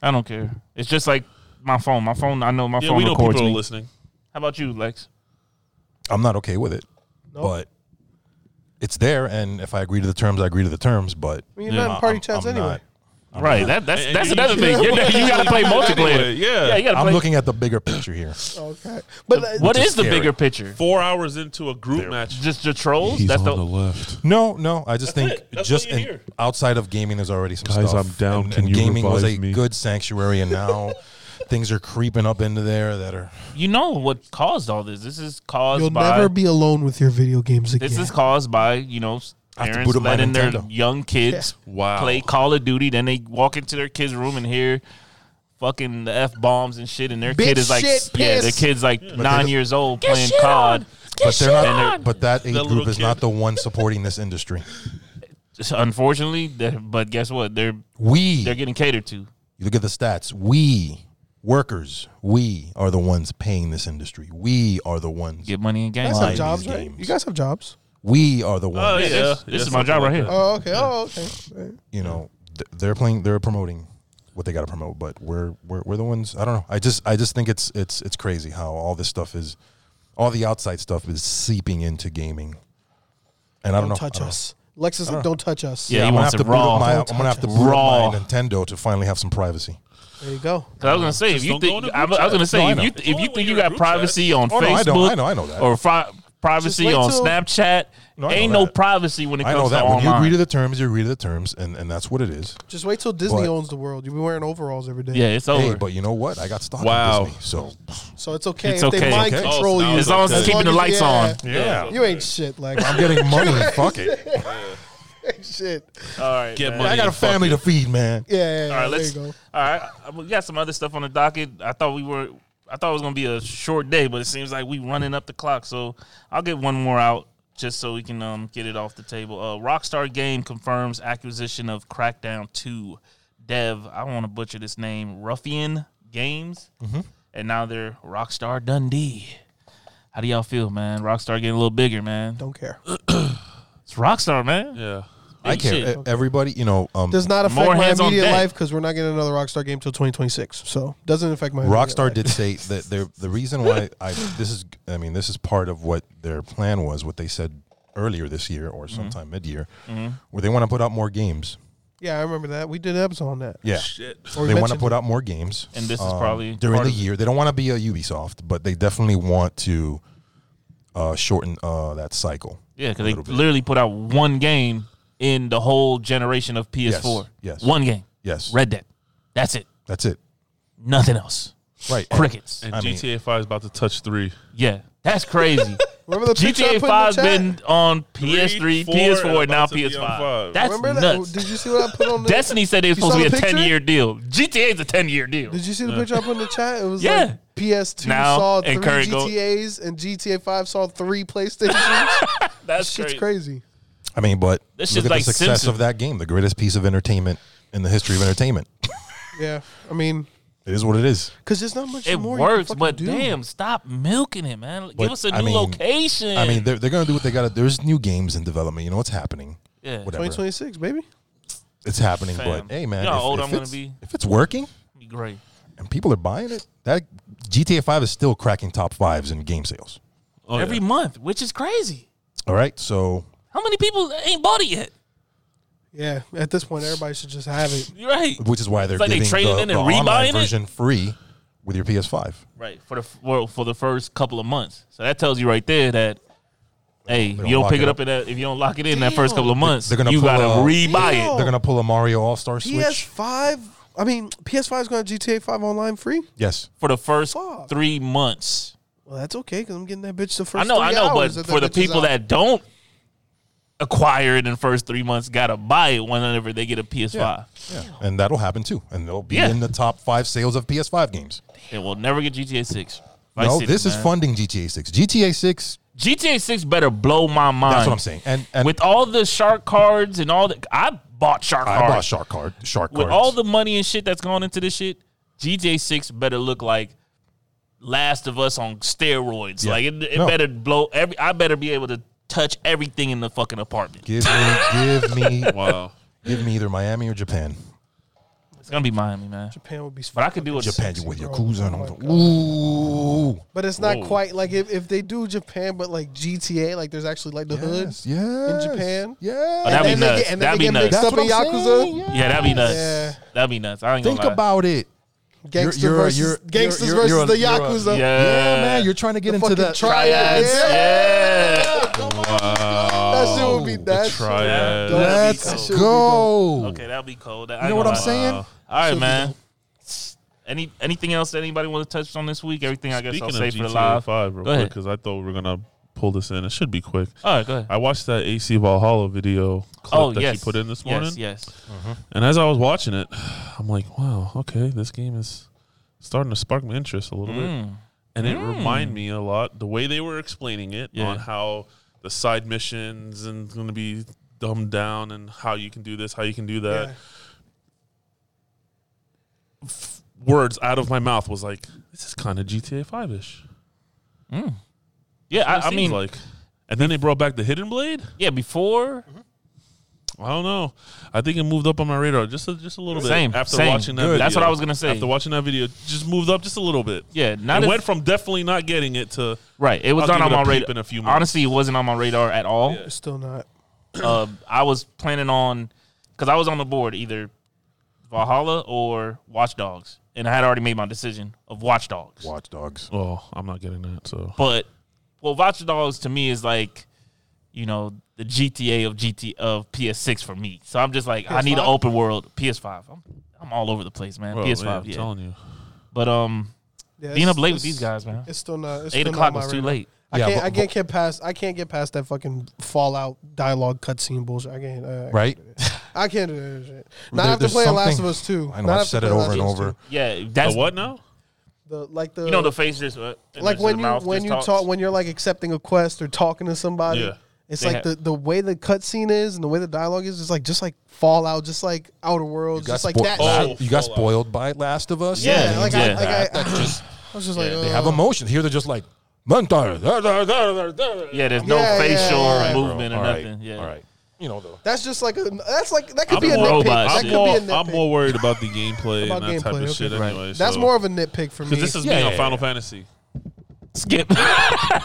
Speaker 1: I don't care. It's just like my phone. My phone. I know my
Speaker 2: yeah,
Speaker 1: phone
Speaker 2: we know
Speaker 1: records
Speaker 2: people are
Speaker 1: me.
Speaker 2: listening.
Speaker 1: How about you, Lex?
Speaker 4: I'm not okay with it,
Speaker 3: No.
Speaker 4: but it's there. And if I agree to the terms, I agree to the terms. But
Speaker 3: I mean, you're
Speaker 2: Yeah,
Speaker 3: not in party
Speaker 4: I'm-
Speaker 3: chats
Speaker 4: I'm
Speaker 3: anyway.
Speaker 4: not.
Speaker 1: Right. That that's
Speaker 2: And-
Speaker 1: that's
Speaker 2: and
Speaker 1: another
Speaker 2: you-
Speaker 1: thing. You, you got to play multiplayer.
Speaker 2: Anyway, yeah.
Speaker 1: Yeah, you got to
Speaker 4: I'm
Speaker 1: play.
Speaker 4: looking at
Speaker 2: <coughs>
Speaker 4: the bigger picture here.
Speaker 3: Okay, but uh,
Speaker 1: what
Speaker 4: is
Speaker 1: is the
Speaker 4: scary.
Speaker 1: bigger picture?
Speaker 2: Four hours into a group match.
Speaker 1: Just the trolls. that's the,
Speaker 2: left.
Speaker 4: No, no. I just
Speaker 2: That's
Speaker 4: think
Speaker 2: it. That's
Speaker 4: just
Speaker 2: what you
Speaker 4: in-
Speaker 2: hear.
Speaker 4: outside of gaming, there's already some
Speaker 2: Guys,
Speaker 4: stuff.
Speaker 2: I'm down.
Speaker 4: And,
Speaker 2: Can
Speaker 4: and
Speaker 2: you
Speaker 4: gaming was a
Speaker 2: revive me?
Speaker 4: good sanctuary, and now things are creeping up into there that are.
Speaker 1: you know what caused all this. This is caused
Speaker 3: you'll
Speaker 1: by
Speaker 3: never be alone with your video games again.
Speaker 1: this is caused by you know s-
Speaker 4: I have to
Speaker 1: parents
Speaker 4: boot up my
Speaker 1: letting their
Speaker 4: Nintendo.
Speaker 1: young kids
Speaker 2: Wow.
Speaker 1: play Call of Duty. Then they walk into their kids' room and hear fucking the f bombs and shit. And their
Speaker 3: Bitch,
Speaker 1: kid is like,
Speaker 3: shit,
Speaker 1: yeah, their
Speaker 3: piss.
Speaker 1: kid's like nine
Speaker 4: the-
Speaker 1: years old playing COD.
Speaker 4: But they're
Speaker 1: shit
Speaker 4: not.
Speaker 1: on.
Speaker 4: But that age
Speaker 2: That
Speaker 4: group
Speaker 2: little
Speaker 4: is not
Speaker 2: kid.
Speaker 4: the one supporting this industry.
Speaker 1: Just Unfortunately, they're- but guess what? They're
Speaker 4: We
Speaker 1: they're getting catered to.
Speaker 4: You look at the stats. We workers, we are the ones paying this industry. We are the ones.
Speaker 1: Get money in
Speaker 3: you
Speaker 1: games.
Speaker 3: guys have
Speaker 4: Like
Speaker 3: jobs,
Speaker 4: these
Speaker 3: right?
Speaker 4: games.
Speaker 3: You guys have jobs.
Speaker 4: We are the ones.
Speaker 2: Oh yeah.
Speaker 1: this-
Speaker 2: yeah,
Speaker 1: this is
Speaker 2: something
Speaker 1: my job
Speaker 2: like
Speaker 1: right here.
Speaker 2: that.
Speaker 3: Oh, okay. Oh, okay. Right.
Speaker 4: You know, th- they're playing. They're promoting what they got to promote, but we're, we're we're the ones. I don't know. I just I just think it's it's it's crazy how all this stuff is, all the outside stuff is seeping into gaming. And I don't,
Speaker 3: Don't
Speaker 4: know. I
Speaker 3: touch
Speaker 4: don't know.
Speaker 3: us, Lexus. Don't, touch us.
Speaker 1: Yeah, he
Speaker 4: I'm gonna
Speaker 1: wants
Speaker 4: have to
Speaker 1: it
Speaker 4: boot up
Speaker 1: raw.
Speaker 4: my. I'm
Speaker 3: Don't
Speaker 4: gonna have to
Speaker 3: touch
Speaker 4: boot
Speaker 1: Raw.
Speaker 4: up my Nintendo to finally have some privacy.
Speaker 3: There you go.
Speaker 1: 'Cause I was gonna say, if
Speaker 2: Just
Speaker 1: you
Speaker 2: don't go in
Speaker 1: think,
Speaker 2: the
Speaker 1: I, was-
Speaker 2: group
Speaker 1: I was gonna
Speaker 2: chat.
Speaker 1: say,
Speaker 4: No,
Speaker 1: if you
Speaker 4: I know.
Speaker 1: if you
Speaker 2: Only when
Speaker 1: think you
Speaker 2: you're in
Speaker 1: got
Speaker 2: group
Speaker 1: privacy on
Speaker 4: Oh,
Speaker 1: Facebook
Speaker 4: no, I know. I know. I know that.
Speaker 1: or fi- privacy
Speaker 3: wait
Speaker 1: on
Speaker 3: till-
Speaker 1: Snapchat,
Speaker 4: No, I know
Speaker 1: ain't no
Speaker 4: that.
Speaker 1: privacy when it
Speaker 4: I
Speaker 1: comes
Speaker 4: know that.
Speaker 1: to
Speaker 4: When you
Speaker 1: online.
Speaker 4: agree to the terms, you agree to the terms, and and that's what it is.
Speaker 3: Just wait till Disney
Speaker 4: But-
Speaker 3: owns the world. You'll be wearing overalls every day.
Speaker 1: yeah, it's over.
Speaker 4: Hey, but you know what? I got stuck
Speaker 2: Wow.
Speaker 4: on Disney, so
Speaker 3: So it's okay
Speaker 1: It's
Speaker 3: if they
Speaker 1: okay.
Speaker 3: mind
Speaker 4: Okay.
Speaker 3: control
Speaker 2: Oh,
Speaker 3: you.
Speaker 1: as long as it's
Speaker 4: Okay.
Speaker 1: keeping the
Speaker 3: As long
Speaker 1: lights
Speaker 3: as-
Speaker 1: on.
Speaker 4: yeah,
Speaker 3: You ain't
Speaker 1: <laughs>
Speaker 3: shit, Lex.
Speaker 4: I'm getting money. fuck it.
Speaker 3: ain't shit.
Speaker 1: All right,
Speaker 2: Get
Speaker 1: man.
Speaker 2: money.
Speaker 4: I got a
Speaker 2: and fuck
Speaker 4: family
Speaker 2: it.
Speaker 4: to feed, man.
Speaker 3: Yeah, yeah, yeah,
Speaker 1: All right,
Speaker 3: there
Speaker 1: let's.
Speaker 3: you go.
Speaker 1: All right, I- we got some other stuff on the docket. I thought we were. I thought it was gonna be a short day, but it seems like we running up the clock. So I'll get one more out just so we can um, get it off the table. Uh, Rockstar Game confirms acquisition of Crackdown Two. Dev, I want to butcher this name, Ruffian Games,
Speaker 3: Mm-hmm.
Speaker 1: and now they're Rockstar Dundee. How do y'all feel, man? Rockstar getting a little bigger, man. <clears throat>
Speaker 3: Don't care.
Speaker 1: It's Rockstar, man.
Speaker 2: Yeah.
Speaker 4: I care.
Speaker 1: Shit.
Speaker 4: E- Everybody, you know, um,
Speaker 3: Does not affect
Speaker 1: More
Speaker 3: my
Speaker 1: hands on
Speaker 3: immediate
Speaker 1: deck.
Speaker 3: life because we're not getting another Rockstar game till 2026. So doesn't affect my immediate
Speaker 4: Rockstar
Speaker 3: life.
Speaker 4: did say that they're- the reason why I this is I mean this is part of what their plan was, what they said earlier this year or
Speaker 1: Mm-hmm.
Speaker 4: sometime mid year, where they want to put out more games.
Speaker 3: Yeah, I remember that. We did an episode on that.
Speaker 4: Yeah,
Speaker 2: Shit.
Speaker 3: Or we
Speaker 4: they want to
Speaker 3: mentioned
Speaker 4: put out more games. um,
Speaker 1: And this is probably
Speaker 4: during
Speaker 1: part
Speaker 4: the
Speaker 1: of-
Speaker 4: year. They don't want to be a Ubisoft, but they definitely want to uh, shorten uh, that cycle.
Speaker 1: Yeah, because
Speaker 4: a
Speaker 1: they
Speaker 4: little bit.
Speaker 1: literally put out one game in the whole generation of PS4.
Speaker 4: Yes, yes.
Speaker 1: One game.
Speaker 4: Yes,
Speaker 1: Red Dead. That's it.
Speaker 4: that's it.
Speaker 1: Nothing else.
Speaker 4: Right.
Speaker 1: Crickets.
Speaker 2: And
Speaker 4: I mean-
Speaker 2: GTA Five is about to touch three.
Speaker 1: Yeah. That's
Speaker 2: <laughs>
Speaker 1: crazy.
Speaker 3: Remember the picture
Speaker 1: GTA
Speaker 3: I put in the
Speaker 1: 5's
Speaker 3: chat?
Speaker 1: been on PS3,
Speaker 2: four,
Speaker 1: PS4,
Speaker 2: and
Speaker 1: now
Speaker 2: about to be on
Speaker 1: PS5.
Speaker 2: five.
Speaker 1: That's
Speaker 3: Remember
Speaker 1: nuts.
Speaker 3: that? Did you see what I
Speaker 1: <laughs>
Speaker 3: put on the
Speaker 1: Destiny said it was
Speaker 3: You
Speaker 1: supposed to
Speaker 3: saw
Speaker 1: be a
Speaker 3: the picture?
Speaker 1: 10 year deal. GTA is a 10 year deal.
Speaker 3: Did you see the picture I put in the chat? It was
Speaker 1: Yeah.
Speaker 3: like PS2
Speaker 1: Now,
Speaker 3: saw three
Speaker 1: and Curry go-
Speaker 3: GTAs and GTA 5 saw
Speaker 1: <laughs>
Speaker 3: three PlayStations.
Speaker 1: That's
Speaker 3: Shit's
Speaker 1: crazy.
Speaker 3: crazy.
Speaker 4: I mean, but
Speaker 1: This
Speaker 4: look
Speaker 1: shit's
Speaker 4: at
Speaker 1: like
Speaker 4: the success
Speaker 1: Simpson.
Speaker 4: of that game, the greatest piece of entertainment in the history of entertainment.
Speaker 3: Yeah, I mean,
Speaker 4: it is what it is.
Speaker 3: because there's not much
Speaker 1: It
Speaker 3: more.
Speaker 1: works,
Speaker 3: you can fucking
Speaker 1: but
Speaker 3: do.
Speaker 1: damn, stop milking it, man. Give
Speaker 4: But,
Speaker 1: us a new
Speaker 4: I mean-
Speaker 1: location.
Speaker 4: I mean, they're, they're going to do what they got to. There's new games in development. You know what's happening.
Speaker 1: Yeah.
Speaker 4: Whatever.
Speaker 3: 2026, baby.
Speaker 4: It's happening,
Speaker 1: Fam.
Speaker 4: but hey, man,
Speaker 1: You know how
Speaker 4: if,
Speaker 1: old
Speaker 4: if
Speaker 1: I'm gonna
Speaker 4: it's-
Speaker 1: be?
Speaker 4: if it's working
Speaker 1: Be great.
Speaker 4: and people are buying it, that GTA Five is still cracking top fives in game sales.
Speaker 2: Oh,
Speaker 1: Every month, which is crazy.
Speaker 4: All right, so
Speaker 1: How many people ain't bought it yet?
Speaker 3: Yeah, at this point, everybody should just have it.
Speaker 1: You're right.
Speaker 4: which is why they're
Speaker 1: like they
Speaker 4: giving
Speaker 1: trading
Speaker 4: the,
Speaker 1: in and
Speaker 4: the online
Speaker 1: rebuying it?
Speaker 4: version free with your PS5.
Speaker 1: Right for the f- well, for the first couple of months. So that tells you right there that hey,
Speaker 4: They're
Speaker 1: you
Speaker 4: gonna
Speaker 1: don't
Speaker 4: lock
Speaker 1: pick
Speaker 4: it
Speaker 1: it
Speaker 4: up.
Speaker 1: up in that if you don't lock it in that first
Speaker 3: Damn.
Speaker 1: couple of months,
Speaker 4: They're gonna
Speaker 1: you
Speaker 4: pull
Speaker 1: gotta
Speaker 4: a-
Speaker 1: rebuy
Speaker 3: Damn.
Speaker 1: it.
Speaker 4: They're gonna pull a Mario All Star Switch.
Speaker 3: PS5. I mean, PS5 is going to GTA 5 online free.
Speaker 4: Yes,
Speaker 1: for the first
Speaker 3: Fuck.
Speaker 1: three months.
Speaker 3: Well, that's okay because I'm getting that bitch the first.
Speaker 1: I know, I
Speaker 3: three
Speaker 1: know, but
Speaker 3: hours that that
Speaker 1: for the
Speaker 3: bitch is
Speaker 1: people
Speaker 3: out.
Speaker 1: that don't acquire it in the first three months, gotta buy it whenever they get a PS5.
Speaker 4: yeah, and that'll happen too, and they'll be
Speaker 1: Yeah.
Speaker 4: in the top five sales of PS5 games.
Speaker 1: It will never get GTA Six. Vice
Speaker 4: No,
Speaker 1: City,
Speaker 4: this is
Speaker 1: man.
Speaker 4: funding GTA Six. GTA Six.
Speaker 1: GTA Six better blow my mind.
Speaker 4: That's what I'm saying. And and
Speaker 1: With all the shark cards and all the, I bought shark
Speaker 4: I
Speaker 1: cards.
Speaker 4: bought Shark Card. Shark
Speaker 1: with
Speaker 4: Card.
Speaker 1: all the money and shit that's gone into this shit, GTA Six better look like Last of Us on steroids.
Speaker 4: Yeah.
Speaker 1: Like it, it
Speaker 4: No.
Speaker 1: better blow every. I better be able to touch everything in the fucking apartment.
Speaker 4: Give me, give me,
Speaker 1: <laughs>
Speaker 2: Wow.
Speaker 4: give me either Miami or Japan.
Speaker 1: It's gonna be Miami, man.
Speaker 3: Japan would be.
Speaker 1: But I could do it.
Speaker 4: Japan, you with
Speaker 3: bro.
Speaker 4: Yakuza and
Speaker 3: Oh
Speaker 4: all
Speaker 3: my
Speaker 4: the
Speaker 3: God.
Speaker 4: ooh.
Speaker 3: But it's not
Speaker 2: Whoa.
Speaker 3: quite like if, if they do Japan, but like GTA, like there's actually like the hood.
Speaker 4: Yes, yes.
Speaker 3: In Japan?
Speaker 4: Yes.
Speaker 1: Oh, that'd be
Speaker 3: And then they
Speaker 1: nuts.
Speaker 3: get- and then
Speaker 1: that'd
Speaker 3: they
Speaker 1: be
Speaker 3: get
Speaker 1: nuts.
Speaker 3: mixed
Speaker 4: That's
Speaker 3: up
Speaker 4: what
Speaker 3: in
Speaker 4: I'm
Speaker 3: Yakuza?
Speaker 4: saying, yes.
Speaker 1: Yeah, that'd be nuts.
Speaker 3: Yeah.
Speaker 1: That'd be nuts. I ain't
Speaker 4: Think
Speaker 1: gonna lie.
Speaker 4: about it.
Speaker 3: Gangsters
Speaker 4: You're- you're-
Speaker 3: versus
Speaker 4: you're-
Speaker 3: gangsters
Speaker 4: you're- you're-
Speaker 3: versus
Speaker 4: you're a-
Speaker 3: the yakuza.
Speaker 1: Yeah.
Speaker 4: Yeah, man, you're trying to get
Speaker 3: The
Speaker 4: into
Speaker 3: fucking
Speaker 4: that.
Speaker 3: triads.
Speaker 1: Triads, Oh, yeah.
Speaker 3: That shit would be
Speaker 4: The
Speaker 3: that. shit.
Speaker 2: triads.
Speaker 3: That shit
Speaker 4: Let's
Speaker 3: would be
Speaker 1: That'd
Speaker 3: dope.
Speaker 4: go.
Speaker 1: Okay, that'd be cold. That- I
Speaker 4: You
Speaker 1: ain't
Speaker 4: know what I'm
Speaker 1: gonna lie.
Speaker 4: saying?
Speaker 1: All right, man. Any anything else that anybody want to touch on this week? Everything I guess I'll
Speaker 2: Speaking
Speaker 1: say
Speaker 2: of
Speaker 1: for the
Speaker 2: GTA
Speaker 1: live.
Speaker 2: Five, real
Speaker 1: Go
Speaker 2: quick,
Speaker 1: ahead.
Speaker 2: because I thought we were gonna pull this in. It should be quick.
Speaker 1: All right, go ahead.
Speaker 2: I watched that AC Valhalla video clip
Speaker 1: oh
Speaker 2: that
Speaker 1: yes,
Speaker 2: you put in this
Speaker 1: Yes,
Speaker 2: morning,
Speaker 1: Yes,
Speaker 2: and as I was watching it, <sighs> I'm like, wow, okay, this game is starting to spark my interest a little bit,
Speaker 1: Mm.
Speaker 2: and it reminded me a lot the way they were explaining it
Speaker 1: Yeah.
Speaker 2: on how the side missions and going to be dumbed down and how you can do this, how you can do that.
Speaker 3: Yeah.
Speaker 2: Words out of my mouth was like, this is kind of GTA Five ish.
Speaker 1: Yeah, I, I mean,
Speaker 2: like, and then they brought back the Hidden Blade.
Speaker 1: yeah. Before
Speaker 2: Mm-hmm. I don't know. I think it moved up on my radar just a, just a little
Speaker 1: Same,
Speaker 2: bit after
Speaker 1: same.
Speaker 2: watching that.
Speaker 1: Good.
Speaker 2: Video,
Speaker 1: That's what I was gonna say.
Speaker 2: After watching that video, just moved up just a little bit.
Speaker 1: yeah,
Speaker 2: I
Speaker 1: not if-
Speaker 2: went from definitely not getting it to
Speaker 1: right. It was
Speaker 2: I'll
Speaker 1: not on
Speaker 2: give it a
Speaker 1: my
Speaker 2: peep
Speaker 1: radar.
Speaker 2: in a few months.
Speaker 1: Honestly, it wasn't on my radar at all.
Speaker 2: Yeah.
Speaker 3: Still not.
Speaker 1: Uh, I was planning on because I was on the board either Valhalla or Watch Dogs, and I had already made my decision of Watch Dogs.
Speaker 4: Watch dogs.
Speaker 2: oh, I'm not getting that. So
Speaker 1: But well, Watch Dogs to me is like, you know, the GTA of GT of PS6 for me. So I'm just like, I need an
Speaker 3: PS5?
Speaker 1: open world PS5. I'm I'm all over the place, man.
Speaker 2: Bro, yeah,
Speaker 1: PS5,
Speaker 2: I'm
Speaker 1: yeah.
Speaker 2: telling you,
Speaker 1: But um,
Speaker 3: Yeah,
Speaker 1: being
Speaker 3: it's-
Speaker 1: up late with
Speaker 3: it's-
Speaker 1: these guys, man.
Speaker 3: It's still not. It's
Speaker 1: Eight
Speaker 3: still not
Speaker 1: o'clock
Speaker 3: on my
Speaker 1: was too
Speaker 3: radar.
Speaker 1: late.
Speaker 3: I
Speaker 4: Yeah,
Speaker 3: can't.
Speaker 4: but-
Speaker 3: I can't get past. I can't get past that fucking Fallout dialogue cutscene bullshit. I can't. Uh,
Speaker 4: Right?
Speaker 3: I can't do that shit. Not
Speaker 4: There-
Speaker 3: after
Speaker 4: there's
Speaker 3: playing Last
Speaker 4: something-
Speaker 3: of Us two.
Speaker 4: I know,
Speaker 3: Not
Speaker 4: I've
Speaker 3: after
Speaker 4: said it
Speaker 3: playing
Speaker 4: over
Speaker 3: Last
Speaker 4: and
Speaker 3: of Us
Speaker 4: over.
Speaker 3: 2.
Speaker 1: Yeah,
Speaker 2: the
Speaker 1: that's <laughs>
Speaker 2: what now?
Speaker 3: The like the
Speaker 1: You know the face just uh, and
Speaker 3: like
Speaker 1: just
Speaker 3: when
Speaker 1: the
Speaker 3: you
Speaker 1: mouth
Speaker 3: when
Speaker 1: just
Speaker 3: you
Speaker 1: talks.
Speaker 3: talk when you're like accepting a quest or talking to somebody.
Speaker 2: Yeah.
Speaker 3: It's
Speaker 1: They
Speaker 3: like
Speaker 1: have-
Speaker 3: the, the way the cutscene is and the way the dialogue is, is like just like Fallout, just like Outer Worlds, just like
Speaker 4: spo-
Speaker 3: that.
Speaker 2: Oh,
Speaker 3: shit.
Speaker 4: you got
Speaker 2: Fallout.
Speaker 4: spoiled by Last of Us.
Speaker 3: Yeah, like,
Speaker 1: yeah.
Speaker 3: I, like I, <clears throat> I, was just like,
Speaker 1: Yeah,
Speaker 3: uh,
Speaker 4: They have emotions. Here they're just like, "Mentor, da, da, da, da, da."
Speaker 1: Yeah, there's no
Speaker 3: Yeah, yeah,
Speaker 1: facial
Speaker 3: yeah, yeah.
Speaker 4: Bro,
Speaker 1: movement or
Speaker 4: all right,
Speaker 1: nothing. Yeah.
Speaker 4: All right. You know, though.
Speaker 3: That's just like a. That's like that could
Speaker 2: I'm
Speaker 3: be a
Speaker 2: more,
Speaker 3: nitpick.
Speaker 1: robot
Speaker 3: that
Speaker 1: shit.
Speaker 3: could
Speaker 2: more-
Speaker 3: be a
Speaker 2: I'm
Speaker 3: nitpick.
Speaker 2: more worried about the gameplay
Speaker 3: About
Speaker 2: and that type
Speaker 3: gameplay,
Speaker 2: of
Speaker 3: okay.
Speaker 2: shit
Speaker 1: Right.
Speaker 2: anyway.
Speaker 3: That's
Speaker 2: so-
Speaker 3: more of a nitpick for me.
Speaker 2: because this is
Speaker 4: Yeah,
Speaker 2: me on
Speaker 4: yeah,
Speaker 2: Final
Speaker 4: yeah.
Speaker 2: Fantasy.
Speaker 1: <laughs> Skip. skip,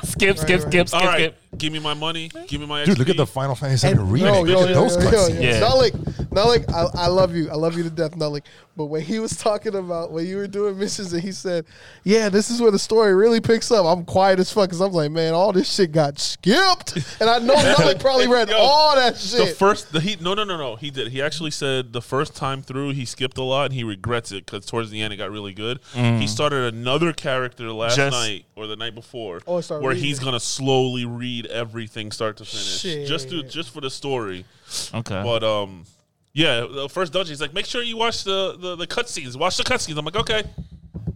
Speaker 1: skip,
Speaker 3: right.
Speaker 1: skip, skip,
Speaker 2: All right,
Speaker 1: skip.
Speaker 2: give me my money. Give me my
Speaker 4: Dude, look
Speaker 2: XP.
Speaker 4: at the Final Fantasy
Speaker 3: And-
Speaker 4: VII remake.
Speaker 3: yo,
Speaker 4: Look at
Speaker 3: yo,
Speaker 4: those
Speaker 3: yo, yo, yo.
Speaker 4: cutscenes.
Speaker 1: Yeah.
Speaker 3: Nalik, Nalik, I, I love you. I love you to death, Nalik. But when he was talking about when you were doing missions and he said, "Yeah, this is where the story really picks up," I'm quiet as fuck because I'm like, man, all this shit got skipped, and I know
Speaker 2: <laughs>
Speaker 3: Nalik probably read
Speaker 2: Yo,
Speaker 3: all that
Speaker 2: The
Speaker 3: shit.
Speaker 2: first, the, he no, no, no, no. He did. He actually said the first time through he skipped a lot and he regrets it because towards the end it got really good. He started another character last
Speaker 1: Mm. Just-
Speaker 2: night or the night before,
Speaker 3: Oh, start
Speaker 2: where
Speaker 3: reading.
Speaker 2: he's gonna slowly read everything start to finish, just to
Speaker 3: Shit.
Speaker 2: just for the story.
Speaker 1: Okay.
Speaker 2: But um, yeah, the first dungeon. He's like, make sure you watch the the, the cutscenes. Watch the cutscenes. I'm like, okay,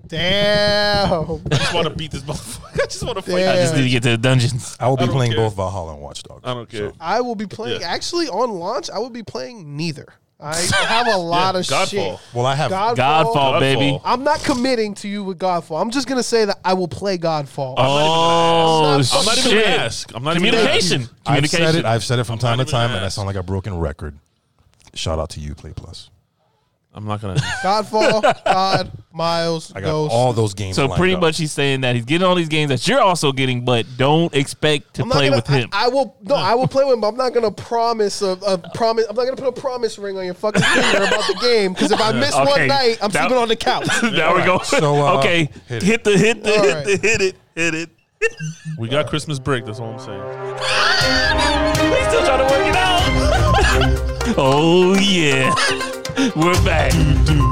Speaker 3: Damn.
Speaker 2: I just want to beat this <laughs> motherfucker. I just want to fight.
Speaker 1: I
Speaker 3: Yeah.
Speaker 2: this.
Speaker 1: just need to get to the dungeons.
Speaker 4: I will be
Speaker 2: don't
Speaker 4: playing
Speaker 2: care. Um,
Speaker 4: both Valhalla and Watch Dogs.
Speaker 2: I don't care.
Speaker 3: I will be playing.
Speaker 2: Yeah.
Speaker 3: Actually, on launch, I will be playing neither.
Speaker 2: <laughs>
Speaker 3: I have a lot
Speaker 2: Yeah,
Speaker 3: of
Speaker 2: Godfall.
Speaker 3: shit.
Speaker 4: Well, I have.
Speaker 3: Godfall.
Speaker 1: Godfall, baby.
Speaker 2: Godfall.
Speaker 3: I'm not committing to you with Godfall. I'm just gonna say that I will play Godfall.
Speaker 1: Oh,
Speaker 3: I'm not-
Speaker 2: I'm not even
Speaker 1: shit.
Speaker 2: gonna ask. I'm not even gonna ask.
Speaker 1: Communication.
Speaker 4: I've said it.
Speaker 1: Communication.
Speaker 4: I've said it from time to
Speaker 2: not even
Speaker 4: time,
Speaker 2: gonna
Speaker 4: and I
Speaker 2: ask.
Speaker 4: sound like a broken record. Shout out to you, Play Plus.
Speaker 2: I'm not gonna. ask.
Speaker 3: Godfall, God, Miles,
Speaker 4: I got
Speaker 3: Ghost.
Speaker 4: all those games.
Speaker 1: So
Speaker 4: lined
Speaker 1: pretty
Speaker 4: up.
Speaker 1: much he's saying that he's getting all these games that you're also getting, but don't expect to
Speaker 3: I'm not
Speaker 1: play
Speaker 3: gonna-
Speaker 1: with him.
Speaker 3: I, I will no, I will play with him, but I'm not gonna promise a, a promise. I'm not gonna put a promise ring on your fucking finger about the game because if I miss
Speaker 1: Okay.
Speaker 3: one night, I'm
Speaker 1: That-
Speaker 3: sleeping on
Speaker 1: <laughs>
Speaker 3: the couch.
Speaker 1: <laughs> there we go.
Speaker 4: So,
Speaker 1: <laughs>
Speaker 4: uh,
Speaker 1: okay,
Speaker 4: hit
Speaker 1: hit,
Speaker 4: it.
Speaker 1: the hit the
Speaker 3: All
Speaker 1: hit
Speaker 3: right.
Speaker 1: the hit it hit it.
Speaker 2: We got Christmas break. That's all I'm saying.
Speaker 1: He's still trying to work it out. <laughs> oh yeah, we're back.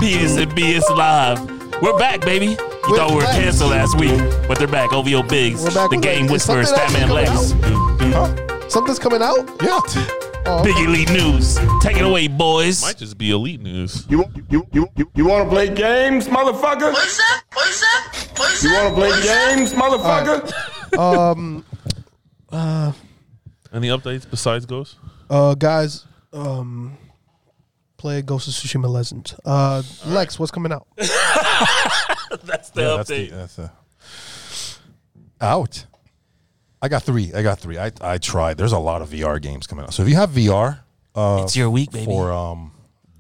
Speaker 1: PS and BS live. We're back, baby. You
Speaker 3: We're
Speaker 1: thought we were
Speaker 3: back.
Speaker 1: canceled last week, but they're back. OVO Biggs,
Speaker 3: We're back.
Speaker 1: the
Speaker 3: We're
Speaker 1: game
Speaker 3: back.
Speaker 1: whisperer,
Speaker 3: Something
Speaker 1: Statman Lex,
Speaker 3: actually Something's coming out.
Speaker 4: Yeah.
Speaker 1: Big Elite News. Take it away, boys.
Speaker 2: Might just be elite news.
Speaker 6: You you you you, you want to play games, motherfucker?
Speaker 7: What's up? What's up? What's
Speaker 6: You
Speaker 7: up?
Speaker 6: want to play games, motherfucker?
Speaker 2: Any updates besides Ghost?
Speaker 3: Uh, guys, um, play Ghost of Tsushima Legends. Uh, Lex, what's coming out?
Speaker 1: That's the
Speaker 4: Yeah,
Speaker 1: update.
Speaker 4: that's the- that's the- out. I got three. I got three. I, I tried. There's a lot of VR games coming out. So if you have VR uh,
Speaker 1: It's your week, baby.
Speaker 4: for um,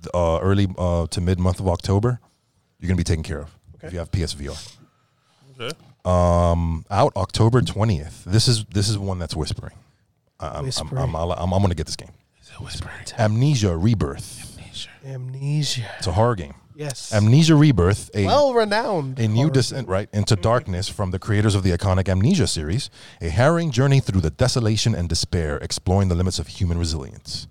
Speaker 4: th- uh, early uh, to mid month of October, you're going to be taken care of if you have PSVR.
Speaker 2: Okay.
Speaker 4: Um, out October 20th. This is this is one that's whispering. I- I'm, I'm,
Speaker 3: Whispering.
Speaker 4: I'm, I'll- I'm, I'm going to get this game. Amnesia Rebirth.
Speaker 3: Amnesia.
Speaker 4: It's a horror game.
Speaker 3: Yes.
Speaker 4: Amnesia Rebirth, a
Speaker 3: well renowned.
Speaker 4: A new descent, right, into darkness from the creators of the iconic Amnesia series, a harrowing journey through the desolation and despair, exploring the limits of human resilience.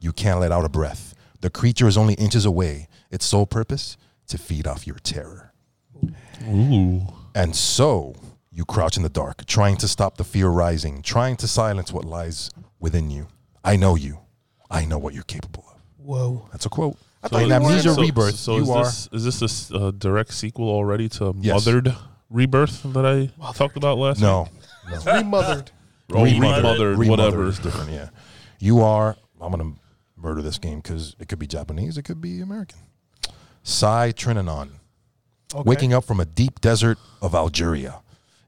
Speaker 4: You can't let out a breath. The creature is only inches away. Its sole purpose? To feed off your terror. Ooh. And so you crouch in the dark, trying to stop the fear rising, trying to silence what lies within you. I know you. I know what you're capable of.
Speaker 3: <laughs> Whoa.
Speaker 4: That's a quote.
Speaker 3: thought you
Speaker 4: in
Speaker 3: were-
Speaker 4: Amnesia
Speaker 2: so,
Speaker 4: Rebirth,
Speaker 2: So
Speaker 4: you
Speaker 2: is
Speaker 4: are.
Speaker 2: this is this a s- a direct sequel already to
Speaker 4: Yes.
Speaker 2: Mothered Rebirth that I talked about last?
Speaker 4: no.
Speaker 1: <laughs>
Speaker 3: Remothered.
Speaker 2: week? Or remothered,
Speaker 4: Remothered
Speaker 2: whatever.
Speaker 4: is different. Yeah, you are. I'm gonna murder this game because it could be Japanese, it could be American. Sai Trinanon,
Speaker 3: Okay.
Speaker 4: waking up from a deep desert of Algeria.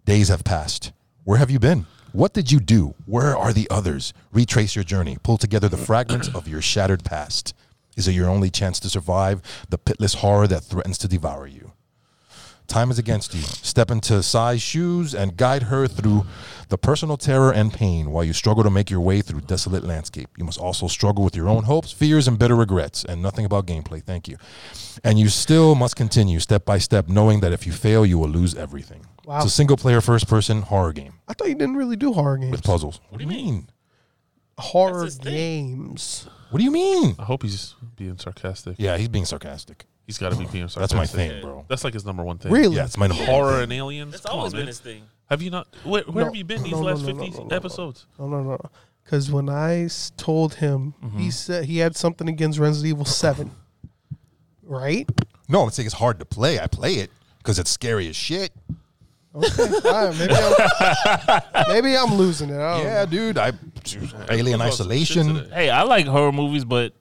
Speaker 4: Days have passed. Where have you been? What did you do? Where are the others? Retrace your journey. Pull together the fragments of your shattered past. Is it your only chance to survive the pitless horror that threatens to devour you? Time is against you. Step into Sai's shoes and guide her through the personal terror and pain while you struggle to make your way through desolate landscape. You must also struggle with your own hopes, fears, and bitter regrets, and nothing about gameplay. Thank you. And you still must continue step by step, knowing that if you fail, you will lose everything.
Speaker 3: Wow.
Speaker 4: It's a single player, first person horror game
Speaker 3: I thought you didn't really do horror games.
Speaker 4: with puzzles. What do you mean?
Speaker 3: Horror games.
Speaker 4: What do you mean?
Speaker 2: I hope he's being sarcastic.
Speaker 4: Yeah, he's being sarcastic.
Speaker 2: He's got to be being sarcastic.
Speaker 4: That's my thing, bro.
Speaker 2: That's like his number one thing.
Speaker 3: Really?
Speaker 4: Yeah, it's my number.
Speaker 2: Horror and aliens.
Speaker 1: It's
Speaker 2: Come
Speaker 1: always
Speaker 2: on,
Speaker 1: been
Speaker 2: man.
Speaker 1: his thing.
Speaker 2: Have you not? Where,
Speaker 3: No.
Speaker 2: where have you been these
Speaker 3: No, no,
Speaker 2: last
Speaker 3: no, no,
Speaker 2: 50
Speaker 3: no, no, no.
Speaker 2: episodes?
Speaker 3: No, no, no. Because when I s- told him,
Speaker 4: Mm-hmm.
Speaker 3: he said he had something against Resident Evil 7. <laughs> Right?
Speaker 4: No, I'm saying it's hard to play. I play it because it's scary as shit.
Speaker 3: All right, maybe, I'm, <laughs> maybe I'm losing it. I don't
Speaker 4: Yeah, dude. I Alien Isolation.
Speaker 1: Hey, I like horror movies, but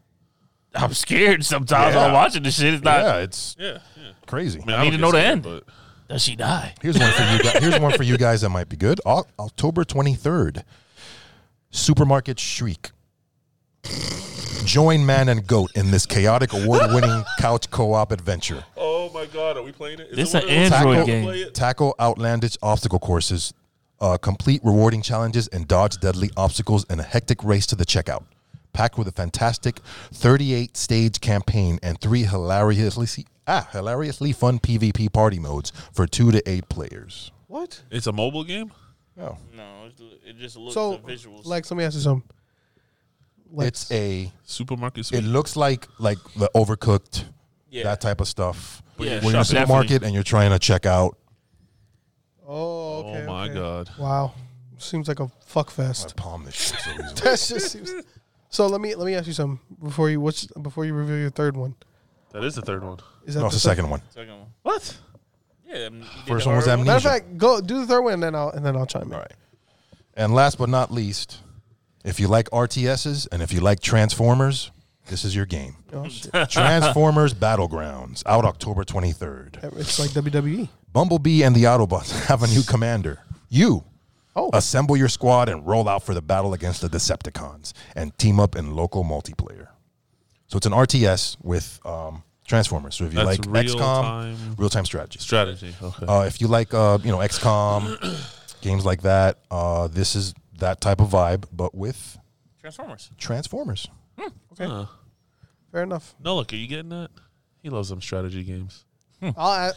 Speaker 1: I'm scared sometimes
Speaker 4: Yeah.
Speaker 1: while watching this shit. It's not.
Speaker 4: Yeah, it's
Speaker 2: Yeah.
Speaker 4: crazy.
Speaker 2: mean,
Speaker 1: I need to
Speaker 2: don't
Speaker 1: know
Speaker 2: get
Speaker 1: the
Speaker 2: scared,
Speaker 1: end.
Speaker 2: but-
Speaker 1: Does she die?
Speaker 4: Here's one for you guys. Here's one for you guys that might be good. O- October 23rd. Supermarket Shriek. Join man and goat in this chaotic award-winning <laughs> couch co-op adventure.
Speaker 2: Oh my god, are we playing it? Is
Speaker 1: This an
Speaker 2: it one of those-
Speaker 1: Android
Speaker 2: Tackle-
Speaker 1: game.
Speaker 2: play it?
Speaker 4: Tackle outlandish obstacle courses, uh, complete rewarding challenges, and dodge deadly obstacles in a hectic race to the checkout. Packed with a fantastic 38 stage campaign and three hilariously ah, hilariously fun PvP party modes for two to eight players.
Speaker 3: What?
Speaker 2: It's a mobile game.
Speaker 4: Oh.
Speaker 1: No, it just looks
Speaker 3: So, like, somebody asked you something. Like,
Speaker 4: It's a
Speaker 2: Supermarket.
Speaker 4: it
Speaker 2: Sweep.
Speaker 4: looks like like the overcooked
Speaker 1: Yeah.
Speaker 4: that type of stuff
Speaker 1: Yeah,
Speaker 4: where you're in a
Speaker 1: shopping.
Speaker 4: supermarket and you're trying to check out
Speaker 3: oh, okay.
Speaker 2: oh my
Speaker 3: okay.
Speaker 2: god.
Speaker 3: Wow. Seems like a fuck fest.
Speaker 4: palm this <laughs> shit so
Speaker 3: <laughs>
Speaker 4: easily.
Speaker 3: That just seems. So let me let me ask you something before you what's before you reveal your third one.
Speaker 2: That is the third one.
Speaker 3: Is that
Speaker 4: no it's the
Speaker 3: third-
Speaker 4: second one
Speaker 2: What?
Speaker 1: Yeah,
Speaker 4: first one was
Speaker 3: Matter of
Speaker 4: amnesia
Speaker 3: fact, go do the third one and then I'll and then I'll chime in. All right.
Speaker 4: and last but not least if you like rts's and if you like transformers this is your game
Speaker 3: Oh, shit. <laughs>
Speaker 4: <laughs> transformers battlegrounds out october 23rd
Speaker 3: It's like E. WWE.
Speaker 4: bumblebee and the autobots <laughs> have a new commander you
Speaker 3: Oh,
Speaker 4: assemble your squad and roll out for the battle against the Decepticons and team up in local multiplayer. So it's an RTS with um, Transformers. So if you
Speaker 2: That's
Speaker 4: like
Speaker 2: real-time-
Speaker 4: XCOM, real time strategy.
Speaker 2: Strategy. Okay.
Speaker 4: Uh, if you like uh, you know <clears throat> XCOM games like that, uh, this is that type of vibe, but with
Speaker 1: Transformers.
Speaker 4: Transformers.
Speaker 3: fair enough.
Speaker 2: no, look, are you getting that? He loves them strategy games.
Speaker 3: I'll I,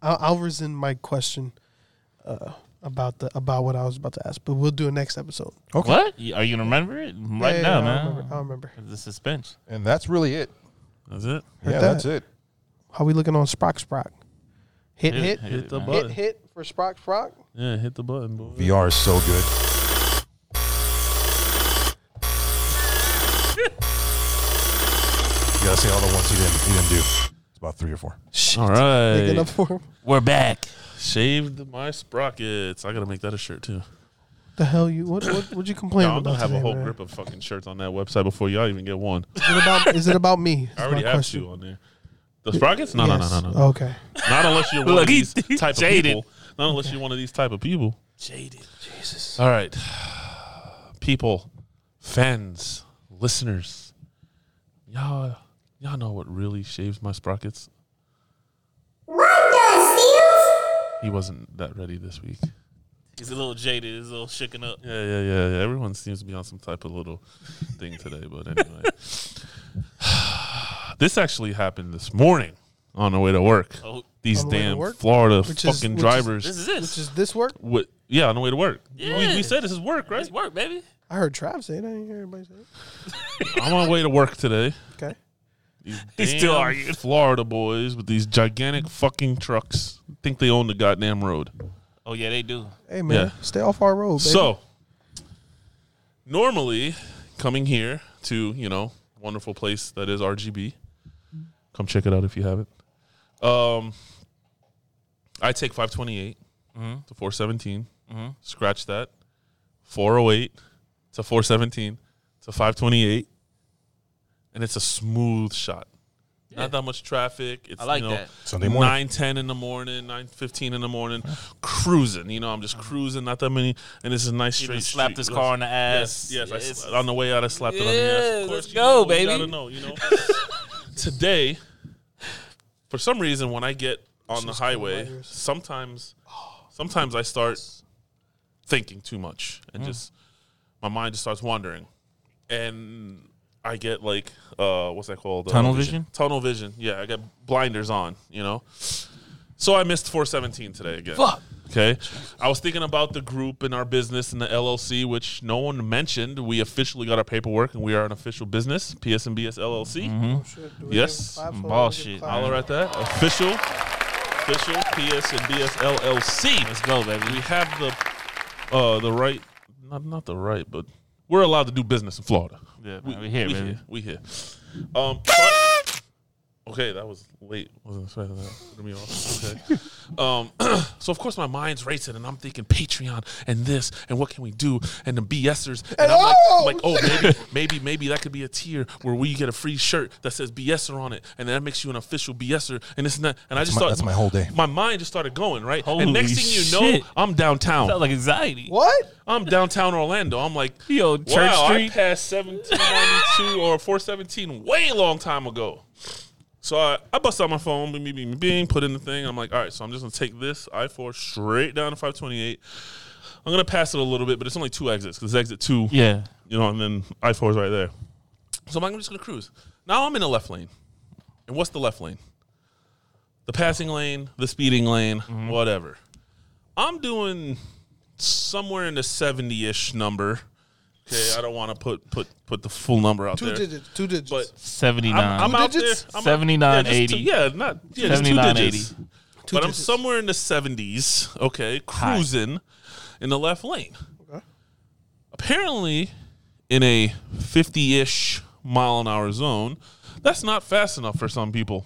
Speaker 3: I, I'll resent my question uh, about the about what I was about to ask, but we'll do it next episode.
Speaker 4: Okay.
Speaker 1: What? You- Are you gonna remember it right
Speaker 3: Yeah, yeah,
Speaker 1: now,
Speaker 3: yeah, I
Speaker 1: man?
Speaker 3: remember, I remember.
Speaker 1: The suspense.
Speaker 4: And that's really it.
Speaker 2: That's it.
Speaker 4: yeah,
Speaker 3: that.
Speaker 4: that's it.
Speaker 3: How we looking on Sprock Sprock? Hit hit hit
Speaker 2: Hit the
Speaker 1: man.
Speaker 3: hit,
Speaker 2: button.
Speaker 3: for Sprock Sprock.
Speaker 2: Yeah, hit the button. Boy.
Speaker 4: VR is so good. you gotta say all the ones you didn't you didn't do. It's about three or four.
Speaker 2: All
Speaker 3: Making
Speaker 2: right.
Speaker 3: up for him.
Speaker 1: We're back.
Speaker 2: Shaved my sprockets. I gotta make that a shirt too.
Speaker 3: The hell you what what would you complain
Speaker 2: No, I'm
Speaker 3: about?
Speaker 2: gonna have a
Speaker 3: today,
Speaker 2: whole
Speaker 3: man?
Speaker 2: grip of fucking shirts on that website before y'all even get one.
Speaker 3: Is it
Speaker 2: <laughs>
Speaker 3: about is it about me?
Speaker 2: I already
Speaker 3: Is my
Speaker 2: have
Speaker 3: question.
Speaker 2: two on there. The sprockets? No, no,
Speaker 3: Yes.
Speaker 2: no, no, no.
Speaker 3: Okay.
Speaker 2: Not unless you're one
Speaker 1: Look,
Speaker 2: of
Speaker 1: he-
Speaker 2: these
Speaker 1: he
Speaker 2: type of
Speaker 1: jaded.
Speaker 2: people. Not unless you're one of these type of people. Jaded. Jesus. All right. <sighs> People, fans, listeners, y'all, y'all know what really shaves my sprockets? He wasn't that ready this week.
Speaker 1: He's a little jaded. He's a little shooken up.
Speaker 2: Yeah, yeah, yeah, yeah. Everyone seems to be on some type of little thing today, but anyway. <sighs> this actually happened this morning on the way to work.
Speaker 1: Oh,
Speaker 2: These
Speaker 3: On the way to
Speaker 2: damn
Speaker 3: work?
Speaker 2: Florida
Speaker 3: Which is-
Speaker 2: fucking
Speaker 3: which is-
Speaker 2: drivers.
Speaker 1: this is it.
Speaker 3: Which is this work?
Speaker 2: What? Yeah, on the way to work. We,
Speaker 1: Yeah.
Speaker 2: we said this is work, right?
Speaker 1: It's work, baby.
Speaker 3: I heard Trav say it. I didn't hear anybody say it.
Speaker 2: I'm on the way to work today.
Speaker 3: Okay.
Speaker 2: These
Speaker 1: He still
Speaker 2: damn
Speaker 1: argued.
Speaker 2: Florida boys with these gigantic fucking trucks think they own the goddamn road.
Speaker 1: Oh yeah, they do.
Speaker 3: Hey man,
Speaker 2: Yeah.
Speaker 3: stay off our road, baby.
Speaker 2: So, normally coming here to, you know, wonderful place that is RGB. Come check it out if you haven't. Um, I take 528
Speaker 1: Mm-hmm.
Speaker 2: to 417. Scratch that. 408 to 417 to 528. And it's a smooth shot. Not that much traffic. It's
Speaker 1: I like
Speaker 2: you know,
Speaker 1: that.
Speaker 4: Sunday morning.
Speaker 2: Nine ten in the morning, nine fifteen in the morning, cruising. You know, I'm just cruising. Not that many, and it's a nice
Speaker 1: Even
Speaker 2: straight.
Speaker 1: slapped
Speaker 2: street.
Speaker 1: his car on the ass.
Speaker 2: Yes, yes. I
Speaker 1: Yes.
Speaker 2: sla- on the way out, I slapped it on the ass.
Speaker 1: Yeah,
Speaker 2: Of course,
Speaker 1: let's
Speaker 2: you
Speaker 1: go,
Speaker 2: know,
Speaker 1: baby.
Speaker 2: You gotta know, you know. <laughs> Today, for some reason, when I get on the highway, sometimes, sometimes I start thinking too much,
Speaker 1: Hmm.
Speaker 2: and just my mind just starts wandering, and I get like, uh, what's that called? Uh,
Speaker 1: Tunnel vision?
Speaker 2: Tunnel vision. Yeah, I got blinders on. You know. So I missed 417 today again.
Speaker 1: Fuck.
Speaker 2: Okay. I was thinking about the group and our business and the LLC, which no one mentioned. We officially got our paperwork and we are an official business, PSMBS LLC.
Speaker 3: Mm-hmm. Oh, Shit, do we
Speaker 2: Yes. Mm-hmm.
Speaker 3: give him five for-
Speaker 1: Bullshit.
Speaker 3: five?
Speaker 2: Holler at that. Official, official PSMBS LLC.
Speaker 1: Let's go, baby.
Speaker 2: We have the uh the right not not the right, but we're allowed to do business in Florida.
Speaker 1: Yeah, man, we here,
Speaker 2: we
Speaker 1: baby.
Speaker 2: Here, we here. Um so- Okay, that was late. Wasn't expecting that. Threw me off. Okay. Um, <clears throat> so of course my mind's racing, and I'm thinking Patreon and this and what can we do and the BSers. And, I'm, like, I'm like, oh,
Speaker 4: <laughs>
Speaker 2: maybe, maybe, maybe that could be a tier where we get a free shirt that says BSer on it, and that makes you an official BSer, and it's not. And I just
Speaker 4: my-
Speaker 2: thought
Speaker 4: that's my whole day.
Speaker 2: My mind just started going right,
Speaker 1: Holy
Speaker 2: and next thing you know,
Speaker 1: shit.
Speaker 2: I'm downtown.
Speaker 1: Sounds like anxiety.
Speaker 3: What?
Speaker 2: I'm downtown Orlando. I'm like,
Speaker 1: Yo, Church
Speaker 2: wow,
Speaker 1: Street.
Speaker 2: I passed 1792 or 417 way long time ago. So I, I bust out my phone, bing, bing, bing, bing, bing, put in the thing. I'm like, all right, so I'm just gonna take this I four straight down to 528. I'm gonna pass it a little bit, but it's only two exits because exit two,
Speaker 1: Yeah.
Speaker 2: you know, and then I four is right there. So I'm like, I'm just gonna cruise. Now I'm in the left lane, and what's the left lane? The passing lane, the speeding lane, whatever. I'm doing somewhere in the 70-ish number. Okay, I don't want to put put put the full number out
Speaker 3: Two
Speaker 2: there.
Speaker 3: digits. Two digits.
Speaker 2: But
Speaker 1: Seventy
Speaker 2: I'm, I'm
Speaker 1: nine.
Speaker 2: out there.
Speaker 3: digits?
Speaker 2: I'm yeah,
Speaker 1: 79,
Speaker 2: just two-
Speaker 1: 80.
Speaker 2: Yeah, not yeah, just two
Speaker 1: 79,
Speaker 2: digits.
Speaker 1: 80.
Speaker 2: but I'm
Speaker 3: digits.
Speaker 2: somewhere in the 70s, okay, cruising in the left lane. Apparently, in a 50 ish mile an hour zone, that's not fast enough for some people.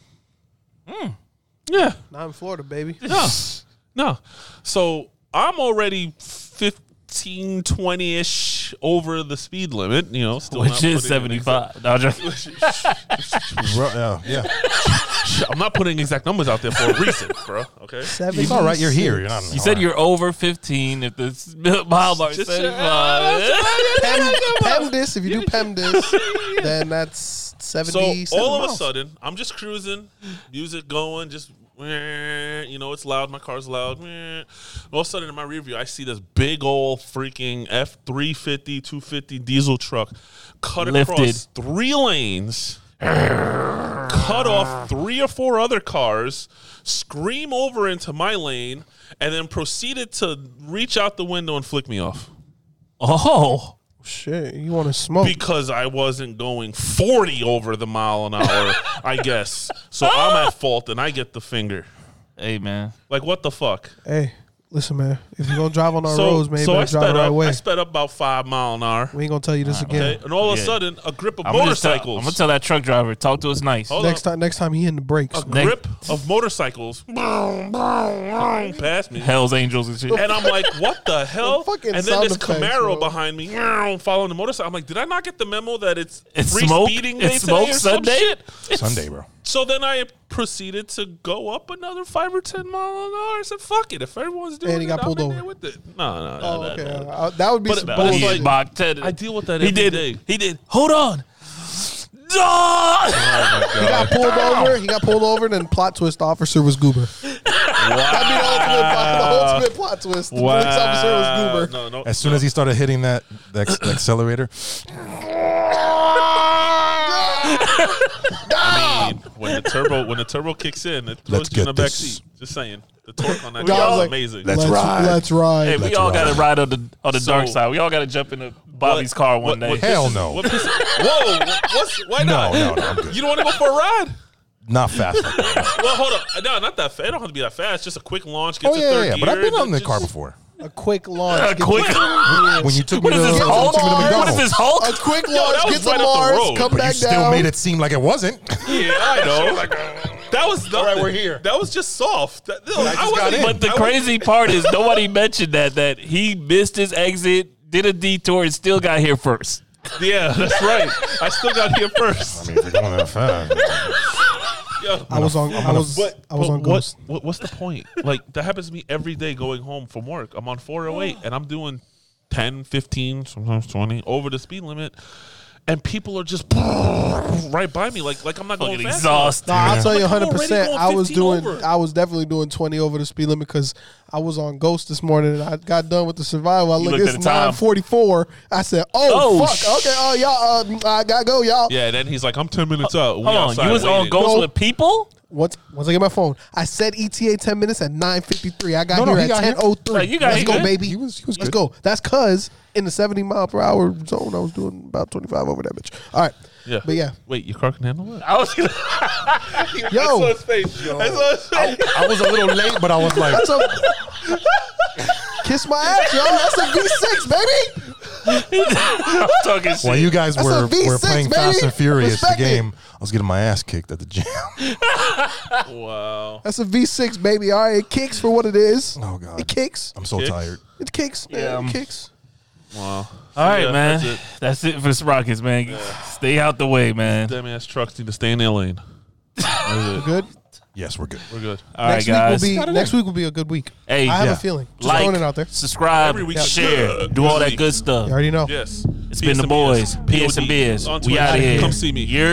Speaker 1: Hmm.
Speaker 2: Yeah.
Speaker 3: not in Florida,
Speaker 2: <laughs>
Speaker 3: baby.
Speaker 1: <laughs>
Speaker 2: No, no. So I'm already 15, 20 ish over the speed limit, you know, still not
Speaker 1: Which is seventy
Speaker 2: putting an
Speaker 1: five. No, I'm
Speaker 2: <laughs>
Speaker 1: just-
Speaker 4: Ru- yeah, <laughs> yeah.
Speaker 2: exact- I'm not putting exact numbers out there for a <laughs> reason, bro. Okay.
Speaker 3: Seven.
Speaker 4: It's all right. You're here. You're not.
Speaker 1: You said you're over fifteen if the s- <laughs> mile mark is
Speaker 2: Just-
Speaker 1: seventy five.
Speaker 3: <laughs> Pem, PEMDIS. If you do PEMDIS, then that's
Speaker 2: So
Speaker 3: seventy.
Speaker 2: all of a
Speaker 3: Oh,
Speaker 2: sudden, I'm just cruising, music going, just meh, you know, it's loud. My car's loud. meh. All of a sudden, in my rear view, I see this big old freaking F 350, 250 diesel truck cut across
Speaker 1: Lifted.
Speaker 2: three lanes, cut off three or four other cars, scream over into my lane, and then proceeded to reach out the window and flick me off
Speaker 1: Oh,
Speaker 3: shit, you want to smoke?
Speaker 2: because I wasn't going 40 over the mile an hour,
Speaker 3: <laughs>
Speaker 2: I guess. So I'm at fault and I get the finger.
Speaker 1: hey man,
Speaker 2: Like what the fuck?
Speaker 3: hey, listen, man. If you're gonna drive on our
Speaker 2: so
Speaker 3: roads, man, you
Speaker 2: so I
Speaker 3: better drive the
Speaker 2: sped
Speaker 3: right
Speaker 2: up.
Speaker 3: way.
Speaker 2: I sped up about five mile an hour.
Speaker 3: we ain't gonna tell you this again.
Speaker 2: Okay, and all of a
Speaker 1: Yeah.
Speaker 2: sudden, a grip of
Speaker 1: I'm gonna, just tell,
Speaker 2: motorcycles.
Speaker 1: I'm gonna tell that truck driver talk to us nice.
Speaker 2: Hold
Speaker 3: Next
Speaker 2: up. Oh,
Speaker 3: time, next time he hitting the brakes.
Speaker 2: a grip of
Speaker 3: <laughs>
Speaker 2: motorcycles past me.
Speaker 1: Hell's Angels and shit.
Speaker 2: And I'm like, what
Speaker 3: <laughs>
Speaker 2: the hell?
Speaker 3: fucking
Speaker 2: and then
Speaker 3: sound
Speaker 2: this
Speaker 3: effects,
Speaker 2: Camaro
Speaker 3: bro.
Speaker 2: behind me following the motorcycle. I'm like, did I not get the memo that it's,
Speaker 1: It's
Speaker 2: free
Speaker 1: smoke-
Speaker 2: speeding day
Speaker 1: it's
Speaker 2: today
Speaker 1: smoke
Speaker 2: or some
Speaker 1: Sunday?
Speaker 2: shit?
Speaker 4: Sunday, bro.
Speaker 2: So then I proceeded to go up another five or ten mile an hour. I said, "Fuck it! If everyone's doing
Speaker 3: And he
Speaker 2: it,
Speaker 3: got pulled
Speaker 2: I'm in
Speaker 3: over.
Speaker 2: there with it." No, no,
Speaker 3: Oh,
Speaker 2: no,
Speaker 3: okay.
Speaker 2: no, no.
Speaker 3: Uh, that would be
Speaker 2: But-
Speaker 3: some
Speaker 2: but
Speaker 3: bullshit.
Speaker 2: it's like-
Speaker 1: He's boxed in.
Speaker 2: I deal with that.
Speaker 1: He
Speaker 2: every
Speaker 1: did.
Speaker 2: day.
Speaker 1: He did. Hold on. Dog!
Speaker 3: he got pulled over. He got pulled over, and then plot twist: the officer was goober.
Speaker 2: <laughs>
Speaker 3: That'd be the ultimate, plot, the ultimate plot twist. The police officer
Speaker 2: Wow.
Speaker 3: was goober.
Speaker 2: No, no.
Speaker 4: As soon as he started hitting that the, <clears throat> acc- the accelerator,
Speaker 2: I mean, when the turbo when the turbo kicks in, it throws
Speaker 4: Let's
Speaker 2: you in the
Speaker 4: get
Speaker 2: back
Speaker 4: this.
Speaker 2: seat. Just saying, the torque on that
Speaker 3: We all
Speaker 2: car is
Speaker 3: like-
Speaker 2: amazing.
Speaker 4: Let's ride.
Speaker 3: Let's ride.
Speaker 1: Hey, we all got to ride on the on the
Speaker 2: So-
Speaker 1: dark side. We all got to jump into Bobby's car one day.
Speaker 4: Hell
Speaker 2: pisses-
Speaker 4: no.
Speaker 2: What pisses, whoa! What's, why
Speaker 4: no,
Speaker 2: not?
Speaker 4: <laughs> no, no, I'm good.
Speaker 2: You don't want to go for a ride?
Speaker 4: Not fast. like <laughs> that.
Speaker 2: Well, hold up. No, not that fast. It don't have to be that fast. Just a quick launch. Get
Speaker 4: Oh
Speaker 2: to
Speaker 4: yeah,
Speaker 2: third
Speaker 4: yeah.
Speaker 2: gear.
Speaker 4: But I've been
Speaker 2: and
Speaker 4: on the
Speaker 2: then
Speaker 4: car
Speaker 2: just-
Speaker 4: before.
Speaker 3: a quick launch.
Speaker 1: A quick-
Speaker 2: <laughs>
Speaker 4: When you took me
Speaker 1: What
Speaker 4: to
Speaker 1: is this
Speaker 2: uh,
Speaker 4: when you
Speaker 1: Hulk?
Speaker 4: took me to
Speaker 1: What is
Speaker 4: McDonald's,
Speaker 1: this Hulk?
Speaker 3: A quick
Speaker 2: that
Speaker 3: launch.
Speaker 2: was
Speaker 3: Get to
Speaker 2: right up the
Speaker 3: Mars.
Speaker 2: road,
Speaker 3: Come
Speaker 4: but you
Speaker 3: back
Speaker 4: still
Speaker 3: down.
Speaker 4: made it seem like it wasn't.
Speaker 2: Yeah, <laughs> I know. that was nothing.
Speaker 4: we're here.
Speaker 2: That was just soft. That, no, I,
Speaker 4: just got
Speaker 2: wasn't-
Speaker 4: in.
Speaker 1: But the
Speaker 2: I was-
Speaker 1: crazy part is nobody mentioned that that he missed his exit, did a detour, and still got here first.
Speaker 2: Yeah, that's right. I still got here <laughs> first.
Speaker 4: I mean, if you're going that fast,
Speaker 2: Yo.
Speaker 3: I was on. I was.
Speaker 2: But,
Speaker 3: I was
Speaker 2: but
Speaker 3: on
Speaker 2: what,
Speaker 3: Ghost.
Speaker 2: what? What's the point? Like that happens to me every day going home from work. I'm on 408 and I'm doing 10, 15, sometimes 20 over the speed limit, and people are just <laughs> right by me. Like like I'm not going
Speaker 1: Fucking
Speaker 2: fast. enough.
Speaker 1: exhausted.
Speaker 3: No, I'll tell you
Speaker 2: Like, I'm
Speaker 3: 100.
Speaker 2: already
Speaker 3: percent
Speaker 2: going
Speaker 3: I was
Speaker 2: 15
Speaker 3: doing.
Speaker 2: over.
Speaker 3: I was definitely doing 20 over the speed limit because I was on Ghost this morning and I got done with the survival. I looked.
Speaker 1: looked at
Speaker 3: It's
Speaker 1: the time.
Speaker 3: 9:44. I said, "Oh,
Speaker 1: Oh,
Speaker 3: fuck.
Speaker 1: sh-
Speaker 3: okay. Oh, y'all. Uh, I gotta go, y'all."
Speaker 2: Yeah, and then he's like, I'm 10 minutes out.
Speaker 1: Uh,
Speaker 2: We
Speaker 1: Hold on,
Speaker 2: outside
Speaker 1: you was on
Speaker 2: waiting.
Speaker 1: goals
Speaker 3: No.
Speaker 1: with
Speaker 3: <laughs>
Speaker 1: people.
Speaker 3: Once once I get my phone, I said ETA ten minutes at nine fifty three. I got
Speaker 4: No, no,
Speaker 3: here
Speaker 4: he
Speaker 3: at
Speaker 4: got here.
Speaker 3: ten oh three.
Speaker 1: Like, you got
Speaker 3: Let's
Speaker 1: here
Speaker 3: go,
Speaker 1: good.
Speaker 3: baby.
Speaker 4: He was- he was
Speaker 3: Let's
Speaker 4: good.
Speaker 3: go. That's cause in the seventy mile per hour zone, I was doing about twenty five over that bitch. All right.
Speaker 2: Yeah.
Speaker 3: But yeah,
Speaker 2: Wait, your car can handle it?
Speaker 1: I was gonna,
Speaker 3: yo,
Speaker 2: face. I saw his face.
Speaker 4: <laughs> I was a little late, but I was like,
Speaker 3: that's a kiss my ass, yo. That's a V six, baby.
Speaker 1: I'm talking shit.
Speaker 4: while you guys
Speaker 3: That's a
Speaker 4: were,
Speaker 3: V6,
Speaker 4: were playing
Speaker 3: baby.
Speaker 4: Fast and Furious, the
Speaker 3: Respect it.
Speaker 4: game, I was getting my ass kicked at the gym. <laughs>
Speaker 2: Wow.
Speaker 3: That's a V six, baby. All right, it kicks for what it is.
Speaker 4: Oh, God.
Speaker 3: it kicks.
Speaker 4: I'm so
Speaker 2: Kicks?
Speaker 4: tired.
Speaker 3: It kicks. man.
Speaker 1: Yeah, um,
Speaker 3: it kicks.
Speaker 2: Wow.
Speaker 1: All right,
Speaker 2: Yeah,
Speaker 1: man.
Speaker 2: that's it.
Speaker 1: That's it. for the Rockets, man. Stay out the way, man.
Speaker 2: Damn ass trucks need to stay in their lane. That's it.
Speaker 3: Good.
Speaker 4: Yes, we're good.
Speaker 2: We're good.
Speaker 1: All right,
Speaker 3: next
Speaker 1: guys.
Speaker 3: week will be next week will be a good week.
Speaker 1: Hey,
Speaker 3: I have
Speaker 1: yeah.
Speaker 3: a feeling. Just
Speaker 1: like,
Speaker 3: throwing it out there.
Speaker 1: subscribe,
Speaker 2: Every week.
Speaker 1: share,
Speaker 2: Yeah.
Speaker 1: do all
Speaker 2: Every
Speaker 1: that
Speaker 2: week.
Speaker 1: good stuff.
Speaker 3: You already know.
Speaker 2: Yes.
Speaker 1: It's been
Speaker 2: E
Speaker 1: the E boys, PS and Beers. We out of here.
Speaker 2: Come see me.
Speaker 1: You're.